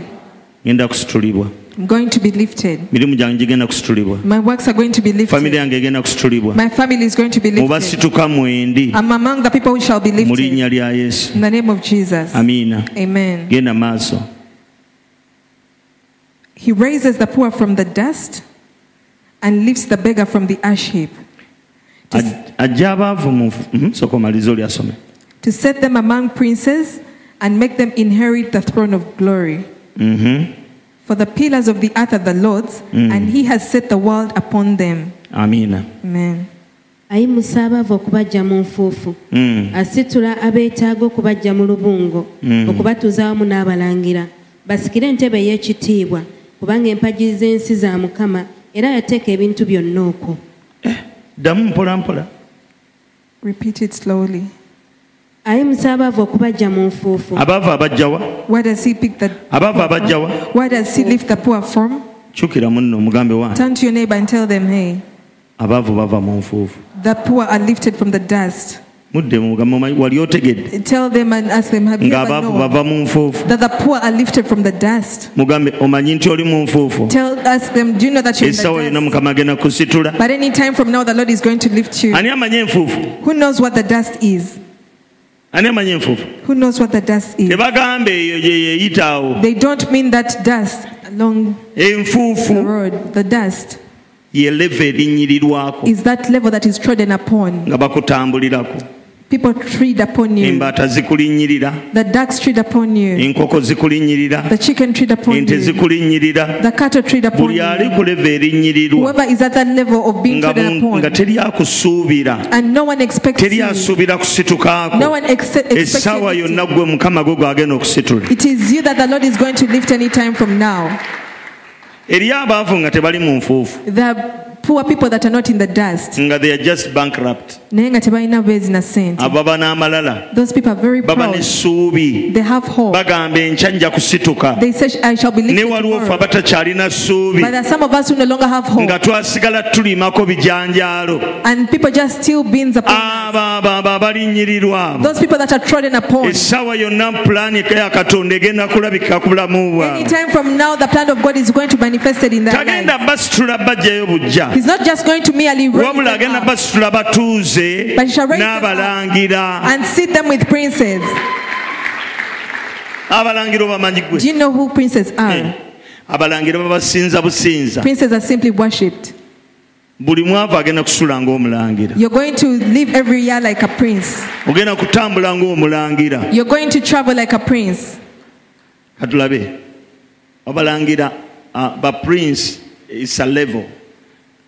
A: ngenda kusitulibwa
B: I'm going to be lifted.
A: mirimu gyange gigenda kusitulibwa
B: My works are going to be
A: famire
B: lifted.
A: yange egenda kusitulibwa
B: My family is going to be lifted.
A: mubasituka mwendi
B: I'm among the people who shall be
A: mu
B: lifted.
A: linnya lya yesu
B: In the name of Jesus.
A: amiina
B: Amen.
A: genda maaso
B: He raises the poor from the dust and lifts the beggar from the ash heap
A: Aj- ajja abaavu mu mhm, sooka omalize olyasome
B: to set them among princes and make them inherit the throne of glory.
A: Mhm,
B: For the pillars of the earth are the Lord's, and he has set the world upon them.
A: amiina
B: Amen.
C: ayimusa abaavu okubajja mu nfuufu
A: Mm.
C: asitula abeetaaga okubajja mu lubungo okubatuuza wamu n'abalangira basikire entebe ey'ekitiibwa kubanga empagi z'ensi za mukama era yateeka ebintu byonna okwo
A: ddamu mpola mpola
B: Repeat it slowly.
C: ayimusa abaavu okubajja mu nfuufu
A: abaavu abajjawa
B: Where does he pick the
A: abaavu abajjawa
B: Where does he lift the poor from?
A: kyukira munno omugambe wange
B: Turn to your neighbor and tell them, hey,
A: abaavu bava mu nfuufu
B: the poor are lifted from the dust.
A: mudde mugambo omanyi- wali otegedde
B: Tell them and ask them, have you ever
A: ng'abaavu
B: known
A: bava mu nfuufu
B: that the poor are lifted from the dust?
A: mugambe omanyi nti oli mu nfuufu
B: Tell us them, do you know that you're in
A: essaawa
B: the
A: yonna
B: dust?
A: mukama agenda kusitula
B: But any time from now, the Lord is going to lift you.
A: ani amanyi enfuufu
B: Who knows what the dust is?
A: ani amanyi enfuufu
B: Who knows what the dust is?
A: tebagamba eyo yeyeyitaawo
B: They don't mean that dust along the
A: enfuufu
B: road. The dust
A: ye leva erinyirirwako
B: is that level that is trodden upon
A: nga bakutambulirako
B: People tread upon you.
A: embaata zikulinnyirira
B: The ducks tread upon you.
A: enkoko zikulinnyirira
B: The chicken tread upon
A: ente
B: you.
A: zikulinnyirira
B: The cattle tread upon
A: buli ali
B: you.
A: ku leva erinyirirwa
B: Whoever is at that level of being
A: nga
B: treaded
A: mu- nga
B: upon,
A: teryakusuubira
B: and no one expects you.
A: teryasuubira kusitukaako
B: No one ex- expects
A: essaawa yonna
B: anything.
A: gwe mukama gwe gwagenda okusitula
B: It is you that the Lord is going to lift any time from now.
A: eri abaavu nga tebali mu nfuufu
B: There are poor people that are not in the dust.
A: nga they are just bankrupt
B: Naye nga tebalina bwezina ssente.
A: ababa n'amalala
B: Those people are very
A: baba
B: proud.
A: n'essuubi
B: They have hope.
A: bagamba enkya nja kusituka
B: They say, I shall be
A: ne
B: lifted
A: waliwo fe
B: tomorrow.
A: abatakyalina ssuubi
B: But there are some of us who no longer have hope.
A: nga twasigala tulimako bijanjaalo
B: And people just steal beans upon
A: abo abo abo abalinyirirwa abo
B: those people that are trodden upon.
A: essaawa yonna pulaani ya katonda egenda kulabika ku bulamu
B: Any
A: bwabwe
B: time from now, the plan of God is going to manifest in their
A: tagenda
B: life.
A: basitula bajjayo bujja
B: He's not just going to merely raise
A: wabula
B: them
A: agenda
B: up
A: basitula batuuze
B: But shall raise them up.
A: n'abalangira
B: and seat them with princes.
A: abalangira obamanyi
B: Do
A: gwe
B: you know who princes are?
A: abalangira babasinza businza
B: Princes are simply worshipped.
A: buli mwavu agenda kusula ng'omulangira
B: You're going to live every year like a prince.
A: ogenda kutambula ng'omulangira
B: You're going to travel like a prince.
A: katulabe abalangira ah, ba prince is a level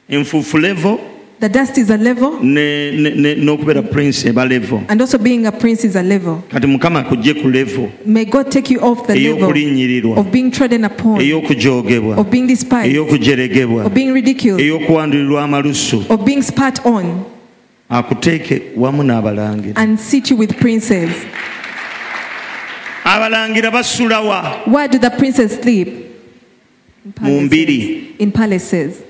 A: enfuufu level
B: The dust is a level,
A: ne- ne- ne- n'okubeera prince eba level
B: and also being a prince is a level.
A: kati mukama akugye ku level
B: May God take you off the level
A: ey'okulinnyirirwa
B: of being trodden upon,
A: ey'okujogebwa
B: of being despised,
A: ey'okujeregebwa
B: of being ridiculed,
A: ey'okuwandirirwa amalusu
B: of being spat on,
A: akuteeke wamu n'abalangira
B: and seat you with princes.
A: abalangira basulawa
B: Where do the princes sleep? In
A: Mu mbiri.
B: In palaces.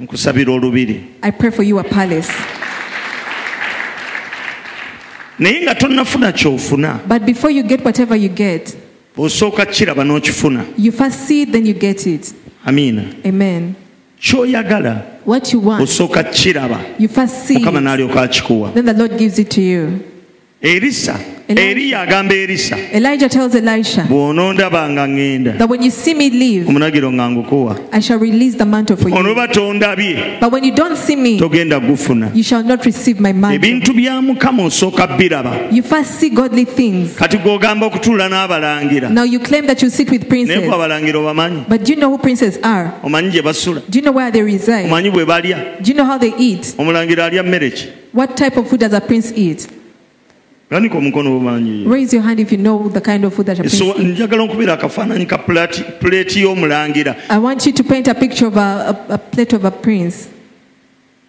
A: nkusabira olubiri
B: I pray for you a palace.
A: naye nga tonnafuna kyofuna
B: But before you get whatever you get,
A: osooka kiraba n'okifuna
B: you first see it, then you get it.
A: amiina
B: Amen.
A: kyoyagala
B: What you want,
A: osooka kiraba
B: you first see
A: mukama
B: it,
A: n'alyoka akikuwa
B: then the Lord gives it to you.
A: erisa
B: Elijah.
A: eriya agamba erisa
B: Elijah tells Elisha
A: bw'onondaba nga ŋŋenda
B: that when you see me leave,
A: omunagiro nga ngukuwa
B: I shall release the mantle for you.
A: onoba tondabye
B: But when you don't see me,
A: togenda gufuna
B: you shall not receive my mantle.
A: ebintu bya mukama osooka biraba
B: You first see godly things.
A: kati gw'ogamba okutuula n'abalangira
B: Now you claim that you sit with
A: naye
B: princes,
A: ku abalangira obamanyi
B: but do you know who princes are?
A: omanyi gye basula
B: Do you know where they reside?
A: omanyi bwe balya
B: Do you know how they eat?
A: omulangira alya mmere ki
B: What type of food does a prince eat?
A: ganika omukono bumanyiyo
B: Raise your hand if you know the kind of food that a prince
A: so
B: eats.
A: njagala okubeera akafaananyi ka pulati- puleeti y'omulangira
B: I want you to paint a picture of a, a, a plate of a prince.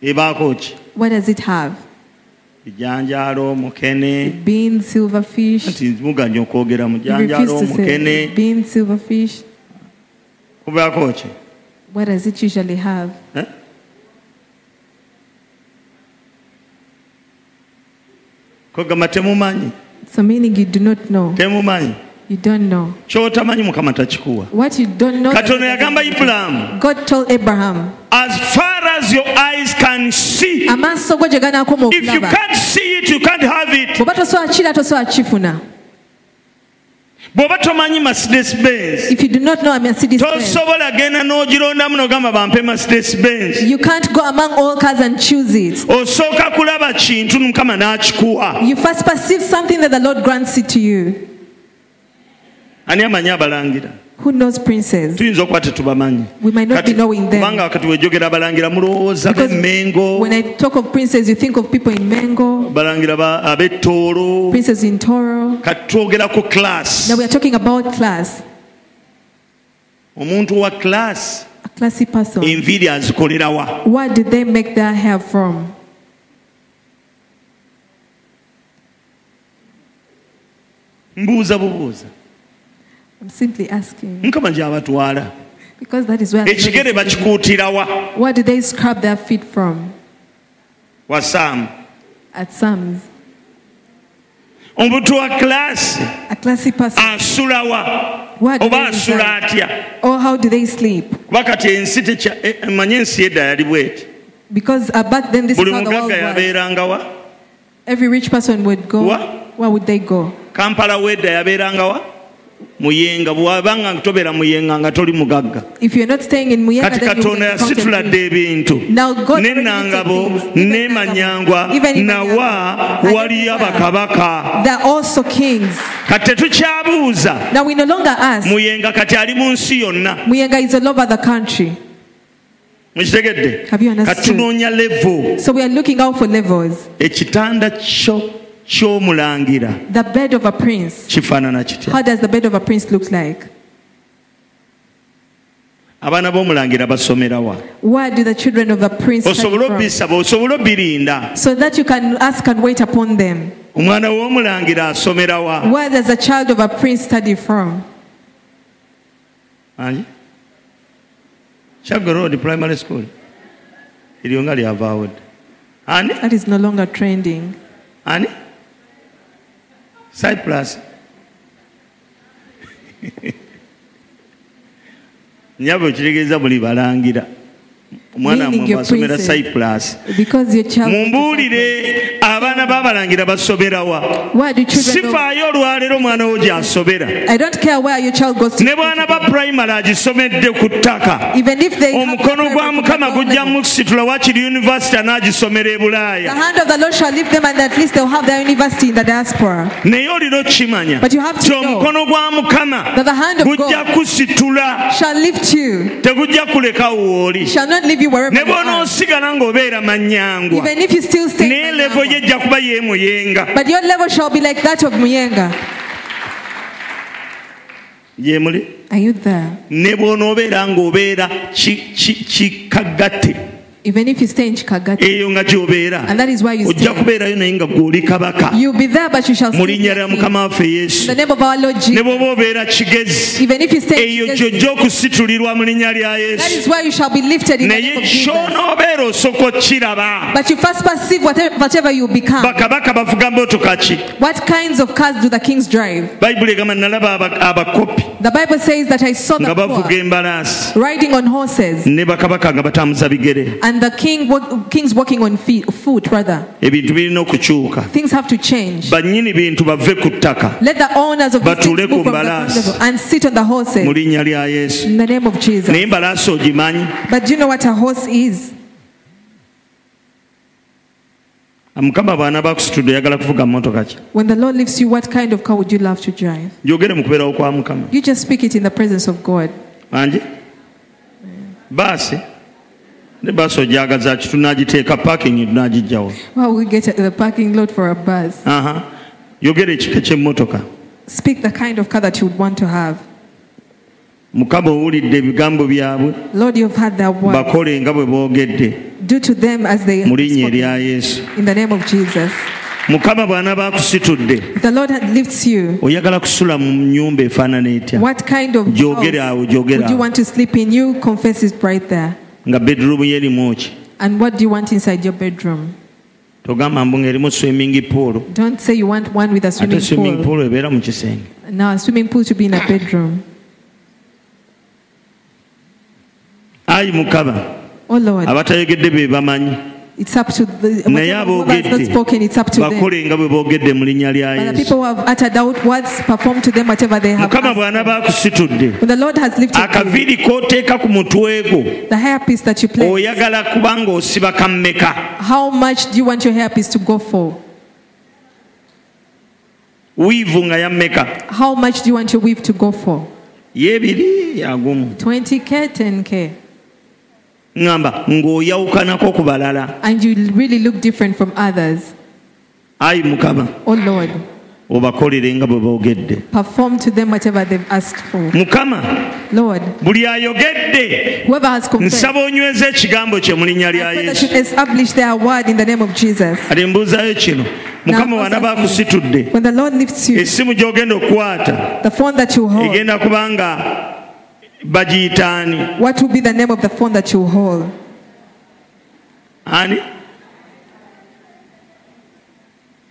A: ebaako ki
B: What does it have?
A: ejanjaalo omukene
B: Beans, silverfish.
A: nti muganya okwogera
B: He refused
A: mujanjaalo
B: to say
A: omukene
B: beans, silverfish.
A: kubaako ki
B: What does it usually have?
A: Eh? kwegamba temumanyi
B: So meaning you do not know.
A: temumanyi
B: You don't know.
A: kyotamanyi mukama takikuwa
B: What you don't know.
A: katonda yagamba ibulaamu
B: God told Abraham,
A: as far as your eyes can see
B: "Amasogo gye ganaakoma
A: if you
B: okulaba,
A: can't see it you can't have it
B: bw'oba tosobola kukiraba, tosobola kukifuna."
A: bw'oba tomanyi mercedes benz
B: If you do not know a Mercedes Benz,
A: tosobola genda n'ogirondamu n'ogamba bampe mercedes benz
B: you can't go among all cars and choose it.
A: osooka kulaba kintu mukama n'akikuwa
B: You first perceive something that the Lord grants it to you.
A: ani amanyi abalangira
B: Who knows princes?
A: tuyinza okuba tetubamanyi
B: We might not be knowing them.
A: kubanga wakati wejogera abalangira mulowooza
B: Because
A: b'emmengo
B: When I talk of princes, you think of people in Mengo,
A: balangira ba- ab'ettoolo
B: princes in Toro.
A: kati twogera ku class
B: Now we are talking about class,
A: omuntu wa class
B: a classy person.
A: enviiri azikolerawa
B: Where do they make their hair from?
A: mbuuza bubuuza
B: I'm simply asking
A: mukama gyabatwala
B: because that is where.
A: ekigere bakikuutirawa
B: Where do they scrub their feet from?
A: wasaamu
B: At Sam's.
A: omuntu wa class
B: A classy person.
A: asulawa
B: Where do
A: oba
B: they
A: asula
B: reside?
A: atya
B: Or how do they sleep?
A: kuba kati ensi tekya- e- emanyi ensi edda yali bweti
B: Because uh, back then this is
A: buli
B: how the world
A: mugagga
B: was.
A: yabeerangawa
B: Every rich person would go.
A: What?
B: Where would they go?
A: kampala wedda yabeerangawa muyenga bwabanga tobera muyenga nga toli mugagga
B: If you're not staying in Muyaga,
A: kati
B: then you will
A: katonda
B: be counted
A: yasituladde
B: guilty.
A: ebintu
B: Now God
A: ne
B: already
A: nangabo
B: did things. Even
A: ne manyangwa
B: Nangabo, even
A: nawa
B: Nangabo.
A: waliyo abakabaka
B: They're also kings.
A: kati tetukyabuuza
B: Now we no longer ask.
A: muyenga kati ali mu nsi yonna
B: Muyaga is all over the country.
A: mukitegedde
B: Have you
A: kati
B: understood?
A: tunoonya levo
B: So we are looking out for levels.
A: ekitanda kyo ky'omulangira
B: The bed of a prince.
A: kifaanana kitya
B: How does the bed of a prince look like?
A: abaana b'omulangira basomerawa
B: Where do the children of the prince
A: osobole
B: study from?
A: obisaba osobole obirinda
B: So that you can ask and wait upon them.
A: omwana w'omulangira asomerawa
B: Where does the child of a prince study from?
A: anji chago road primary school eryo nga lyavaawo dda ani
B: That is no longer trending.
A: ani cyprus nyabo kitegeeza buli balangira omwana
B: Meaning
A: mwe
B: your
A: basomera
B: princess.
A: cyprus
B: Because your child.
A: mumbuulire abaana b'abalangira basomerawa
B: Where do children go?
A: sifaayo olwaleero omwana wo gy'asobera
B: I don't care where your child goes
A: ne
B: to.
A: bwana ba pulayimale agisomedde ku ttaka
B: Even if they. have
A: omukono gwa mukama gujja
B: the
A: mukusitula wakiri univasity anaagisomera e bulaaya
B: hand of the Lord shall leave them, and at least they'll have their university in the diaspora.
A: naye oliro kimanya
B: But you have to
A: ti
B: know
A: omukono gwa mukama
B: that the hand of
A: gujja
B: God-
A: kusitula
B: Shall lift you,
A: tegujja kuleka wooli
B: shall not leave you wherever
A: ne
B: you
A: bwona
B: are.
A: osigala ng'obeera manyangwa
B: Even if you still stay.
A: naye
B: in
A: levo ye
B: Manyangwa.
A: ejja kuba yeemuyenga
B: But your level shall be like that of Muyenga.
A: yeemuli
B: Are you there?
A: ne bwona obeera ng'obeera ki- ki- kikagatte
B: Even if you stay in Chikagati.
A: eyo nga gy'obeera
B: And that is why you
A: ojja
B: stay.
A: kubeerayo naye nga gw'oli kabaka
B: You'll be there, but you shall
A: mu
B: stay.
A: linnya lya
B: In
A: mukama waffe yesu
B: the name of our Lord
A: ne
B: Jesus.
A: bwoba obeera kigezi
B: Even if you stay
A: eyo
B: in
A: gyojja
B: Chikagati,
A: okusitulirwa mu linnya lya
B: that is
A: yesu
B: where you shall be lifted in the name
A: naye
B: of Jesus.
A: kyonoobeera osooka okkiraba
B: But you first perceive whatever, whatever you become.
A: bakabaka bavuga mmotoka ki
B: What kinds of cars do the kings drive?
A: bayibuli egamba nalaba aba- abakopi
B: The Bible says that I saw
A: nga
B: the
A: bavuga
B: poor
A: embalaasi
B: riding on horses
A: ne bakabaka nga batambuza bigere
B: and the king wa- kings walking on feet, foot rather.
A: ebintu birina okukyuka
B: Things have to change.
A: bannyini bintu bave ku ttaka
B: Let the owners of these
A: Batuule
B: things
A: ku
B: move from the ground
A: mbalaasi.
B: level and sit on the
A: mu
B: horses
A: linnya lya yesu
B: in the name of Jesus.
A: naye embalaasi ogimanyi
B: But do you know what a horse is?
A: Ah, mukama bwana bakusitudde oyagala kuvuga mmotoka ki
B: When the Lord leaves you, what kind of car would you love to drive?
A: njogere mu kubeerawo kwa mukama
B: You just speak it in the presence of God.
A: manje baasi ne baasi ojagaza ki tunagiteeka pakingi tunagijjawo
B: Well, we get the parking lot for a bus.
A: aha yogera ekika ky'emmotoka
B: Speak the kind of car that you would want to have.
A: mukama owulidde ebigambo byabwe
B: Lord, you've had that word.
A: bakole nga bwe boogedde
B: Do to them as they
A: mu linnya
B: spoke.
A: erya yesu
B: in the name of Jesus.
A: mukama bwana bakusitudde
B: If the Lord lifts you,
A: oyagala kusula mu nyumba efaanana etya
B: what kind of
A: Gyogera
B: house
A: awo, gyogera
B: would you
A: awo.
B: want to sleep in? You confess it right there.
A: nga bedroom yerimu ki
B: And what do you want inside your bedroom?
A: togamba mbu ngaerimu swimming pool
B: Don't say you want one with a
A: ate
B: swimming
A: swimming
B: pool.
A: pool ebeera mu kisenge
B: Now a swimming pool should be in a bedroom.
A: ayi mukama
B: Oh Lord,
A: abatayogedde be bamanyi
B: it's up to the
A: naye
B: whatever whoever has
A: aboogedde
B: not spoken, it's up to them.
A: bakole nga bwe boogedde mu linnya lya
B: But the
A: yesu
B: people who have uttered out words perform to them whatever they have.
A: mukama
B: asked.
A: bwana bakusitudde
B: When the Lord has lifted you,
A: akaviiri k'oteeka ku mutwe gwo
B: the hairpiece that you play,
A: oyagala kuba ng'osiba kammeka
B: how much do you want your hairpiece to go for?
A: wiivu nga yammeka
B: How much do you want your weave to go for?
A: yebiri yagumu
B: 20k, 10k.
A: ŋŋamba ng'oyawukanako ku balala
B: And you really look different from others.
A: ayi mukama
B: Oh Lord,
A: obakolere nga bwe boogedde
B: perform to them whatever they've asked for.
A: mukama
B: Lord,
A: buli ayogedde
B: whoever has confessed,
A: nsaba onyweze ekigambo kye mu linnya
B: I
A: lya
B: pray that
A: yesu
B: you establish their word in the name of Jesus.
A: ate mbuuzaayo kino mukama
B: Now,
A: wana
B: first of all,
A: bakusitudde
B: When the Lord lifts you,
A: essimu gy'ogenda okukwata
B: the phone that you hold,
A: egenda kuba nga bagiyitaani
B: what will be the name of the phone that you hold?
A: ani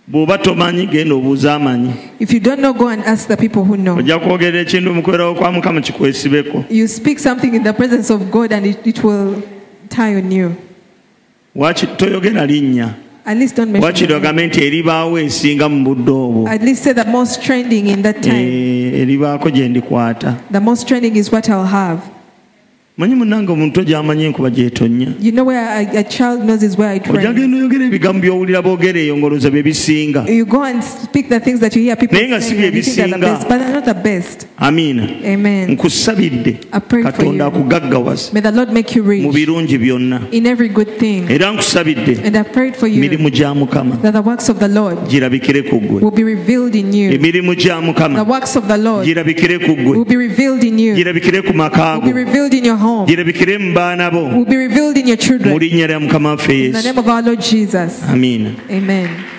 A: bw'oba tomanyi genda obuuza amanyi
B: If you don't know, go and ask the people who know.
A: ojja kwogera ekintu mukwerawo kwa mukama kikwesibeko
B: You speak something in the presence of God and it, it will tie on you.
A: waki toyogera linnya
B: At least don't mention.
A: waakiri
B: my name.
A: ogambe nti eribaawo esinga mu budde obwo
B: At least say the most trending in that time.
A: Eh, eribaako gye ndikwata
B: The most trending is what I'll have.
A: manyi munange omuntu ogyamanyi enkuba gyetonnya
B: You know where a, a child knows is where I
A: ojja
B: trend.
A: genda oyogera ebigambo byowulira boogera eyo ngolooza bye bisinga
B: You go and speak the things that you hear people
A: Naye nga si
B: saying,
A: bye
B: and you think they're the
A: bisinga.
B: best, but they're not the best.
A: amiina
B: Amen.
A: nkusabidde
B: Eh. I pray for
A: katonda
B: you.
A: akugaggawase
B: May the Lord make you
A: mu
B: rich
A: birungi byonna
B: in every good thing.
A: era nkusabidde
B: And I prayed for you
A: emirimu gya mukama
B: that the works of the Lord
A: girabikire ku ggwe
B: will be revealed in you.
A: emirimu gya mukama
B: The works of the Lord
A: girabikire ku ggwe
B: will be revealed in you,
A: girabikire ku
B: will be
A: makaago
B: revealed in your home,
A: girabikire mu baana bo
B: will be revealed in your
A: mu
B: children.
A: linnya lya mukama waffe
B: In the
A: yesu
B: name of our Lord Jesus.
A: amiina
B: Amen.